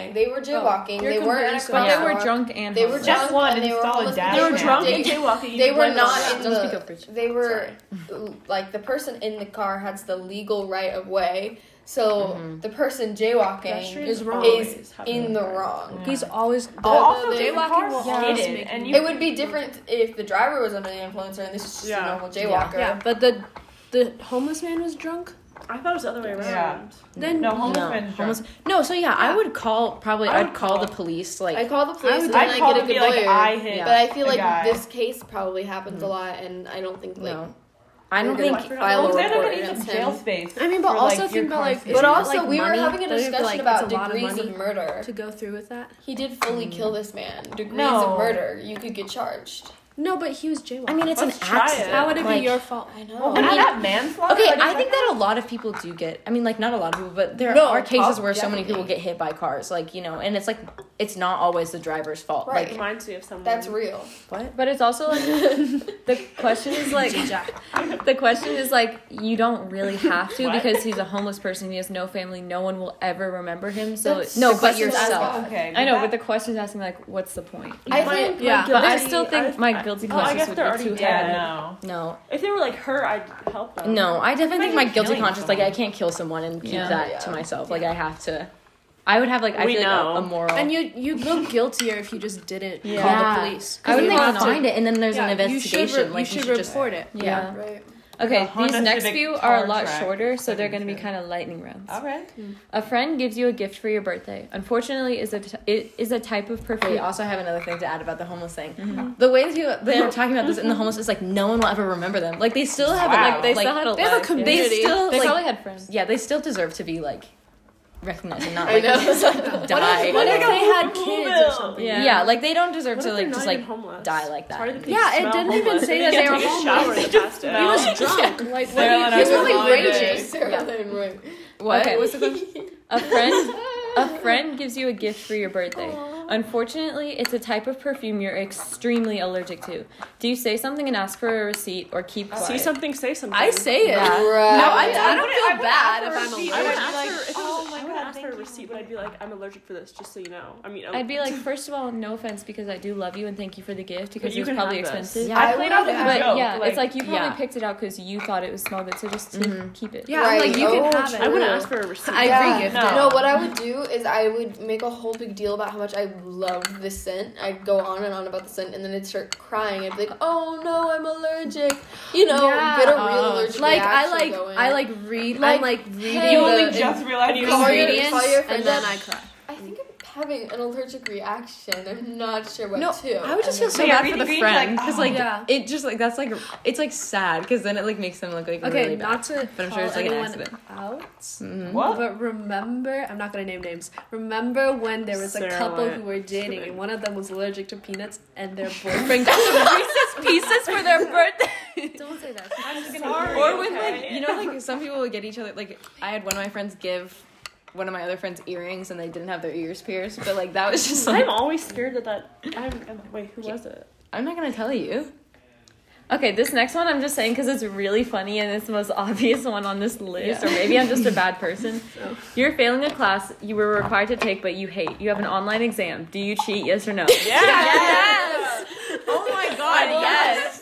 Speaker 2: not?
Speaker 4: they were jaywalking.
Speaker 3: you're
Speaker 4: they weren't in a
Speaker 3: comparing
Speaker 1: Well,
Speaker 4: car.
Speaker 1: they were drunk and
Speaker 4: They were
Speaker 1: homeless.
Speaker 4: drunk.
Speaker 10: one
Speaker 4: and
Speaker 10: is
Speaker 4: they were
Speaker 10: solid
Speaker 4: homeless, but
Speaker 10: dad
Speaker 2: They were
Speaker 10: Yeah.
Speaker 2: drunk
Speaker 4: They,
Speaker 2: and jaywalking. You
Speaker 4: they
Speaker 2: could
Speaker 4: were
Speaker 2: blame it on
Speaker 4: not
Speaker 2: that.
Speaker 4: in
Speaker 1: Don't speak
Speaker 4: the.
Speaker 1: up, Rachel.
Speaker 4: They were like the person in the car has the legal right of way. So
Speaker 1: Mm-hmm.
Speaker 4: the person jaywalking
Speaker 5: Is wrong.
Speaker 4: is in the wrong.
Speaker 3: He's always
Speaker 4: Although
Speaker 10: also,
Speaker 4: they-
Speaker 10: jaywalking will
Speaker 3: Yeah.
Speaker 10: always
Speaker 2: Hidden,
Speaker 10: make
Speaker 2: and
Speaker 10: you.
Speaker 4: It would be different if the driver was under the influence and this is just
Speaker 10: Yeah.
Speaker 4: a normal jaywalker.
Speaker 3: Yeah, but the the homeless man was drunk.
Speaker 2: I thought it was the other way around.
Speaker 10: Yeah.
Speaker 3: Then
Speaker 10: No, homeless
Speaker 1: No,
Speaker 10: man's drunk.
Speaker 3: homeless. No, so yeah, I would call probably.
Speaker 10: I
Speaker 3: I
Speaker 10: would
Speaker 3: would call,
Speaker 10: call.
Speaker 3: the police. Like
Speaker 4: I call the police and then
Speaker 10: I'd
Speaker 4: I
Speaker 10: call
Speaker 4: get a
Speaker 10: and
Speaker 4: good
Speaker 10: be
Speaker 4: lawyer.
Speaker 10: like, I hit.
Speaker 4: But I feel
Speaker 10: the
Speaker 4: like
Speaker 10: guy.
Speaker 4: this case probably happens a lot, and I don't think like.
Speaker 3: Mm. No.
Speaker 1: I don't
Speaker 4: we're
Speaker 1: think.
Speaker 4: gonna file a
Speaker 10: Well, they're not
Speaker 4: report
Speaker 10: gonna need some
Speaker 4: against
Speaker 10: jail
Speaker 4: him.
Speaker 10: space.
Speaker 3: I mean, but
Speaker 10: for,
Speaker 3: also
Speaker 10: like,
Speaker 3: think
Speaker 10: your
Speaker 3: about like.
Speaker 10: constant-
Speaker 3: isn't
Speaker 4: But
Speaker 3: it,
Speaker 4: also,
Speaker 3: like,
Speaker 4: we were
Speaker 3: money?
Speaker 4: having a
Speaker 3: Don't you feel
Speaker 4: discussion
Speaker 3: like
Speaker 4: about
Speaker 3: it's a lot of
Speaker 4: degrees of,
Speaker 3: money
Speaker 4: murder.
Speaker 3: to go through with that. Mm.
Speaker 4: He did fully kill this man. Degrees
Speaker 10: No.
Speaker 4: of murder, you could get charged.
Speaker 3: No, but he was jaywalking.
Speaker 1: I mean, it's
Speaker 2: Let's
Speaker 1: an
Speaker 2: try it.
Speaker 1: accident.
Speaker 3: how would it be
Speaker 1: Like,
Speaker 3: your fault?
Speaker 4: I know.
Speaker 10: Well, not that manslaughter.
Speaker 1: Okay,
Speaker 10: but it's
Speaker 1: I
Speaker 10: like-
Speaker 1: think that a lot of people do get. I mean, like not a lot of people, but there
Speaker 4: No,
Speaker 1: are cases
Speaker 4: prob-
Speaker 1: where so many people
Speaker 4: definitely.
Speaker 1: get hit by cars. Like you know, and it's like it's not always the driver's fault.
Speaker 4: Right.
Speaker 1: Like
Speaker 2: Reminds me of someone.
Speaker 4: That's real.
Speaker 1: what? But it's also like the question is like the question is like you don't really have to
Speaker 10: What?
Speaker 1: because he's a homeless person. He has no family. No one will ever remember him. So
Speaker 4: That's-
Speaker 1: no,
Speaker 4: the
Speaker 1: but
Speaker 4: question is
Speaker 1: yourself.
Speaker 4: asking.
Speaker 10: Okay.
Speaker 1: I know, but the question is asking like, what's the point?
Speaker 4: I
Speaker 2: My-
Speaker 4: think.
Speaker 3: Yeah.
Speaker 1: But I
Speaker 2: guilty-
Speaker 1: still think my guilty
Speaker 2: Oh, I
Speaker 1: conscience
Speaker 2: guess
Speaker 1: would
Speaker 2: they're
Speaker 1: be
Speaker 2: already
Speaker 1: too
Speaker 2: dead.
Speaker 1: heavy.
Speaker 10: Yeah,
Speaker 1: No,
Speaker 2: If they were like her, I'd help them.
Speaker 1: no, I definitely think my
Speaker 10: Imagine
Speaker 1: guilty
Speaker 10: killing
Speaker 1: conscience. Like I
Speaker 10: someone.
Speaker 1: can't kill someone and keep
Speaker 3: Yeah.
Speaker 1: that
Speaker 4: Yeah.
Speaker 1: to myself. Like I have to. I would have like I
Speaker 2: We
Speaker 1: feel like a-
Speaker 2: know.
Speaker 1: a, moral.
Speaker 3: And you you look guiltier if you just didn't
Speaker 1: Yeah.
Speaker 3: call the police.
Speaker 1: I would
Speaker 3: You
Speaker 1: think
Speaker 3: have
Speaker 1: to
Speaker 3: to-
Speaker 1: find it, and then there's an
Speaker 3: Yeah, you
Speaker 1: investigation.
Speaker 3: should re-
Speaker 1: like
Speaker 3: you should
Speaker 1: should just,
Speaker 3: report it.
Speaker 1: yeah.
Speaker 4: Right.
Speaker 1: Okay,
Speaker 10: Honda
Speaker 1: these next
Speaker 10: Civic
Speaker 1: few are
Speaker 10: tar
Speaker 1: a lot
Speaker 10: track.
Speaker 1: shorter, so they're going to be
Speaker 10: Seventeen.
Speaker 1: kind of lightning rounds.
Speaker 3: Oh.
Speaker 10: All right.
Speaker 1: A friend gives you a gift for your birthday. Unfortunately, is a t- it is a type of perfume.
Speaker 3: Wait,
Speaker 1: also have another thing to add about the homeless thing. The way that people they're talking about this in the homeless is like no one will ever remember them. Like they still have
Speaker 10: Wow.
Speaker 1: like they still had a
Speaker 3: They have a
Speaker 1: life, yeah. They
Speaker 3: community.
Speaker 1: still
Speaker 3: They
Speaker 1: like,
Speaker 3: probably
Speaker 1: had friends. Yeah, they still deserve to be like recognized and not
Speaker 4: I
Speaker 1: like
Speaker 4: know.
Speaker 1: die.
Speaker 3: What if
Speaker 2: God,
Speaker 3: they had
Speaker 2: who
Speaker 3: kids or
Speaker 2: will?
Speaker 3: something?
Speaker 1: yeah.
Speaker 3: Yeah.
Speaker 1: like they don't deserve
Speaker 2: What
Speaker 1: to
Speaker 2: if they're
Speaker 1: like
Speaker 2: not
Speaker 1: just
Speaker 2: even
Speaker 1: like
Speaker 2: homeless?
Speaker 1: die like that.
Speaker 2: It's hard to think
Speaker 3: Yeah,
Speaker 2: they
Speaker 3: it
Speaker 2: smell
Speaker 3: didn't even
Speaker 2: homeless.
Speaker 3: say that
Speaker 2: can't
Speaker 3: they were
Speaker 2: take a
Speaker 3: homeless.
Speaker 2: Shower in the past
Speaker 3: He
Speaker 2: hour.
Speaker 3: was drunk. Like what
Speaker 10: Sarah
Speaker 3: do
Speaker 10: and
Speaker 3: you-
Speaker 10: I
Speaker 3: he was
Speaker 10: were
Speaker 3: probably
Speaker 10: holidays.
Speaker 3: raging.
Speaker 4: Sarah Lynn Roy.
Speaker 1: What?
Speaker 3: Okay, what's the
Speaker 1: a friend a friend gives you a gift for your birthday. Unfortunately, it's a type of perfume you're extremely allergic to. Do you say something and ask for a receipt or keep quiet?
Speaker 2: See something, say something.
Speaker 3: I say it.
Speaker 4: Right.
Speaker 3: No, I, I don't
Speaker 10: wouldn't-
Speaker 3: feel
Speaker 10: I wouldn't
Speaker 3: bad
Speaker 10: ask
Speaker 3: if
Speaker 10: for a
Speaker 3: I'm
Speaker 10: receipt.
Speaker 2: I
Speaker 3: alone.
Speaker 2: would
Speaker 10: I
Speaker 2: ask for,
Speaker 10: would ask-
Speaker 2: if it was,
Speaker 10: oh my
Speaker 2: I would
Speaker 10: God,
Speaker 2: ask for
Speaker 10: thank
Speaker 2: a
Speaker 10: you.
Speaker 2: receipt, but I'd be like, I'm allergic for this, just so you know. I mean, I
Speaker 1: I'd be like, first of all, no offense because I do love you and thank you for the gift because
Speaker 2: But you
Speaker 1: it was
Speaker 2: can
Speaker 1: probably
Speaker 2: have this.
Speaker 1: expensive.
Speaker 10: I played out the
Speaker 1: But
Speaker 10: joke.
Speaker 1: yeah, it's like you probably
Speaker 3: yeah.
Speaker 1: picked it out because you thought it was smelled good, so just keep,
Speaker 2: Mm-hmm.
Speaker 1: keep it.
Speaker 3: Yeah, I'm
Speaker 4: Right.
Speaker 3: like you
Speaker 4: Oh,
Speaker 3: can have
Speaker 2: I
Speaker 3: it.
Speaker 2: wouldn't ask for a receipt.
Speaker 3: I
Speaker 4: Yeah.
Speaker 3: agree.
Speaker 10: No.
Speaker 4: No, what I would do is I would make a whole big deal about how much I love this scent. I'd go on and on about the scent, and then I'd start crying. I'd be like, "Oh no, I'm allergic," you know,
Speaker 3: Yeah.
Speaker 4: get a real allergic
Speaker 3: Like I
Speaker 4: reaction
Speaker 3: like
Speaker 4: going.
Speaker 3: I like read.
Speaker 4: Like,
Speaker 3: I'm like reading.
Speaker 4: hey,
Speaker 10: You
Speaker 4: the-
Speaker 10: only
Speaker 4: and
Speaker 10: just realized you
Speaker 4: call your-
Speaker 3: ingredients,
Speaker 4: call your friend
Speaker 3: and then
Speaker 4: up.
Speaker 3: I cry.
Speaker 4: I think I'm having an allergic reaction. I'm not sure what
Speaker 3: No,
Speaker 4: to. Uh,
Speaker 3: I would just feel so
Speaker 10: Yeah,
Speaker 3: bad for
Speaker 10: reading
Speaker 3: the
Speaker 10: green,
Speaker 3: friend
Speaker 10: like,
Speaker 3: because
Speaker 10: oh.
Speaker 3: like
Speaker 1: Yeah. It just like that's like it's like sad because then it like makes them look like
Speaker 3: okay, not to
Speaker 1: But I'm sure
Speaker 3: call
Speaker 1: it's, like, an
Speaker 3: anyone
Speaker 1: accident.
Speaker 3: out.
Speaker 10: What?
Speaker 3: But remember, I'm not gonna name names. Remember when there was a
Speaker 2: Sarah
Speaker 3: couple
Speaker 2: Lynn.
Speaker 3: who were dating, and one of them was allergic to peanuts, and their boyfriend.
Speaker 1: Bring Reese's Pieces for their birthday.
Speaker 3: Don't say that.
Speaker 1: or when like you know like some people would get each other like I had one of my friends give one of my other friends earrings and they didn't have their ears pierced but like that was just like
Speaker 2: I'm always scared that that. I'm, I'm- wait, who was it?
Speaker 1: I'm not gonna tell you. Okay, this next one I'm just saying because it's really funny and it's the most obvious one on this list, or maybe I'm just a bad person. You're failing a class you were required to take but you hate. You have an online exam. Do you cheat? Yes or no?
Speaker 3: Yes. Oh my god.
Speaker 1: yes.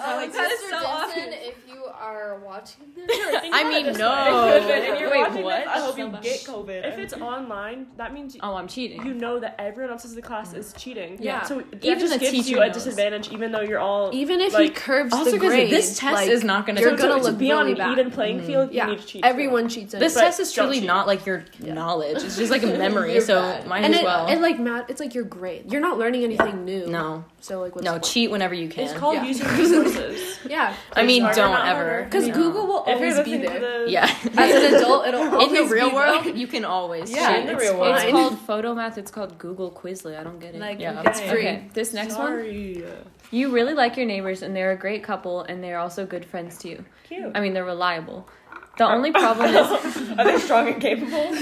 Speaker 4: Uh,
Speaker 1: Like, that is
Speaker 4: Mr.
Speaker 1: so
Speaker 4: Denson,
Speaker 1: obvious.
Speaker 4: if you
Speaker 12: are watching this.
Speaker 10: I mean,
Speaker 5: and
Speaker 10: no.
Speaker 5: you're
Speaker 10: Wait,
Speaker 5: watching
Speaker 10: what?
Speaker 5: This, I hope you get COVID. If it's online, that means you,
Speaker 1: Oh, I'm cheating.
Speaker 5: you know that everyone else in the class is cheating.
Speaker 1: Yeah.
Speaker 5: So that
Speaker 1: Even
Speaker 5: just
Speaker 1: the
Speaker 5: gives
Speaker 1: teacher
Speaker 5: you a
Speaker 1: knows.
Speaker 5: disadvantage, even though you're all.
Speaker 3: Even if he
Speaker 5: Like,
Speaker 3: curves
Speaker 1: also,
Speaker 3: the
Speaker 1: because
Speaker 3: grade,
Speaker 1: this test
Speaker 3: like,
Speaker 1: is not going
Speaker 3: you're
Speaker 1: to.
Speaker 3: gonna
Speaker 5: to
Speaker 3: look
Speaker 5: be
Speaker 3: really
Speaker 5: on an
Speaker 3: bad.
Speaker 5: even playing field.
Speaker 3: Yeah.
Speaker 5: You need to cheat.
Speaker 3: everyone cheats. at
Speaker 1: This
Speaker 3: it.
Speaker 1: test is
Speaker 5: don't
Speaker 1: truly
Speaker 5: cheat.
Speaker 1: not like your knowledge. It's just like a memory.
Speaker 4: You're
Speaker 1: so
Speaker 4: bad.
Speaker 1: might
Speaker 3: and
Speaker 1: as
Speaker 3: it,
Speaker 1: well.
Speaker 3: it like mat. It's like your grade. You're not learning anything new.
Speaker 1: no,
Speaker 3: So like what's
Speaker 1: no,
Speaker 3: the point?
Speaker 1: cheat whenever you can.
Speaker 5: It's called
Speaker 3: Yeah.
Speaker 5: using resources.
Speaker 3: Yeah,
Speaker 1: I mean,
Speaker 5: Sorry,
Speaker 1: don't
Speaker 5: not
Speaker 1: ever.
Speaker 5: harder.
Speaker 3: because
Speaker 1: Yeah.
Speaker 3: Google will
Speaker 5: If you're
Speaker 3: always be
Speaker 5: listening to
Speaker 3: there.
Speaker 5: the
Speaker 1: Yeah.
Speaker 3: As an adult, it'll
Speaker 1: In
Speaker 3: always
Speaker 1: the real
Speaker 3: be
Speaker 1: world, you can always.
Speaker 3: Yeah,
Speaker 1: cheat.
Speaker 3: in the
Speaker 1: It's-
Speaker 3: real world.
Speaker 1: It's called photo math. It's called Google Quizlet. I don't get it.
Speaker 3: Like,
Speaker 1: yeah,
Speaker 3: it's free.
Speaker 1: Okay, this next one.
Speaker 5: Sorry.
Speaker 1: You really like your neighbors, and they're a great couple, and they're also good friends to you.
Speaker 5: Cute.
Speaker 1: I mean, they're reliable. The only problem is
Speaker 5: Are they strong and capable?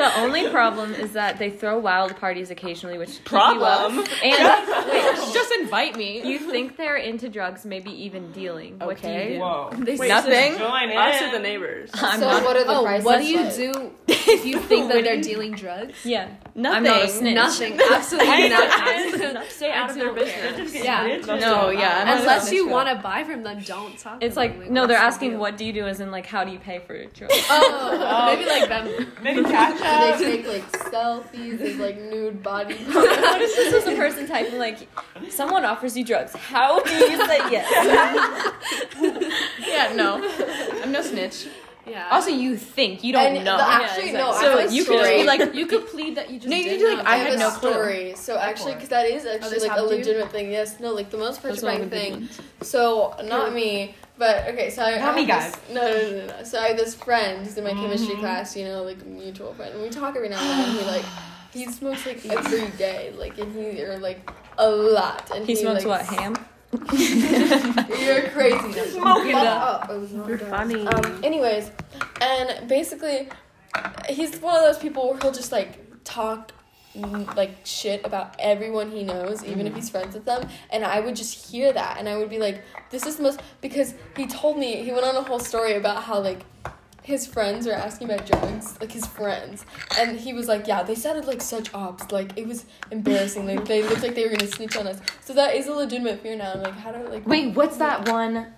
Speaker 1: The only problem is that they throw wild parties occasionally, which keep You
Speaker 5: Problem.
Speaker 1: up. And
Speaker 10: Just invite me.
Speaker 1: you think they're into drugs, maybe even dealing. What do you
Speaker 10: Okay.
Speaker 1: do?
Speaker 5: Whoa.
Speaker 3: They
Speaker 5: Wait,
Speaker 1: Nothing.
Speaker 5: so Join in.
Speaker 13: Us or the neighbors.
Speaker 1: I'm
Speaker 4: so
Speaker 1: not.
Speaker 4: what are the
Speaker 3: Oh,
Speaker 4: prices?
Speaker 3: what do you do if you think that they're dealing drugs?
Speaker 1: Yeah.
Speaker 10: Nothing.
Speaker 1: I'm not a snitch.
Speaker 3: Nothing, absolutely nothing.
Speaker 5: Stay out of their business.
Speaker 3: Yeah.
Speaker 10: No, yeah. I'm not a
Speaker 3: Unless you
Speaker 10: snitch.
Speaker 3: want to buy from them, don't talk.
Speaker 1: It's
Speaker 3: to them.
Speaker 1: like no, they're
Speaker 3: what's the
Speaker 1: asking
Speaker 3: deal?
Speaker 1: what do you do, as in like how do you pay for drugs?
Speaker 3: Oh, maybe like them.
Speaker 5: Maybe catch
Speaker 4: They
Speaker 5: up.
Speaker 4: take like selfies of like nude body
Speaker 1: what if this is a person typing like, someone offers you drugs, how do you say yes?
Speaker 10: Yeah, no. I'm no snitch.
Speaker 3: Yeah.
Speaker 1: also, you think you don't
Speaker 4: And
Speaker 1: know.
Speaker 4: the- actually, no, I have
Speaker 1: so
Speaker 4: a
Speaker 1: you could just be
Speaker 4: story.
Speaker 1: like,
Speaker 3: you could plead that you just.
Speaker 10: No, you
Speaker 3: did
Speaker 10: do, like,
Speaker 3: not
Speaker 10: I
Speaker 4: I
Speaker 3: buy
Speaker 10: had
Speaker 4: have
Speaker 3: them.
Speaker 10: no
Speaker 4: a
Speaker 10: clue.
Speaker 4: story. So actually, because that is actually
Speaker 3: this
Speaker 4: like a
Speaker 3: happened to you?
Speaker 4: legitimate thing. Yes, no, like the most
Speaker 1: Those are all the
Speaker 4: petrifying
Speaker 1: good
Speaker 4: thing.
Speaker 1: ones.
Speaker 4: So not me, but okay. So I,
Speaker 2: Not
Speaker 4: I
Speaker 2: me,
Speaker 4: have this- no, no, no, no. So I have this friend. He's in my chemistry class. You know, like a mutual friend. And we talk every now and then. He like he smokes like every day. Like and he or like a lot. And
Speaker 1: he smokes
Speaker 4: like,
Speaker 1: what ham?
Speaker 4: You're crazy. Oh,
Speaker 5: Smoking
Speaker 4: Shut
Speaker 5: up.
Speaker 4: It was not
Speaker 5: You're
Speaker 4: drugs.
Speaker 5: funny.
Speaker 4: Um, anyways, and basically, he's one of those people where he'll just like talk mm, like shit about everyone he knows, even if he's friends with them. And I would just hear that, and I would be like, "This is the most." Because he told me he went on a whole story about how like. His friends were asking about drugs, like his friends, and he was like, "Yeah, they sounded like such ops. Like it was embarrassing. Like they looked like they were gonna snitch on us." So that is a legitimate fear now. I'm like, how do like
Speaker 1: Wait, what's that one?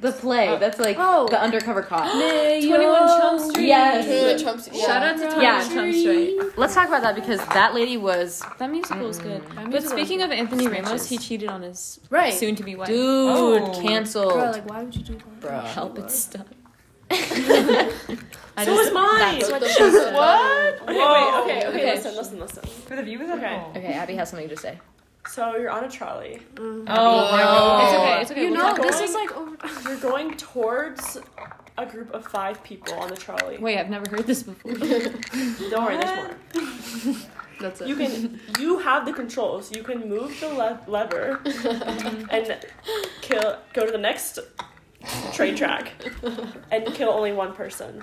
Speaker 1: The play that's like
Speaker 3: Oh.
Speaker 1: the undercover cop.
Speaker 3: Twenty One Jump Street.
Speaker 1: Yes.
Speaker 4: Taylor Trump's
Speaker 3: Shout out to Tom
Speaker 1: Yeah,
Speaker 3: Shree.
Speaker 1: Tom Shree. Let's talk about that because that lady was. That musical was good. But
Speaker 3: musical
Speaker 1: speaking of Anthony Ramos,
Speaker 3: Snitches.
Speaker 1: he cheated on his
Speaker 3: Right.
Speaker 1: soon-to-be wife.
Speaker 3: Dude,
Speaker 1: oh. canceled.
Speaker 3: Bro, like, why would you do that?
Speaker 10: Bro.
Speaker 1: Help, it's stuck.
Speaker 5: So was mine.
Speaker 1: That's what she
Speaker 4: What?
Speaker 1: said.
Speaker 5: What? Okay, wait, okay, okay,
Speaker 1: Okay.
Speaker 5: Listen, listen, listen.
Speaker 2: For the viewers at
Speaker 5: Okay.
Speaker 2: home.
Speaker 1: Okay, Abby has something to say.
Speaker 5: So you're on a trolley.
Speaker 10: Oh,
Speaker 1: It's okay. It's okay.
Speaker 3: You
Speaker 1: we'll
Speaker 3: know,
Speaker 1: talk
Speaker 3: this
Speaker 1: about
Speaker 3: is like over.
Speaker 5: You're going towards a group of five people on the trolley.
Speaker 1: it. Wait, I've never heard this before.
Speaker 5: Don't worry, there's more.
Speaker 3: That's it.
Speaker 5: You can, you have the controls. You can move the le- lever and kill. Go to the next train track and kill only one person,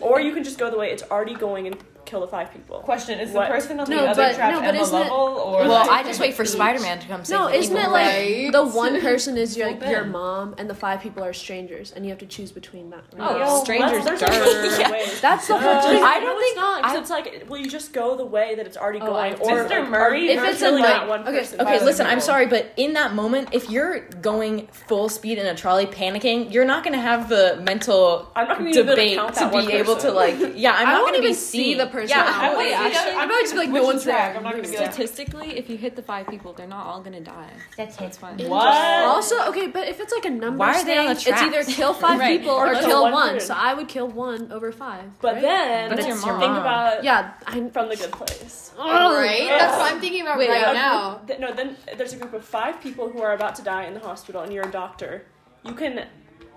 Speaker 5: or you can just go the way it's already going and kill the five people.
Speaker 2: Question: Is
Speaker 5: What?
Speaker 2: the person on the
Speaker 3: No,
Speaker 2: other
Speaker 3: but-
Speaker 2: trapped
Speaker 3: no, but
Speaker 2: at the
Speaker 3: isn't it-
Speaker 2: level, or
Speaker 10: well, I just wait for Spider-Man to come save
Speaker 3: No,
Speaker 10: the
Speaker 3: isn't it
Speaker 10: people.
Speaker 3: like
Speaker 4: Right?
Speaker 3: the one person is your,
Speaker 2: Well, then.
Speaker 3: your mom and the five people are strangers and you have to choose between that?
Speaker 1: Oh,
Speaker 5: Yo,
Speaker 1: strangers
Speaker 5: let's-
Speaker 1: dark.
Speaker 5: there's a better way.
Speaker 3: That's the whole thing.
Speaker 5: I
Speaker 10: I
Speaker 5: don't Uh,
Speaker 10: don't
Speaker 5: no,
Speaker 10: think-
Speaker 5: it's not. 'cause
Speaker 10: I-
Speaker 5: it's like, will you just go the way that it's already
Speaker 3: Oh,
Speaker 5: going?
Speaker 3: I-
Speaker 5: or
Speaker 2: Mr.
Speaker 5: like,
Speaker 2: Murray?
Speaker 5: If it's in
Speaker 3: like-
Speaker 5: that one
Speaker 3: okay,
Speaker 5: person.
Speaker 1: Okay,
Speaker 5: Five
Speaker 1: listen, I'm
Speaker 5: people.
Speaker 1: sorry, but in that moment, if you're going full speed in a trolley panicking, you're not going to have the mental
Speaker 5: I'm not gonna be able to
Speaker 1: debate
Speaker 5: count
Speaker 1: to
Speaker 5: that one
Speaker 1: be able to,
Speaker 5: person.
Speaker 1: like, yeah, I'm not
Speaker 3: I won't
Speaker 1: going to
Speaker 3: even
Speaker 1: be
Speaker 3: see
Speaker 1: seen.
Speaker 3: the person
Speaker 1: Yeah,
Speaker 3: out.
Speaker 1: I won't
Speaker 3: Yeah,
Speaker 1: see them.
Speaker 3: actually, I'm probably just be like, no
Speaker 2: Which
Speaker 3: one's
Speaker 2: track?
Speaker 3: there.
Speaker 2: I'm not gonna be like,
Speaker 1: Statistically, if you hit the five people, they're not all gonna die. That's that's fine.
Speaker 5: What?
Speaker 3: Also, okay, but if it's like a number
Speaker 1: Why are they on the
Speaker 3: it's either
Speaker 1: tracks?
Speaker 3: kill five
Speaker 1: Right.
Speaker 3: people
Speaker 5: Or
Speaker 3: or,
Speaker 5: kill
Speaker 3: kill
Speaker 5: one
Speaker 3: one.
Speaker 5: person.
Speaker 3: So I would kill one over five.
Speaker 5: But
Speaker 3: right?
Speaker 5: then,
Speaker 1: But it's your
Speaker 5: think
Speaker 1: mom.
Speaker 5: about
Speaker 3: yeah, I'm
Speaker 5: from the good place.
Speaker 4: right? That's what I'm thinking about
Speaker 3: Wait,
Speaker 4: right
Speaker 5: A group-
Speaker 4: now.
Speaker 5: th- no, then there's a group of five people who are about to die in the hospital, and you're a doctor. You can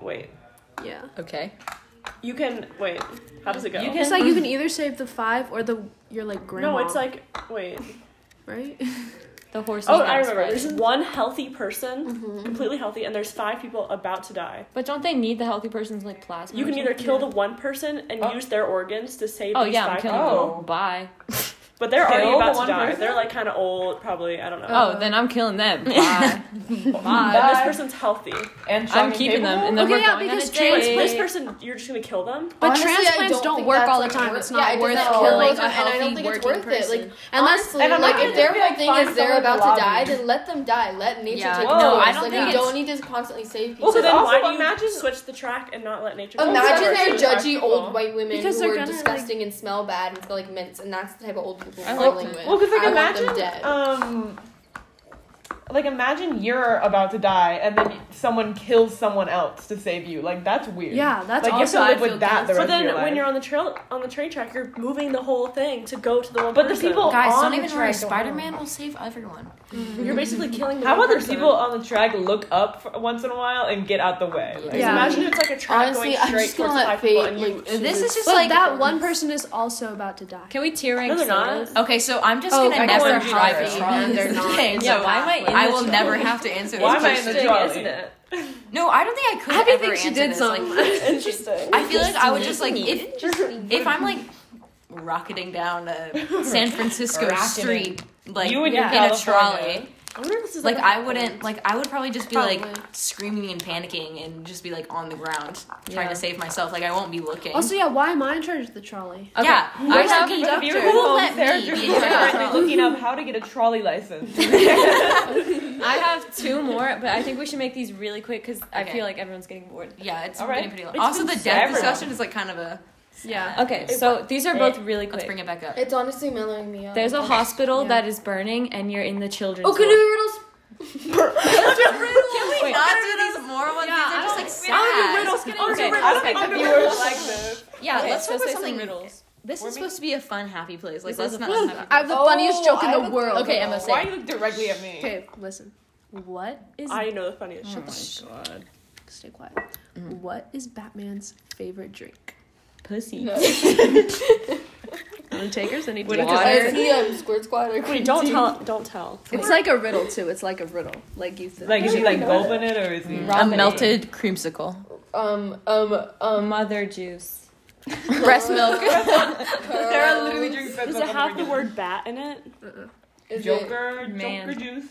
Speaker 5: wait.
Speaker 3: yeah.
Speaker 1: Okay.
Speaker 5: You can wait. How does it go?
Speaker 3: It's like you can either save the five or the your like grandma.
Speaker 5: no, it's like wait.
Speaker 3: right.
Speaker 1: The horse.
Speaker 5: Oh, I remember. There's one healthy person, completely healthy, and there's five people about to die.
Speaker 1: But don't they need the healthy person's like plasma?
Speaker 5: You
Speaker 1: or
Speaker 5: can either
Speaker 1: something?
Speaker 5: kill the one person and use their organs to save
Speaker 1: Oh
Speaker 5: these
Speaker 1: yeah, I'm
Speaker 5: five
Speaker 1: killing
Speaker 5: people.
Speaker 1: them. Bye.
Speaker 5: But they're already
Speaker 2: Kill
Speaker 5: about
Speaker 2: the
Speaker 5: to
Speaker 2: one
Speaker 5: die.
Speaker 2: person?
Speaker 5: They're like kind of old, probably. I don't know.
Speaker 1: Oh, then I'm killing them. Bye.
Speaker 5: But
Speaker 1: Bye.
Speaker 5: this person's healthy.
Speaker 2: And
Speaker 1: I'm keeping them, and then
Speaker 14: Okay,
Speaker 1: we're
Speaker 14: yeah,
Speaker 1: going on a
Speaker 14: because
Speaker 1: date.
Speaker 5: This, this person, you're just gonna kill them.
Speaker 14: But
Speaker 4: Honestly, I
Speaker 14: transplants
Speaker 4: don't
Speaker 14: don't,
Speaker 4: think
Speaker 14: work
Speaker 4: that's,
Speaker 14: all the
Speaker 4: like,
Speaker 14: time.
Speaker 4: worth-
Speaker 14: it's
Speaker 4: yeah,
Speaker 14: not
Speaker 4: I did
Speaker 14: worth
Speaker 4: not know.
Speaker 14: killing
Speaker 4: And
Speaker 14: a
Speaker 4: I don't
Speaker 14: healthy
Speaker 4: think it's
Speaker 14: working
Speaker 4: worth it, like,
Speaker 14: person. Unless
Speaker 4: Honestly,
Speaker 2: I'm
Speaker 4: like
Speaker 2: not
Speaker 4: if
Speaker 2: gonna
Speaker 4: their
Speaker 2: be,
Speaker 4: whole
Speaker 2: like,
Speaker 4: thing
Speaker 2: find
Speaker 4: is they're
Speaker 2: someone to
Speaker 4: about to
Speaker 2: lobby.
Speaker 4: die, then let them die. Let nature
Speaker 1: Yeah.
Speaker 4: take
Speaker 2: Whoa,
Speaker 4: over.
Speaker 2: I
Speaker 4: It's
Speaker 2: don't
Speaker 4: like
Speaker 2: think
Speaker 4: you
Speaker 2: it's-
Speaker 4: don't need to constantly save people.
Speaker 5: Well, so then
Speaker 2: also,
Speaker 5: why do you
Speaker 2: imagine-
Speaker 5: switch the track and not let nature?
Speaker 4: Imagine they're
Speaker 5: Exactly.
Speaker 4: judgy
Speaker 5: Practical.
Speaker 4: old white women
Speaker 1: Because
Speaker 4: who
Speaker 1: they're
Speaker 4: are
Speaker 1: gonna,
Speaker 4: disgusting and smell bad and feel like mints, and that's the type of old people
Speaker 1: I
Speaker 4: we're
Speaker 1: like
Speaker 4: dealing
Speaker 1: that.
Speaker 4: with.
Speaker 2: Well, because like
Speaker 4: I
Speaker 2: imagine,
Speaker 4: want them dead.
Speaker 2: um, like imagine you're about to die, and then someone kills someone else to save you. Like that's weird.
Speaker 3: Yeah, that's
Speaker 2: like you have to
Speaker 3: also-
Speaker 2: live
Speaker 3: I
Speaker 2: with
Speaker 3: feel
Speaker 2: that. The rest
Speaker 5: But
Speaker 2: of
Speaker 5: then
Speaker 2: your
Speaker 5: when
Speaker 2: life.
Speaker 5: you're on the trail on the train track, you're moving the whole thing to go to the one.
Speaker 2: But the
Speaker 5: person.
Speaker 2: people-
Speaker 1: Guys,
Speaker 2: on
Speaker 1: don't
Speaker 2: the
Speaker 1: even
Speaker 2: track,
Speaker 1: worry.
Speaker 2: don't
Speaker 1: Spider Man will save everyone.
Speaker 5: you're basically killing. The
Speaker 2: how
Speaker 5: one
Speaker 2: about the
Speaker 5: person.
Speaker 2: people on the track look up for once in a while and get out the way? Like,
Speaker 5: Because
Speaker 3: Yeah.
Speaker 5: Imagine it's like a track
Speaker 4: Honestly,
Speaker 5: going
Speaker 4: I'm
Speaker 5: straight
Speaker 4: just gonna
Speaker 5: towards
Speaker 4: let
Speaker 5: five people,
Speaker 4: fate,
Speaker 5: and you.
Speaker 4: like,
Speaker 1: This is just
Speaker 3: But
Speaker 1: like
Speaker 3: that one person is also about to die.
Speaker 1: Can we tier rank
Speaker 5: No, they're not.
Speaker 1: sodas? Okay, so I'm just
Speaker 3: Oh,
Speaker 1: gonna
Speaker 3: I
Speaker 1: never
Speaker 3: want
Speaker 1: drive
Speaker 2: Charlie.
Speaker 1: a Charlie.
Speaker 14: They're not. It's
Speaker 1: yeah,
Speaker 14: a
Speaker 1: why am I
Speaker 14: bad
Speaker 1: in
Speaker 14: one.
Speaker 1: I will never have to answer this
Speaker 2: Why am I in
Speaker 1: question.
Speaker 2: the
Speaker 5: Interesting,
Speaker 2: jolly?
Speaker 5: isn't it?
Speaker 1: No, I don't think I could
Speaker 14: Happy
Speaker 1: ever
Speaker 14: thinks she
Speaker 1: answer
Speaker 14: did
Speaker 1: this.
Speaker 14: some.
Speaker 1: Like,
Speaker 5: Interesting.
Speaker 1: I feel like I would just like if if I'm like rocketing down a San Francisco
Speaker 2: Rocketing.
Speaker 1: street like
Speaker 2: You and your
Speaker 1: in a
Speaker 2: California.
Speaker 1: trolley.
Speaker 5: I wonder if this is
Speaker 1: Like
Speaker 5: like
Speaker 1: I wouldn't like I would probably just be
Speaker 4: Probably.
Speaker 1: like screaming and panicking and just be like on the ground trying
Speaker 3: Yeah.
Speaker 1: to save myself. Like I won't be looking.
Speaker 3: Also, yeah, why am I in charge of the trolley?
Speaker 1: Yeah, I
Speaker 3: Where's the
Speaker 1: have
Speaker 2: But if
Speaker 1: conductor.
Speaker 2: you're
Speaker 1: Who will
Speaker 2: home,
Speaker 1: let
Speaker 2: Sarah,
Speaker 1: me
Speaker 2: you're
Speaker 1: be in charge?
Speaker 2: currently looking up how to get a trolley license.
Speaker 1: I have two more, but I think we should make these really quick because I
Speaker 10: Okay.
Speaker 1: feel like everyone's getting bored. Yeah, it's
Speaker 2: All right.
Speaker 1: getting pretty long.
Speaker 2: It's
Speaker 1: also,
Speaker 2: been
Speaker 1: the death
Speaker 2: several.
Speaker 1: discussion is like kind of a.
Speaker 3: Yeah.
Speaker 1: Okay, so these are both really quick.
Speaker 10: Let's bring it back up.
Speaker 4: It's honestly mellowing me out.
Speaker 1: There's a hospital
Speaker 4: Yeah.
Speaker 1: that is burning, and you're in the children's.
Speaker 4: Oh, can
Speaker 1: ward.
Speaker 4: we riddles?
Speaker 1: Can we not do these moral ones? these are just like sad. Okay,
Speaker 2: I don't
Speaker 1: okay,
Speaker 2: think
Speaker 1: okay.
Speaker 2: the viewers like this.
Speaker 1: Yeah,
Speaker 10: Okay,
Speaker 1: let's
Speaker 10: so
Speaker 1: focus
Speaker 10: say
Speaker 1: on something.
Speaker 10: some riddles.
Speaker 1: This is supposed to be a fun, happy place. Like,
Speaker 3: This is
Speaker 1: let's
Speaker 3: a
Speaker 1: not.
Speaker 3: fun-
Speaker 1: let's not-
Speaker 14: I have the funniest joke in
Speaker 4: I
Speaker 14: the
Speaker 4: have a-
Speaker 14: world.
Speaker 1: Okay, Emma,
Speaker 2: Why
Speaker 1: say.
Speaker 2: you look directly at me?
Speaker 14: Okay, listen.
Speaker 3: What is
Speaker 5: I know the funniest. shit.
Speaker 3: stay quiet.
Speaker 1: Mm-hmm.
Speaker 3: What is Batman's favorite drink?
Speaker 1: Pussy.
Speaker 3: Any takers? Any
Speaker 1: What is
Speaker 3: takers?
Speaker 1: it?
Speaker 4: Is he um, Squirt Squad or
Speaker 5: Wait, don't tell. Don't tell.
Speaker 3: It's like a riddle too. It's like a riddle. Like you think.
Speaker 2: Like is he like gulping it or is he?
Speaker 1: A melted creamsicle.
Speaker 4: um um um
Speaker 1: Mother juice.
Speaker 4: breast milk?
Speaker 2: Sarah literally drinks that.
Speaker 5: Does it have the word bat in it?
Speaker 4: Is it-
Speaker 2: Joker,
Speaker 1: Man.
Speaker 2: Joker juice.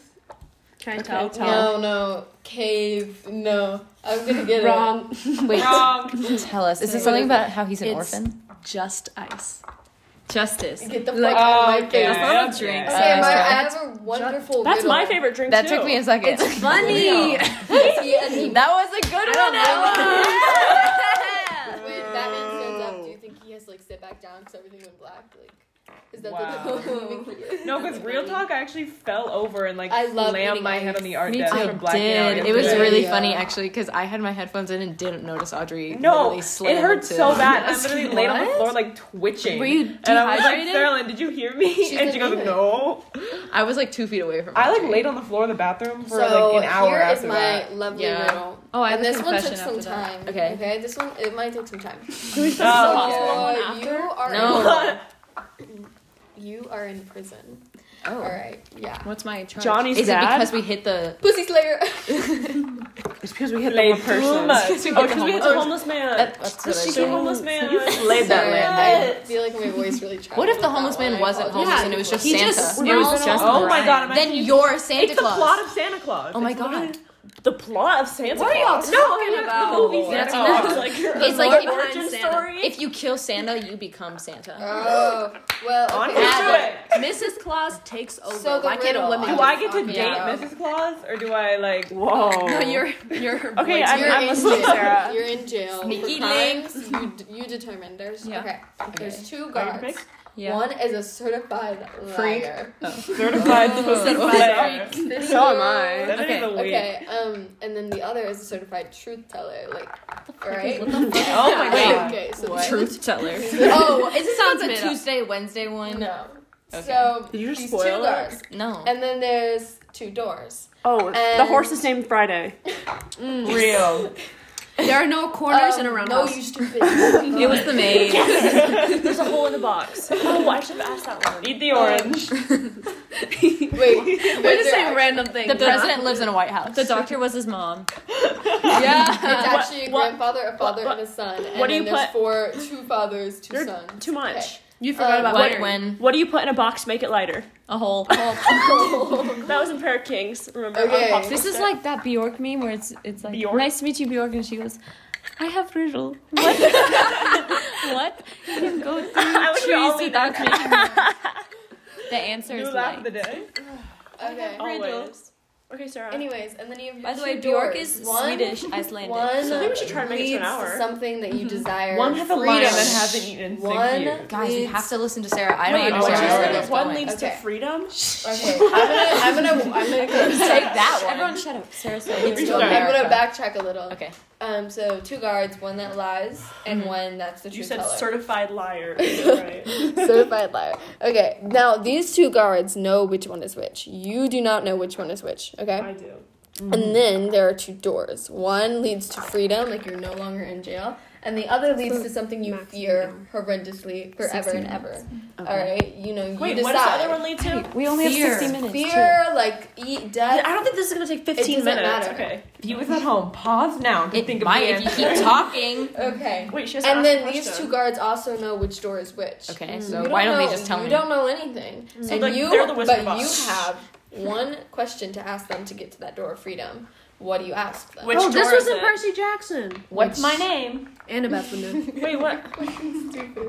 Speaker 3: Try and tell.
Speaker 4: No, no, cave. No, I'm gonna get
Speaker 3: Wrong.
Speaker 1: Wait,
Speaker 2: Wrong.
Speaker 1: tell us. Is
Speaker 4: it something
Speaker 1: about how he's
Speaker 3: an It's- orphan? Just ice.
Speaker 1: Justice.
Speaker 4: it. Get the fuck
Speaker 3: Like,
Speaker 10: oh,
Speaker 4: out of my face.
Speaker 1: not
Speaker 2: okay.
Speaker 1: drinks.
Speaker 4: Okay,
Speaker 1: Uh,
Speaker 4: my, I
Speaker 1: sorry.
Speaker 4: have a wonderful.
Speaker 5: That's
Speaker 4: riddle.
Speaker 5: my favorite drink too.
Speaker 10: a second.
Speaker 3: Funny.
Speaker 4: Yeah, and he-
Speaker 1: That was a good one,
Speaker 4: When Batman stands up, do you think he has to like sit back down because everything went black? Like, is that
Speaker 2: Wow.
Speaker 4: the thing he is?
Speaker 2: No, because real talk, I actually fell over and like
Speaker 4: I love
Speaker 2: slammed
Speaker 4: eating
Speaker 2: my head
Speaker 4: eggs.
Speaker 2: on the art
Speaker 10: Me
Speaker 2: desk
Speaker 10: too.
Speaker 2: from Black
Speaker 10: Did. It was
Speaker 4: Yeah.
Speaker 10: really
Speaker 4: Yeah.
Speaker 10: funny actually because I had my headphones in and didn't notice Audrey.
Speaker 2: No,
Speaker 10: literally slammed
Speaker 2: it hurt
Speaker 10: into-
Speaker 2: so bad. I literally laid on the
Speaker 3: What?
Speaker 2: floor like twitching.
Speaker 3: Were you
Speaker 2: and I was like,
Speaker 3: dehydrated?
Speaker 2: Sarah Lynn, did you hear me?
Speaker 4: She's
Speaker 2: and she
Speaker 4: gonna
Speaker 2: goes,
Speaker 4: do it.
Speaker 2: no.
Speaker 10: I was like two feet away from.
Speaker 2: I like
Speaker 10: Audrey.
Speaker 2: laid on the floor in the bathroom for
Speaker 4: so
Speaker 2: like an hour
Speaker 4: here is
Speaker 2: after
Speaker 4: my
Speaker 2: that.
Speaker 4: lovely
Speaker 10: Yeah.
Speaker 4: riddle.
Speaker 1: Oh, I
Speaker 4: and
Speaker 1: have a
Speaker 4: this one took
Speaker 1: confession
Speaker 4: some
Speaker 1: after that.
Speaker 4: time.
Speaker 1: Okay.
Speaker 4: Okay, this one it might take some time.
Speaker 2: Oh,
Speaker 4: Uh, you are
Speaker 1: No.
Speaker 4: in, you are in prison. All
Speaker 1: Oh.
Speaker 4: right. Yeah.
Speaker 1: What's my charge?
Speaker 5: Johnny's
Speaker 10: Is it
Speaker 5: dad.
Speaker 10: because we hit the?
Speaker 4: Pussy Slayer.
Speaker 2: it's because we hit
Speaker 10: Laid
Speaker 2: the
Speaker 10: too
Speaker 2: wrong person.
Speaker 10: much.
Speaker 2: Oh, because we hit the
Speaker 5: a
Speaker 2: homeless.
Speaker 5: homeless man.
Speaker 10: That, that's what I
Speaker 5: She's a
Speaker 10: did.
Speaker 5: homeless man.
Speaker 2: Laid that
Speaker 4: Sorry,
Speaker 2: land.
Speaker 4: I feel like my voice really tried.
Speaker 10: What if the homeless man wasn't homeless
Speaker 3: Yeah,
Speaker 10: and it was just
Speaker 3: he
Speaker 10: Santa?
Speaker 3: just
Speaker 10: It
Speaker 3: smells
Speaker 10: was
Speaker 3: just
Speaker 2: Oh my god, am I
Speaker 10: Then you're Santa
Speaker 2: It's the
Speaker 10: Claus.
Speaker 2: plot of Santa Claus.
Speaker 5: Um,
Speaker 10: oh my
Speaker 2: It's
Speaker 10: god!
Speaker 5: The plot of Santa
Speaker 3: What are y'all
Speaker 5: Claus.
Speaker 3: talking
Speaker 5: okay,
Speaker 3: about?
Speaker 5: The movie Santa
Speaker 10: That's
Speaker 5: Claus.
Speaker 10: enough.
Speaker 5: Like, your
Speaker 10: It's like if-
Speaker 5: origin
Speaker 3: Santa.
Speaker 5: story.
Speaker 10: If you kill Santa, you become Santa.
Speaker 4: Oh well.
Speaker 2: On
Speaker 4: Okay.
Speaker 2: it.
Speaker 3: Mrs. Claus takes over.
Speaker 4: So the
Speaker 3: Why can't a
Speaker 4: riddle.
Speaker 3: woman?
Speaker 2: Do I get to date
Speaker 4: Yeah.
Speaker 2: Mrs. Claus or do I like? Whoa.
Speaker 3: No, you're you're.
Speaker 2: Okay, I'm,
Speaker 4: You're
Speaker 2: I'm
Speaker 4: in
Speaker 2: listening,
Speaker 4: jail.
Speaker 2: Sarah.
Speaker 4: You're in jail.
Speaker 10: Sneaky
Speaker 4: for crimes You, d- you determined. There's
Speaker 1: Yeah.
Speaker 4: okay. There's two
Speaker 2: Are you
Speaker 4: guards.
Speaker 2: picked?
Speaker 1: Yeah.
Speaker 4: One is a certified
Speaker 10: Freak.
Speaker 4: liar.
Speaker 2: Certified pussy player.
Speaker 4: So am I.
Speaker 2: That
Speaker 1: Okay.
Speaker 2: is a weird.
Speaker 4: Okay. Um, and then the other is a certified truth teller. Like, right?
Speaker 2: Oh my god.
Speaker 4: Okay. So
Speaker 1: Truth teller.
Speaker 10: Oh, is this
Speaker 3: Sounds
Speaker 10: on
Speaker 3: made
Speaker 10: the
Speaker 3: up.
Speaker 10: Tuesday, Wednesday one?
Speaker 4: No. So
Speaker 5: Did you just
Speaker 4: these
Speaker 5: spoil
Speaker 4: two
Speaker 5: it?
Speaker 4: guards,
Speaker 10: No.
Speaker 4: and then there's two doors.
Speaker 5: Oh, the
Speaker 4: And-
Speaker 5: horse is named Friday.
Speaker 2: Real.
Speaker 3: There are no corners
Speaker 4: Um,
Speaker 3: in a
Speaker 4: no,
Speaker 3: roundhouse.
Speaker 4: you stupid.
Speaker 1: It was the maid.
Speaker 5: There's a hole in the box. Oh, I should have asked that one.
Speaker 2: Eat the orange.
Speaker 4: Wait. We're just saying
Speaker 3: random thing.
Speaker 10: The president lives in a White House.
Speaker 1: The doctor was his mom.
Speaker 4: It's
Speaker 10: yeah.
Speaker 4: actually a
Speaker 5: what-
Speaker 4: grandfather, a father,
Speaker 5: what-
Speaker 4: and a son. And
Speaker 5: what do
Speaker 4: then
Speaker 5: you
Speaker 4: there's four, two fathers, 2
Speaker 5: You're
Speaker 4: sons.
Speaker 5: too much.
Speaker 15: You forgot
Speaker 4: Uh,
Speaker 15: about
Speaker 1: What,
Speaker 15: winter.
Speaker 1: when,
Speaker 5: What do you put in a box to make it lighter?
Speaker 1: a whole.
Speaker 5: That was in Pair of Kings. Remember?
Speaker 4: Okay.
Speaker 5: Unpopular
Speaker 1: This is
Speaker 5: Stick.
Speaker 1: like that Bjork meme where it's it's like
Speaker 2: Bjork?
Speaker 1: nice to meet you Bjork and she goes, I have riddle. What? what? You can go
Speaker 5: I
Speaker 1: through
Speaker 5: wish we all
Speaker 1: trees
Speaker 5: knew
Speaker 1: without making them. The answer
Speaker 2: New
Speaker 1: is
Speaker 2: laugh of the
Speaker 1: like.
Speaker 2: day.
Speaker 4: Okay.
Speaker 5: always. Okay, Sarah.
Speaker 4: Anyways, and then you have
Speaker 1: By the
Speaker 4: two
Speaker 1: way,
Speaker 4: doors.
Speaker 1: Bjork is
Speaker 4: one,
Speaker 1: Swedish, Icelandic.
Speaker 4: One
Speaker 5: I think we should try and make it to an
Speaker 4: leads
Speaker 5: hour.
Speaker 4: something that you desire.
Speaker 2: One has a lion
Speaker 4: freedom.
Speaker 2: that hasn't eaten in six
Speaker 4: One-
Speaker 2: years.
Speaker 1: Guys, you have to listen to Sarah. I don't
Speaker 5: Wait,
Speaker 2: know
Speaker 5: what
Speaker 2: where
Speaker 5: you
Speaker 1: understand where
Speaker 2: our
Speaker 5: said
Speaker 2: hour
Speaker 1: this
Speaker 5: is
Speaker 2: is
Speaker 5: one
Speaker 1: going.
Speaker 5: leads to
Speaker 4: Okay.
Speaker 5: freedom.
Speaker 4: Okay, I'm gonna, I'm gonna, I'm gonna go.
Speaker 1: Take that one.
Speaker 4: Everyone
Speaker 1: shut up. Sarah said
Speaker 4: I'm
Speaker 1: it's
Speaker 2: Restart.
Speaker 4: gonna backtrack a little.
Speaker 1: Okay. Hmm.
Speaker 4: Um. So two guards, one that lies, and one that's the truth
Speaker 5: You said
Speaker 4: teller.
Speaker 5: certified liar. Right.
Speaker 4: Certified liar. Okay, now these two guards know which one is which. You do not know which one is which, okay?
Speaker 5: I do.
Speaker 4: And then there are two doors. One leads to freedom, like you're no longer in jail, and the other leads to something you fear horrendously forever and ever. All right, you know, you
Speaker 5: Wait,
Speaker 4: decide.
Speaker 5: what does the other one lead to?
Speaker 1: We only
Speaker 4: Fear.
Speaker 1: have 60 minutes.
Speaker 4: Fear, like eat death.
Speaker 5: I don't think this is gonna take
Speaker 4: doesn't
Speaker 5: fifteen minutes.
Speaker 4: matter.
Speaker 5: Okay.
Speaker 2: Viewers at home, pause now to
Speaker 1: It
Speaker 2: think of
Speaker 1: might
Speaker 2: the
Speaker 1: if you
Speaker 2: answer.
Speaker 1: keep talking.
Speaker 4: Okay.
Speaker 5: Wait, she has
Speaker 4: And then these two guards also know which door is which.
Speaker 10: Mm.
Speaker 1: Okay, so
Speaker 4: You
Speaker 1: why don't
Speaker 4: know,
Speaker 1: they just tell
Speaker 4: you
Speaker 1: me?
Speaker 4: don't know anything. and
Speaker 5: like,
Speaker 4: you,
Speaker 5: they're the Wizard
Speaker 4: but
Speaker 5: of Oz.
Speaker 4: you have one question to ask them to get to that door of freedom. What do you ask them?
Speaker 5: Which
Speaker 3: oh,
Speaker 5: door
Speaker 3: this was
Speaker 5: is
Speaker 3: in
Speaker 5: it?
Speaker 3: Percy Jackson.
Speaker 1: What's my
Speaker 5: name?
Speaker 3: Annabeth would know.
Speaker 5: Wait, what?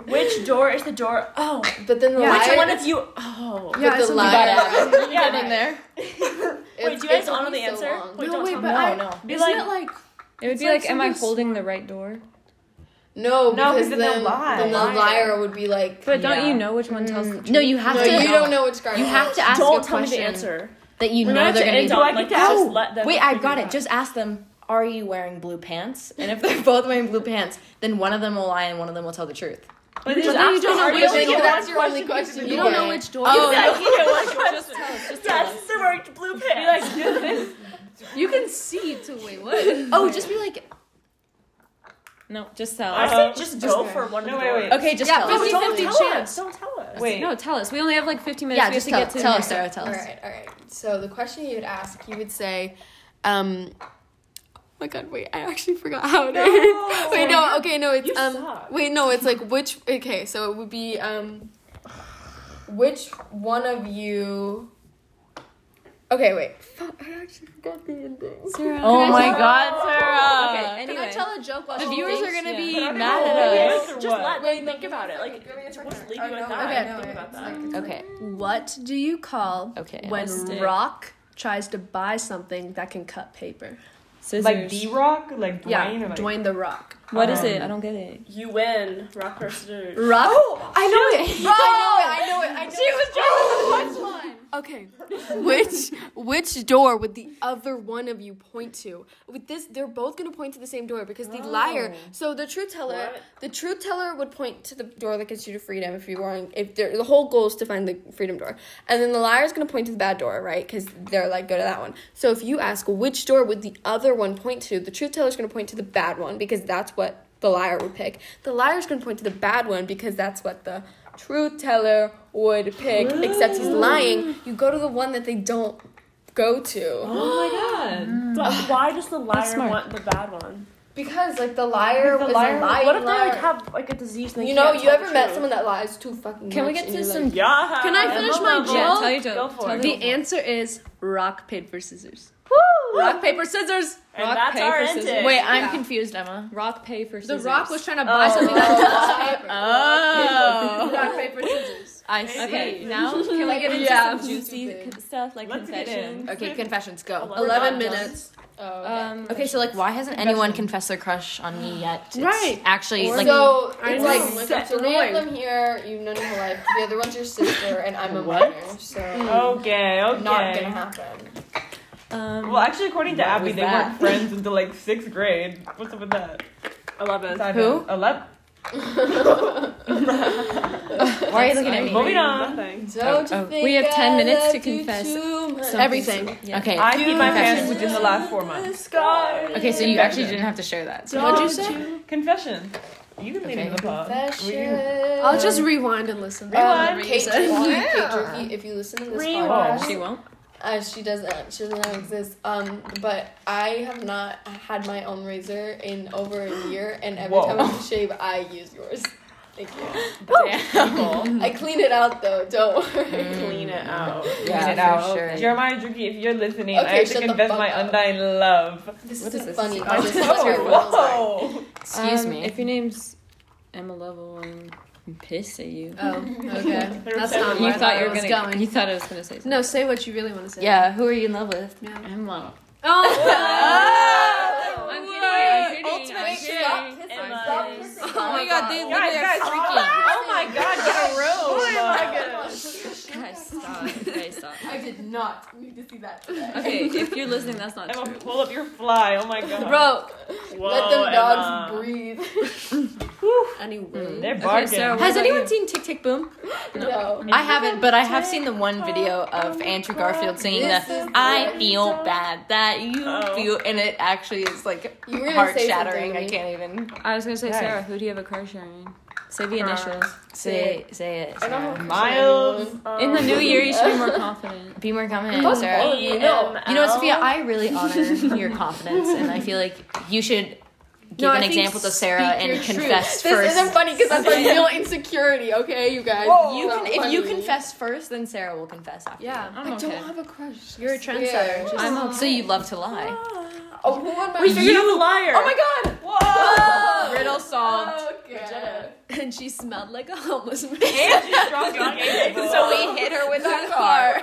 Speaker 5: Which door is the door? Oh,
Speaker 4: But then the
Speaker 3: Yeah,
Speaker 4: liar.
Speaker 5: which one of you? Oh.
Speaker 4: but
Speaker 3: it's
Speaker 4: the
Speaker 3: a-
Speaker 4: liar.
Speaker 5: Yeah,
Speaker 4: Getting
Speaker 5: there. Wait,
Speaker 4: It's-
Speaker 5: do you guys
Speaker 4: it's
Speaker 5: honor
Speaker 4: only
Speaker 5: the
Speaker 4: so
Speaker 5: answer?
Speaker 4: long.
Speaker 5: Wait,
Speaker 3: No,
Speaker 5: don't
Speaker 3: wait,
Speaker 5: tell
Speaker 3: but
Speaker 5: me.
Speaker 3: I,
Speaker 2: no.
Speaker 5: Be
Speaker 3: isn't
Speaker 5: like,
Speaker 3: it like
Speaker 1: It would be
Speaker 3: It's like
Speaker 1: like, am I
Speaker 3: something's-
Speaker 1: holding the right door?
Speaker 2: No,
Speaker 4: No, because
Speaker 2: 'cause then
Speaker 4: then,
Speaker 2: they'll
Speaker 4: then
Speaker 2: lie.
Speaker 4: the liar would be like,
Speaker 1: But
Speaker 2: Yeah.
Speaker 1: don't you know which one tells the truth?
Speaker 10: No, you have
Speaker 4: no,
Speaker 10: to.
Speaker 4: you don't know which guard.
Speaker 10: You
Speaker 4: it
Speaker 10: have
Speaker 4: is.
Speaker 10: to ask
Speaker 5: don't
Speaker 10: a
Speaker 5: tell me the
Speaker 10: question
Speaker 5: answer.
Speaker 10: that you
Speaker 5: We're
Speaker 10: know
Speaker 5: gonna
Speaker 10: they're
Speaker 5: have to
Speaker 10: gonna be.
Speaker 5: end on, like, just let them.
Speaker 10: Wait, I've
Speaker 5: figure
Speaker 10: got it.
Speaker 5: out.
Speaker 10: Just ask them, are you wearing blue pants? And if they're both wearing blue pants, then one of them will lie and one of them will tell the truth.
Speaker 5: But
Speaker 3: just- you don't know
Speaker 4: But
Speaker 3: which
Speaker 4: then
Speaker 3: door.
Speaker 4: that's your only question.
Speaker 3: you don't know
Speaker 4: get.
Speaker 3: which door.
Speaker 1: Oh,
Speaker 5: Just tell us. Just tell us. They're wearing blue pants.
Speaker 2: Like, do this.
Speaker 3: You can see too. Wait, what?
Speaker 10: Oh, just be like,
Speaker 1: No, just tell
Speaker 5: I
Speaker 1: us.
Speaker 5: say just go for one of
Speaker 2: Uh-huh. No,
Speaker 5: the
Speaker 2: wait, wait.
Speaker 5: doors.
Speaker 10: okay, just
Speaker 3: Yeah,
Speaker 10: tell
Speaker 3: but
Speaker 10: us.
Speaker 3: we-
Speaker 5: But don't
Speaker 3: 50
Speaker 5: tell
Speaker 3: chance.
Speaker 5: us. Don't tell us.
Speaker 2: Wait.
Speaker 1: No, tell us. We only have like 50 minutes.
Speaker 10: Yeah,
Speaker 1: we have
Speaker 10: just
Speaker 1: to
Speaker 10: tell,
Speaker 1: get to
Speaker 10: tell
Speaker 1: the
Speaker 10: us, Sarah. Tell
Speaker 4: All
Speaker 10: us.
Speaker 4: right, all right. So the question you would ask, you would say, um, oh my god, wait, I actually forgot how it is. wait, no, okay, no, it's
Speaker 5: You
Speaker 4: um,
Speaker 5: suck.
Speaker 4: wait, no, it's like which. Okay, so it would be um, which one of you? Okay, wait. I actually forgot the ending.
Speaker 1: Oh my
Speaker 4: tell-
Speaker 1: god, Sarah.
Speaker 4: Okay,
Speaker 1: Okay, anyway.
Speaker 4: a joke? While
Speaker 1: The
Speaker 4: she
Speaker 1: viewers are
Speaker 4: thinks?
Speaker 1: going to
Speaker 2: yeah.
Speaker 1: be
Speaker 2: But I'm
Speaker 1: mad
Speaker 5: Oh,
Speaker 1: at
Speaker 5: wait,
Speaker 1: us.
Speaker 5: wait, Just let
Speaker 4: Wait,
Speaker 5: them think about it. Like, just leave you
Speaker 4: Oh,
Speaker 5: with
Speaker 4: no,
Speaker 5: that.
Speaker 4: okay,
Speaker 5: Think about that.
Speaker 1: Okay.
Speaker 3: What do you call
Speaker 1: Okay,
Speaker 3: when
Speaker 1: let's stick.
Speaker 3: Rock tries to buy something that can cut paper?
Speaker 1: Scissors.
Speaker 2: Like D Rock, like Dwayne,
Speaker 3: yeah,
Speaker 2: or like
Speaker 3: Dwayne the Rock.
Speaker 1: what is
Speaker 2: Um,
Speaker 1: it? I don't get it.
Speaker 5: You win, rock paper scissors.
Speaker 3: Rock.
Speaker 2: I know it.
Speaker 4: I know it. I know it. I know it. Okay. Which which door would the other one of you point to? With this, they're both gonna point to the same door because the liar. So the truth teller,
Speaker 5: What?
Speaker 4: the truth teller would point to the door that gets you to freedom. If you're going, if they're- the whole goal is to find the freedom door, and then the liar's gonna point to the bad door, right? Because they're like, go to that one. So if you ask which door would the other one point to, the truth teller's gonna point to the bad one because that's what the liar would pick. The liar's gonna point to the bad one because that's what the truth teller would pick, except he's lying. You go to the one that they don't go to.
Speaker 2: Oh my god.
Speaker 5: Mm. But why does the liar want the bad one?
Speaker 4: Because like the liar
Speaker 2: The
Speaker 4: was
Speaker 2: liar-
Speaker 4: a lying
Speaker 5: What if they
Speaker 4: liar.
Speaker 5: like have like a disease? And they
Speaker 4: you know,
Speaker 5: can't
Speaker 4: you
Speaker 5: tell
Speaker 4: ever
Speaker 5: the
Speaker 4: met
Speaker 5: truth?
Speaker 4: someone that lies too fucking
Speaker 1: Can we get
Speaker 4: much and
Speaker 1: to
Speaker 4: you're
Speaker 1: some-
Speaker 4: like-
Speaker 5: Yeah.
Speaker 3: Can
Speaker 2: Uh,
Speaker 3: I finish my
Speaker 1: Yeah,
Speaker 3: joke?
Speaker 1: tell your joke.
Speaker 5: Go for
Speaker 1: Tell
Speaker 5: it.
Speaker 1: the-
Speaker 3: The answer is rock, paper, scissors. Rock, paper, scissors.
Speaker 5: And
Speaker 1: rock,
Speaker 5: that's
Speaker 1: paper,
Speaker 5: our
Speaker 1: scissors.
Speaker 5: ending.
Speaker 10: Wait, I'm confused, Emma.
Speaker 1: Rock, paper,
Speaker 3: The
Speaker 1: scissors.
Speaker 3: rock was trying to buy something that
Speaker 4: Uh,
Speaker 1: Oh.
Speaker 3: rock, paper, scissors.
Speaker 10: I see.
Speaker 1: Okay, now can we get into
Speaker 3: Yeah.
Speaker 1: some juicy stuff like
Speaker 2: Let's get
Speaker 1: confession?
Speaker 2: in.
Speaker 10: Okay, confessions, go.
Speaker 5: We're
Speaker 3: Eleven
Speaker 5: not
Speaker 3: minutes.
Speaker 4: Oh, okay.
Speaker 1: Um,
Speaker 10: Okay, so like, why hasn't anyone confessed their crush on me yet? It's
Speaker 3: Right.
Speaker 10: Actually, like,
Speaker 4: so
Speaker 3: I
Speaker 4: it's
Speaker 3: know.
Speaker 4: like
Speaker 3: Set
Speaker 4: three
Speaker 3: annoying.
Speaker 4: of them here you've known your whole life. The other one's your sister, and I'm a minor, so
Speaker 2: Okay,
Speaker 1: Hmm.
Speaker 2: okay.
Speaker 4: not gonna happen.
Speaker 1: um,
Speaker 2: Well, actually, according to Abby,
Speaker 10: was
Speaker 2: they
Speaker 10: that?
Speaker 2: weren't friends until like sixth grade. What's up with that?
Speaker 5: Eleven.
Speaker 2: Who? Eleven.
Speaker 10: why are you looking at me?
Speaker 2: Moving on.
Speaker 5: Nothing.
Speaker 4: Don't you
Speaker 10: oh.
Speaker 4: think
Speaker 1: We have 10
Speaker 4: I
Speaker 1: minutes to
Speaker 4: loved you
Speaker 1: confess
Speaker 4: too much?
Speaker 3: Everything.
Speaker 10: Okay.
Speaker 2: I peed my
Speaker 10: confessions.
Speaker 2: pants within the last four months.
Speaker 4: Scar.
Speaker 10: okay, so you actually didn't have to share that. So.
Speaker 3: What'd you say?
Speaker 2: Confession. You can leave it in the pod. We can-
Speaker 3: I'll just rewind and listen. Oh,
Speaker 4: Um,
Speaker 3: Rewind.
Speaker 4: Kate Turkey, Kate Turkey, if you listen to this
Speaker 5: Rewind.
Speaker 4: podcast,
Speaker 1: she won't.
Speaker 4: Uh, she doesn't. She doesn't exist. Um, but I have not had my own razor in over a year, and every
Speaker 2: Whoa.
Speaker 4: time I shave, I use yours. Thank you. I clean it out though. Don't worry.
Speaker 2: Clean it out.
Speaker 16: Clean it
Speaker 1: for
Speaker 16: out.
Speaker 1: sure.
Speaker 16: Jeremiah Druki, if you're listening,
Speaker 4: Okay,
Speaker 16: I have to
Speaker 4: shut the
Speaker 16: confess
Speaker 4: fuck
Speaker 16: my
Speaker 4: up.
Speaker 16: undying love.
Speaker 4: This
Speaker 1: What
Speaker 4: isn't
Speaker 1: is this?
Speaker 4: funny.
Speaker 1: Oh,
Speaker 4: but this is what your feels like.
Speaker 16: Whoa!
Speaker 10: Excuse
Speaker 1: Um,
Speaker 10: me.
Speaker 1: If your name's Emma Lovell, I'm pissed at you.
Speaker 3: Oh, okay.
Speaker 2: They were
Speaker 3: That's
Speaker 2: so
Speaker 3: not
Speaker 2: Oh,
Speaker 1: you
Speaker 3: where
Speaker 2: I
Speaker 1: thought
Speaker 3: I
Speaker 1: you were
Speaker 3: was
Speaker 1: gonna.
Speaker 3: going.
Speaker 1: You thought I was gonna say something.
Speaker 3: No, say what you really want to say.
Speaker 1: Yeah. Who are you in love with?
Speaker 3: Yeah.
Speaker 1: Emma.
Speaker 16: Ah!
Speaker 3: Oh.
Speaker 1: I'm kidding. I'm kidding. I'm
Speaker 4: Wait,
Speaker 1: kidding.
Speaker 4: stop kissing.
Speaker 2: Emma.
Speaker 4: Stop kissing.
Speaker 10: Oh my god,
Speaker 16: Guys,
Speaker 10: they literally
Speaker 16: guys,
Speaker 10: are freaking.
Speaker 16: Oh my god, get a
Speaker 4: Oh
Speaker 16: room!
Speaker 1: Guys, stop. Guys, stop.
Speaker 11: I did not need to see that. Today.
Speaker 1: Okay, if you're listening, that's not true.
Speaker 16: Emma, pull up your fly. Oh my god.
Speaker 3: Bro.
Speaker 2: Whoa,
Speaker 4: Let them dogs
Speaker 2: Emma.
Speaker 4: breathe.
Speaker 3: Anyway.
Speaker 16: They're
Speaker 1: Okay,
Speaker 16: barking.
Speaker 1: so
Speaker 10: Has anyone seen Tick Tick Boom?
Speaker 4: No.
Speaker 10: I haven't, but I have seen the one video of Andrew Garfield singing the I feel bad that you
Speaker 16: Oh.
Speaker 10: feel, and it actually is like
Speaker 4: You were gonna
Speaker 10: heart
Speaker 4: say
Speaker 10: shattering. I
Speaker 4: something to me.
Speaker 10: can't even
Speaker 1: I was gonna say,
Speaker 16: Guys.
Speaker 1: Sarah, who do you have a crush on? Say the initials.
Speaker 10: say say it.
Speaker 4: I don't have a
Speaker 10: Sarah.
Speaker 16: Miles.
Speaker 10: Oh.
Speaker 1: In the
Speaker 16: um,
Speaker 1: new year, you should be more confident.
Speaker 10: Be more confident,
Speaker 4: Fuck
Speaker 10: Sarah.
Speaker 4: all of you. No.
Speaker 10: You know, what, Sophia, I really honor your confidence, and I feel like you should give
Speaker 3: No, I
Speaker 10: an
Speaker 3: think
Speaker 10: example to Sarah
Speaker 3: your
Speaker 10: and confess
Speaker 4: This is
Speaker 10: first.
Speaker 4: isn't funny because that's like real insecurity, okay, you guys?
Speaker 10: you
Speaker 4: It's
Speaker 10: can,
Speaker 4: not
Speaker 10: if you
Speaker 4: funny.
Speaker 10: confess first, then Sarah will confess after.
Speaker 3: Yeah.
Speaker 1: I'm
Speaker 4: I don't
Speaker 1: okay.
Speaker 4: have a crush.
Speaker 3: You're a trendsetter.
Speaker 4: Yeah.
Speaker 3: Just-
Speaker 10: I'm so you love to lie.
Speaker 4: Oh, who am I?
Speaker 16: we figured out the liar.
Speaker 4: Oh my god!
Speaker 16: Whoa!
Speaker 10: Riddle solved.
Speaker 4: Okay.
Speaker 3: and she smelled like a homeless man.
Speaker 16: And she's drunk and capable.
Speaker 10: So we hit her with our car.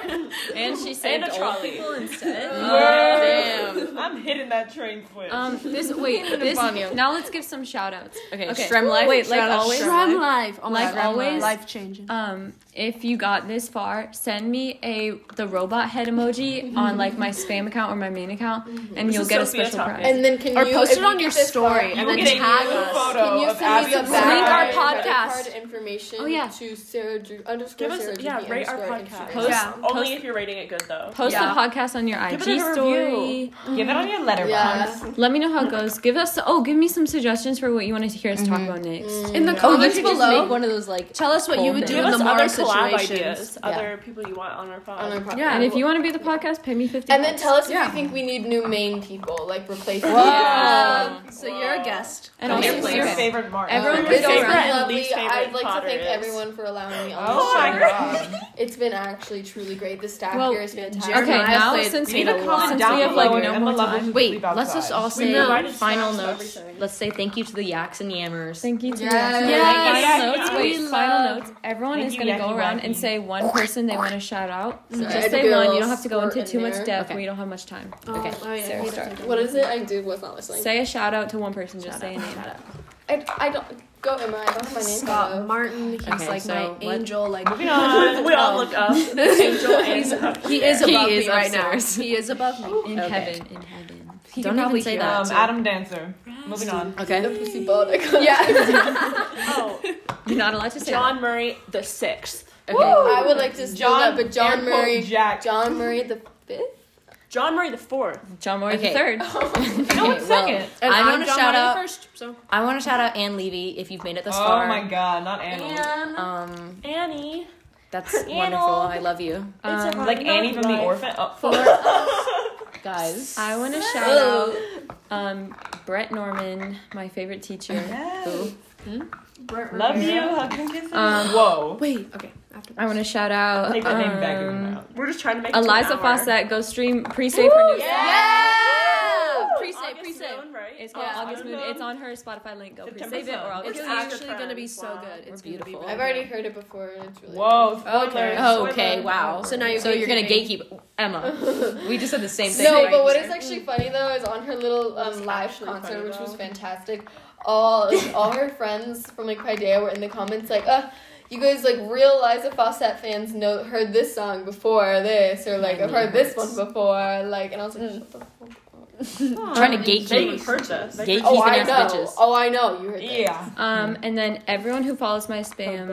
Speaker 1: And she saved
Speaker 16: a
Speaker 1: old
Speaker 16: trolley.
Speaker 1: people
Speaker 3: Oh,
Speaker 1: instead.
Speaker 16: Word. I'm hitting that train quick.
Speaker 1: Um, this wait, this now let's give some shout outs.
Speaker 10: Okay, Shremlife.
Speaker 1: Wait, like
Speaker 10: shout out
Speaker 1: always?
Speaker 10: Shremlife.
Speaker 3: life. Oh
Speaker 1: my Like God. always.
Speaker 3: Life changing.
Speaker 1: Um, if you got this far, send me a the robot head emoji on like my spam account or my main account,
Speaker 16: Mm-hmm.
Speaker 1: and you'll
Speaker 2: is
Speaker 1: get a
Speaker 2: Sophia
Speaker 1: special
Speaker 2: talking.
Speaker 1: prize.
Speaker 4: And then can
Speaker 3: Or
Speaker 4: you
Speaker 3: post
Speaker 4: if
Speaker 3: it
Speaker 4: you
Speaker 3: on
Speaker 4: get
Speaker 3: your
Speaker 4: this far,
Speaker 3: story and
Speaker 16: you
Speaker 3: then
Speaker 16: get a
Speaker 3: tag
Speaker 16: new
Speaker 3: us.
Speaker 16: photo
Speaker 4: Can you
Speaker 16: of
Speaker 4: send me the
Speaker 16: Abby's
Speaker 4: back
Speaker 3: Link our
Speaker 4: credit
Speaker 3: podcast.
Speaker 4: card information
Speaker 3: Oh, yeah.
Speaker 4: to Sarah Drew underscore
Speaker 2: Give us,
Speaker 4: Sarah Drew
Speaker 2: yeah, rate our
Speaker 4: underscore
Speaker 2: podcast.
Speaker 4: Instagram.
Speaker 1: Post-
Speaker 3: Yeah.
Speaker 2: Only
Speaker 1: post-
Speaker 2: if you're rating it good, though.
Speaker 1: Post
Speaker 3: Yeah.
Speaker 1: the podcast on your
Speaker 16: Give it
Speaker 1: IG
Speaker 16: a
Speaker 1: story.
Speaker 16: Give it on your letterbox.
Speaker 4: Yeah.
Speaker 1: Let me know how it goes. Give us oh, give me some suggestions for what you want to hear us
Speaker 4: Mm-hmm.
Speaker 1: talk about next.
Speaker 16: Mm.
Speaker 3: In the
Speaker 10: Oh, you
Speaker 3: comments
Speaker 10: should just
Speaker 3: below,
Speaker 10: make one of those like.
Speaker 3: tell us what you would do
Speaker 2: Give
Speaker 3: in
Speaker 2: us
Speaker 3: the
Speaker 2: other
Speaker 3: Mara
Speaker 2: collab
Speaker 3: situations.
Speaker 2: ideas, other people you want on our pod.
Speaker 4: On our podcast.
Speaker 3: Yeah.
Speaker 1: And if you want to be the podcast, pay me fifty.
Speaker 4: And then
Speaker 1: bucks.
Speaker 4: tell us if you think we need new main people, like replace
Speaker 3: Um, so
Speaker 2: Whoa.
Speaker 3: you're a guest.
Speaker 1: and
Speaker 16: Who's
Speaker 1: also
Speaker 16: your,
Speaker 10: Okay.
Speaker 1: Sarah.
Speaker 16: favorite mark.
Speaker 1: Everyone
Speaker 4: Um,
Speaker 1: can
Speaker 4: this
Speaker 1: go
Speaker 4: has been
Speaker 1: around.
Speaker 2: and
Speaker 4: lovely.
Speaker 2: least favorite
Speaker 4: I'd like to
Speaker 2: Potter
Speaker 4: thank
Speaker 2: is.
Speaker 4: everyone for allowing me on
Speaker 16: Oh
Speaker 4: the
Speaker 16: my
Speaker 4: show.
Speaker 16: god.
Speaker 4: It's been actually truly great. The staff
Speaker 1: Well,
Speaker 4: here is fantastic.
Speaker 1: Okay,
Speaker 3: Jeremiah
Speaker 1: now
Speaker 3: played-
Speaker 1: since
Speaker 16: We need
Speaker 1: we,
Speaker 16: to
Speaker 1: since
Speaker 16: comment
Speaker 1: we
Speaker 16: down
Speaker 1: have like
Speaker 16: below.
Speaker 1: no
Speaker 16: Emma
Speaker 1: more
Speaker 16: Lovell
Speaker 1: time.
Speaker 16: should
Speaker 10: Wait,
Speaker 16: leave
Speaker 10: let's
Speaker 16: outside.
Speaker 10: just all
Speaker 2: We
Speaker 10: say
Speaker 2: provided
Speaker 10: final
Speaker 2: snacks for
Speaker 10: notes.
Speaker 2: everything.
Speaker 10: Let's say thank you to the Yaks and Yammers.
Speaker 1: Thank you to
Speaker 4: Yes.
Speaker 1: Yaki.
Speaker 4: Yes.
Speaker 1: Final
Speaker 16: Yes.
Speaker 1: notes. Wait,
Speaker 3: We
Speaker 1: final
Speaker 3: love-
Speaker 1: notes. Everyone
Speaker 16: Thank
Speaker 1: is
Speaker 16: you,
Speaker 1: going to
Speaker 16: Yaki
Speaker 1: go around and
Speaker 16: Wacky.
Speaker 1: say one person they want to shout out.
Speaker 4: Sorry, I
Speaker 1: Just
Speaker 4: had to
Speaker 1: say
Speaker 4: get a
Speaker 1: one. You
Speaker 4: little
Speaker 1: don't have to go
Speaker 4: squirt
Speaker 1: into too
Speaker 4: in
Speaker 1: much
Speaker 4: there.
Speaker 1: depth.
Speaker 10: Okay.
Speaker 1: We don't have much time.
Speaker 3: Okay.
Speaker 1: Sarah, start.
Speaker 4: What is it? I did was not listening.
Speaker 1: Say a shout out to one person. Just say a name.
Speaker 4: I, I don't go Emma. I don't have my name.
Speaker 3: Scott
Speaker 4: though.
Speaker 3: Martin, he's
Speaker 10: Okay,
Speaker 3: like
Speaker 10: so
Speaker 3: my
Speaker 10: what-
Speaker 3: angel. Like Oh,
Speaker 16: Moving on.
Speaker 2: we all look up. Angel and
Speaker 3: he is above
Speaker 10: is
Speaker 3: me right now. He is above me.
Speaker 1: In
Speaker 10: Okay.
Speaker 1: heaven. In heaven.
Speaker 3: He
Speaker 10: Don't
Speaker 3: can
Speaker 10: even
Speaker 3: probably
Speaker 10: say
Speaker 3: hear
Speaker 10: that.
Speaker 16: Um, Adam Dancer. Moving on.
Speaker 4: The
Speaker 10: Okay.
Speaker 4: pussy ball. I got-
Speaker 2: oh,
Speaker 1: You're not allowed to say
Speaker 2: John Murray the sixth.
Speaker 4: I would like to steal that, but John
Speaker 16: air quote,
Speaker 4: Murray.
Speaker 16: Jack.
Speaker 4: John Murray the fifth.
Speaker 2: John Murray the fourth.
Speaker 1: that. John Moore
Speaker 10: Okay.
Speaker 1: the third.
Speaker 16: No one's
Speaker 10: well,
Speaker 16: second.
Speaker 3: And
Speaker 10: I
Speaker 3: I'm
Speaker 10: want to
Speaker 3: John
Speaker 10: shout
Speaker 3: Martin
Speaker 10: out.
Speaker 3: first. So
Speaker 10: I want to shout out Anne Levy if you've made it this
Speaker 16: oh
Speaker 10: far.
Speaker 16: my god, not Anna.
Speaker 4: Mm.
Speaker 10: Um,
Speaker 2: Annie.
Speaker 10: that's
Speaker 2: Anna.
Speaker 10: wonderful. Oh, I love you,
Speaker 2: It's a
Speaker 1: Um,
Speaker 2: hard
Speaker 16: Like Annie
Speaker 2: knock
Speaker 16: from The
Speaker 2: life.
Speaker 16: Orphan. Oh,
Speaker 10: guys.
Speaker 1: I want to shout out um, Brett Norman, my favorite teacher.
Speaker 16: yes.
Speaker 3: Brett
Speaker 16: Love you.
Speaker 3: Rivera.
Speaker 16: Hugs and kisses.
Speaker 1: Um,
Speaker 16: Whoa.
Speaker 3: Wait. Okay. After
Speaker 1: I want to shout out
Speaker 16: Take that name back
Speaker 1: um,
Speaker 16: in your mouth.
Speaker 2: We're just trying to make it to an
Speaker 1: Eliza
Speaker 2: hour.
Speaker 1: Fawcett. Go stream pre-save her new
Speaker 3: Yeah.
Speaker 2: August Moon, right?
Speaker 1: It's called
Speaker 3: Yeah.
Speaker 1: August Moon.
Speaker 16: Autumn.
Speaker 1: It's on her Spotify link. Go
Speaker 2: September
Speaker 1: pre-save it or I'll
Speaker 2: song.
Speaker 3: It's
Speaker 1: kill you.
Speaker 2: It's
Speaker 3: actually
Speaker 2: actually
Speaker 3: gonna be
Speaker 2: friends.
Speaker 3: so
Speaker 2: Wow.
Speaker 3: good. It's
Speaker 1: We're beautiful.
Speaker 3: beautiful.
Speaker 4: I've already heard it before. and It's really
Speaker 16: Whoa.
Speaker 3: Okay.
Speaker 16: spoilers,
Speaker 1: Oh,
Speaker 10: Okay.
Speaker 16: spoilers.
Speaker 10: Wow.
Speaker 3: So now you're
Speaker 10: so you're gonna
Speaker 3: gatekeeping.
Speaker 10: gatekeep Emma. we just said the same
Speaker 4: good.
Speaker 10: thing.
Speaker 4: No,
Speaker 10: right?
Speaker 4: but what is actually funny though is on her little um, live concert, which was fantastic. All all her friends from like Paideia were in the comments like, uh, you guys like real Liza Fawcett fans know heard this song before this or like I've heard this one before like and I was like, shut the fuck up.
Speaker 10: trying to
Speaker 2: They even
Speaker 10: gatekeep?
Speaker 2: heard this. They-
Speaker 10: Gatekeeping
Speaker 4: oh I
Speaker 10: ass
Speaker 4: know,
Speaker 10: bitches.
Speaker 4: oh I know, you heard that.
Speaker 16: Yeah.
Speaker 1: Um, and then everyone who follows my
Speaker 3: Oh,
Speaker 1: spam.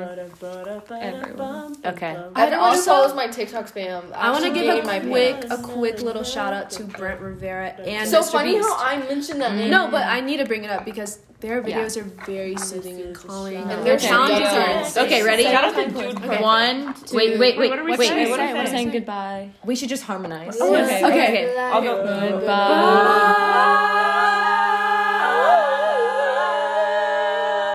Speaker 1: Everyone.
Speaker 10: Okay.
Speaker 3: I'd
Speaker 4: Everyone who
Speaker 3: also-
Speaker 4: follows my TikTok spam.
Speaker 3: I want to
Speaker 4: actually
Speaker 3: give a
Speaker 4: gave my
Speaker 3: quick,
Speaker 4: pants.
Speaker 3: a quick little shout out to Brent Rivera and
Speaker 4: So
Speaker 3: Mr.
Speaker 4: funny
Speaker 3: Beast. Mm.
Speaker 4: how I mentioned that name.
Speaker 3: No, but I need to bring it up because their videos are very soothing and calming.
Speaker 4: And
Speaker 3: their
Speaker 4: they're
Speaker 3: challenges
Speaker 4: challenges.
Speaker 3: are
Speaker 10: Okay, ready?
Speaker 16: Shout out to Dude Perfect.
Speaker 10: One. Wait, wait, wait.
Speaker 16: What are we
Speaker 10: wait,
Speaker 16: saying?
Speaker 10: wait,
Speaker 16: What are Oh, we
Speaker 1: We're
Speaker 16: saying?
Speaker 1: saying goodbye.
Speaker 4: Oh,
Speaker 10: We should just harmonize.
Speaker 1: Okay.
Speaker 3: Okay.
Speaker 16: I'll go.
Speaker 1: Goodbye.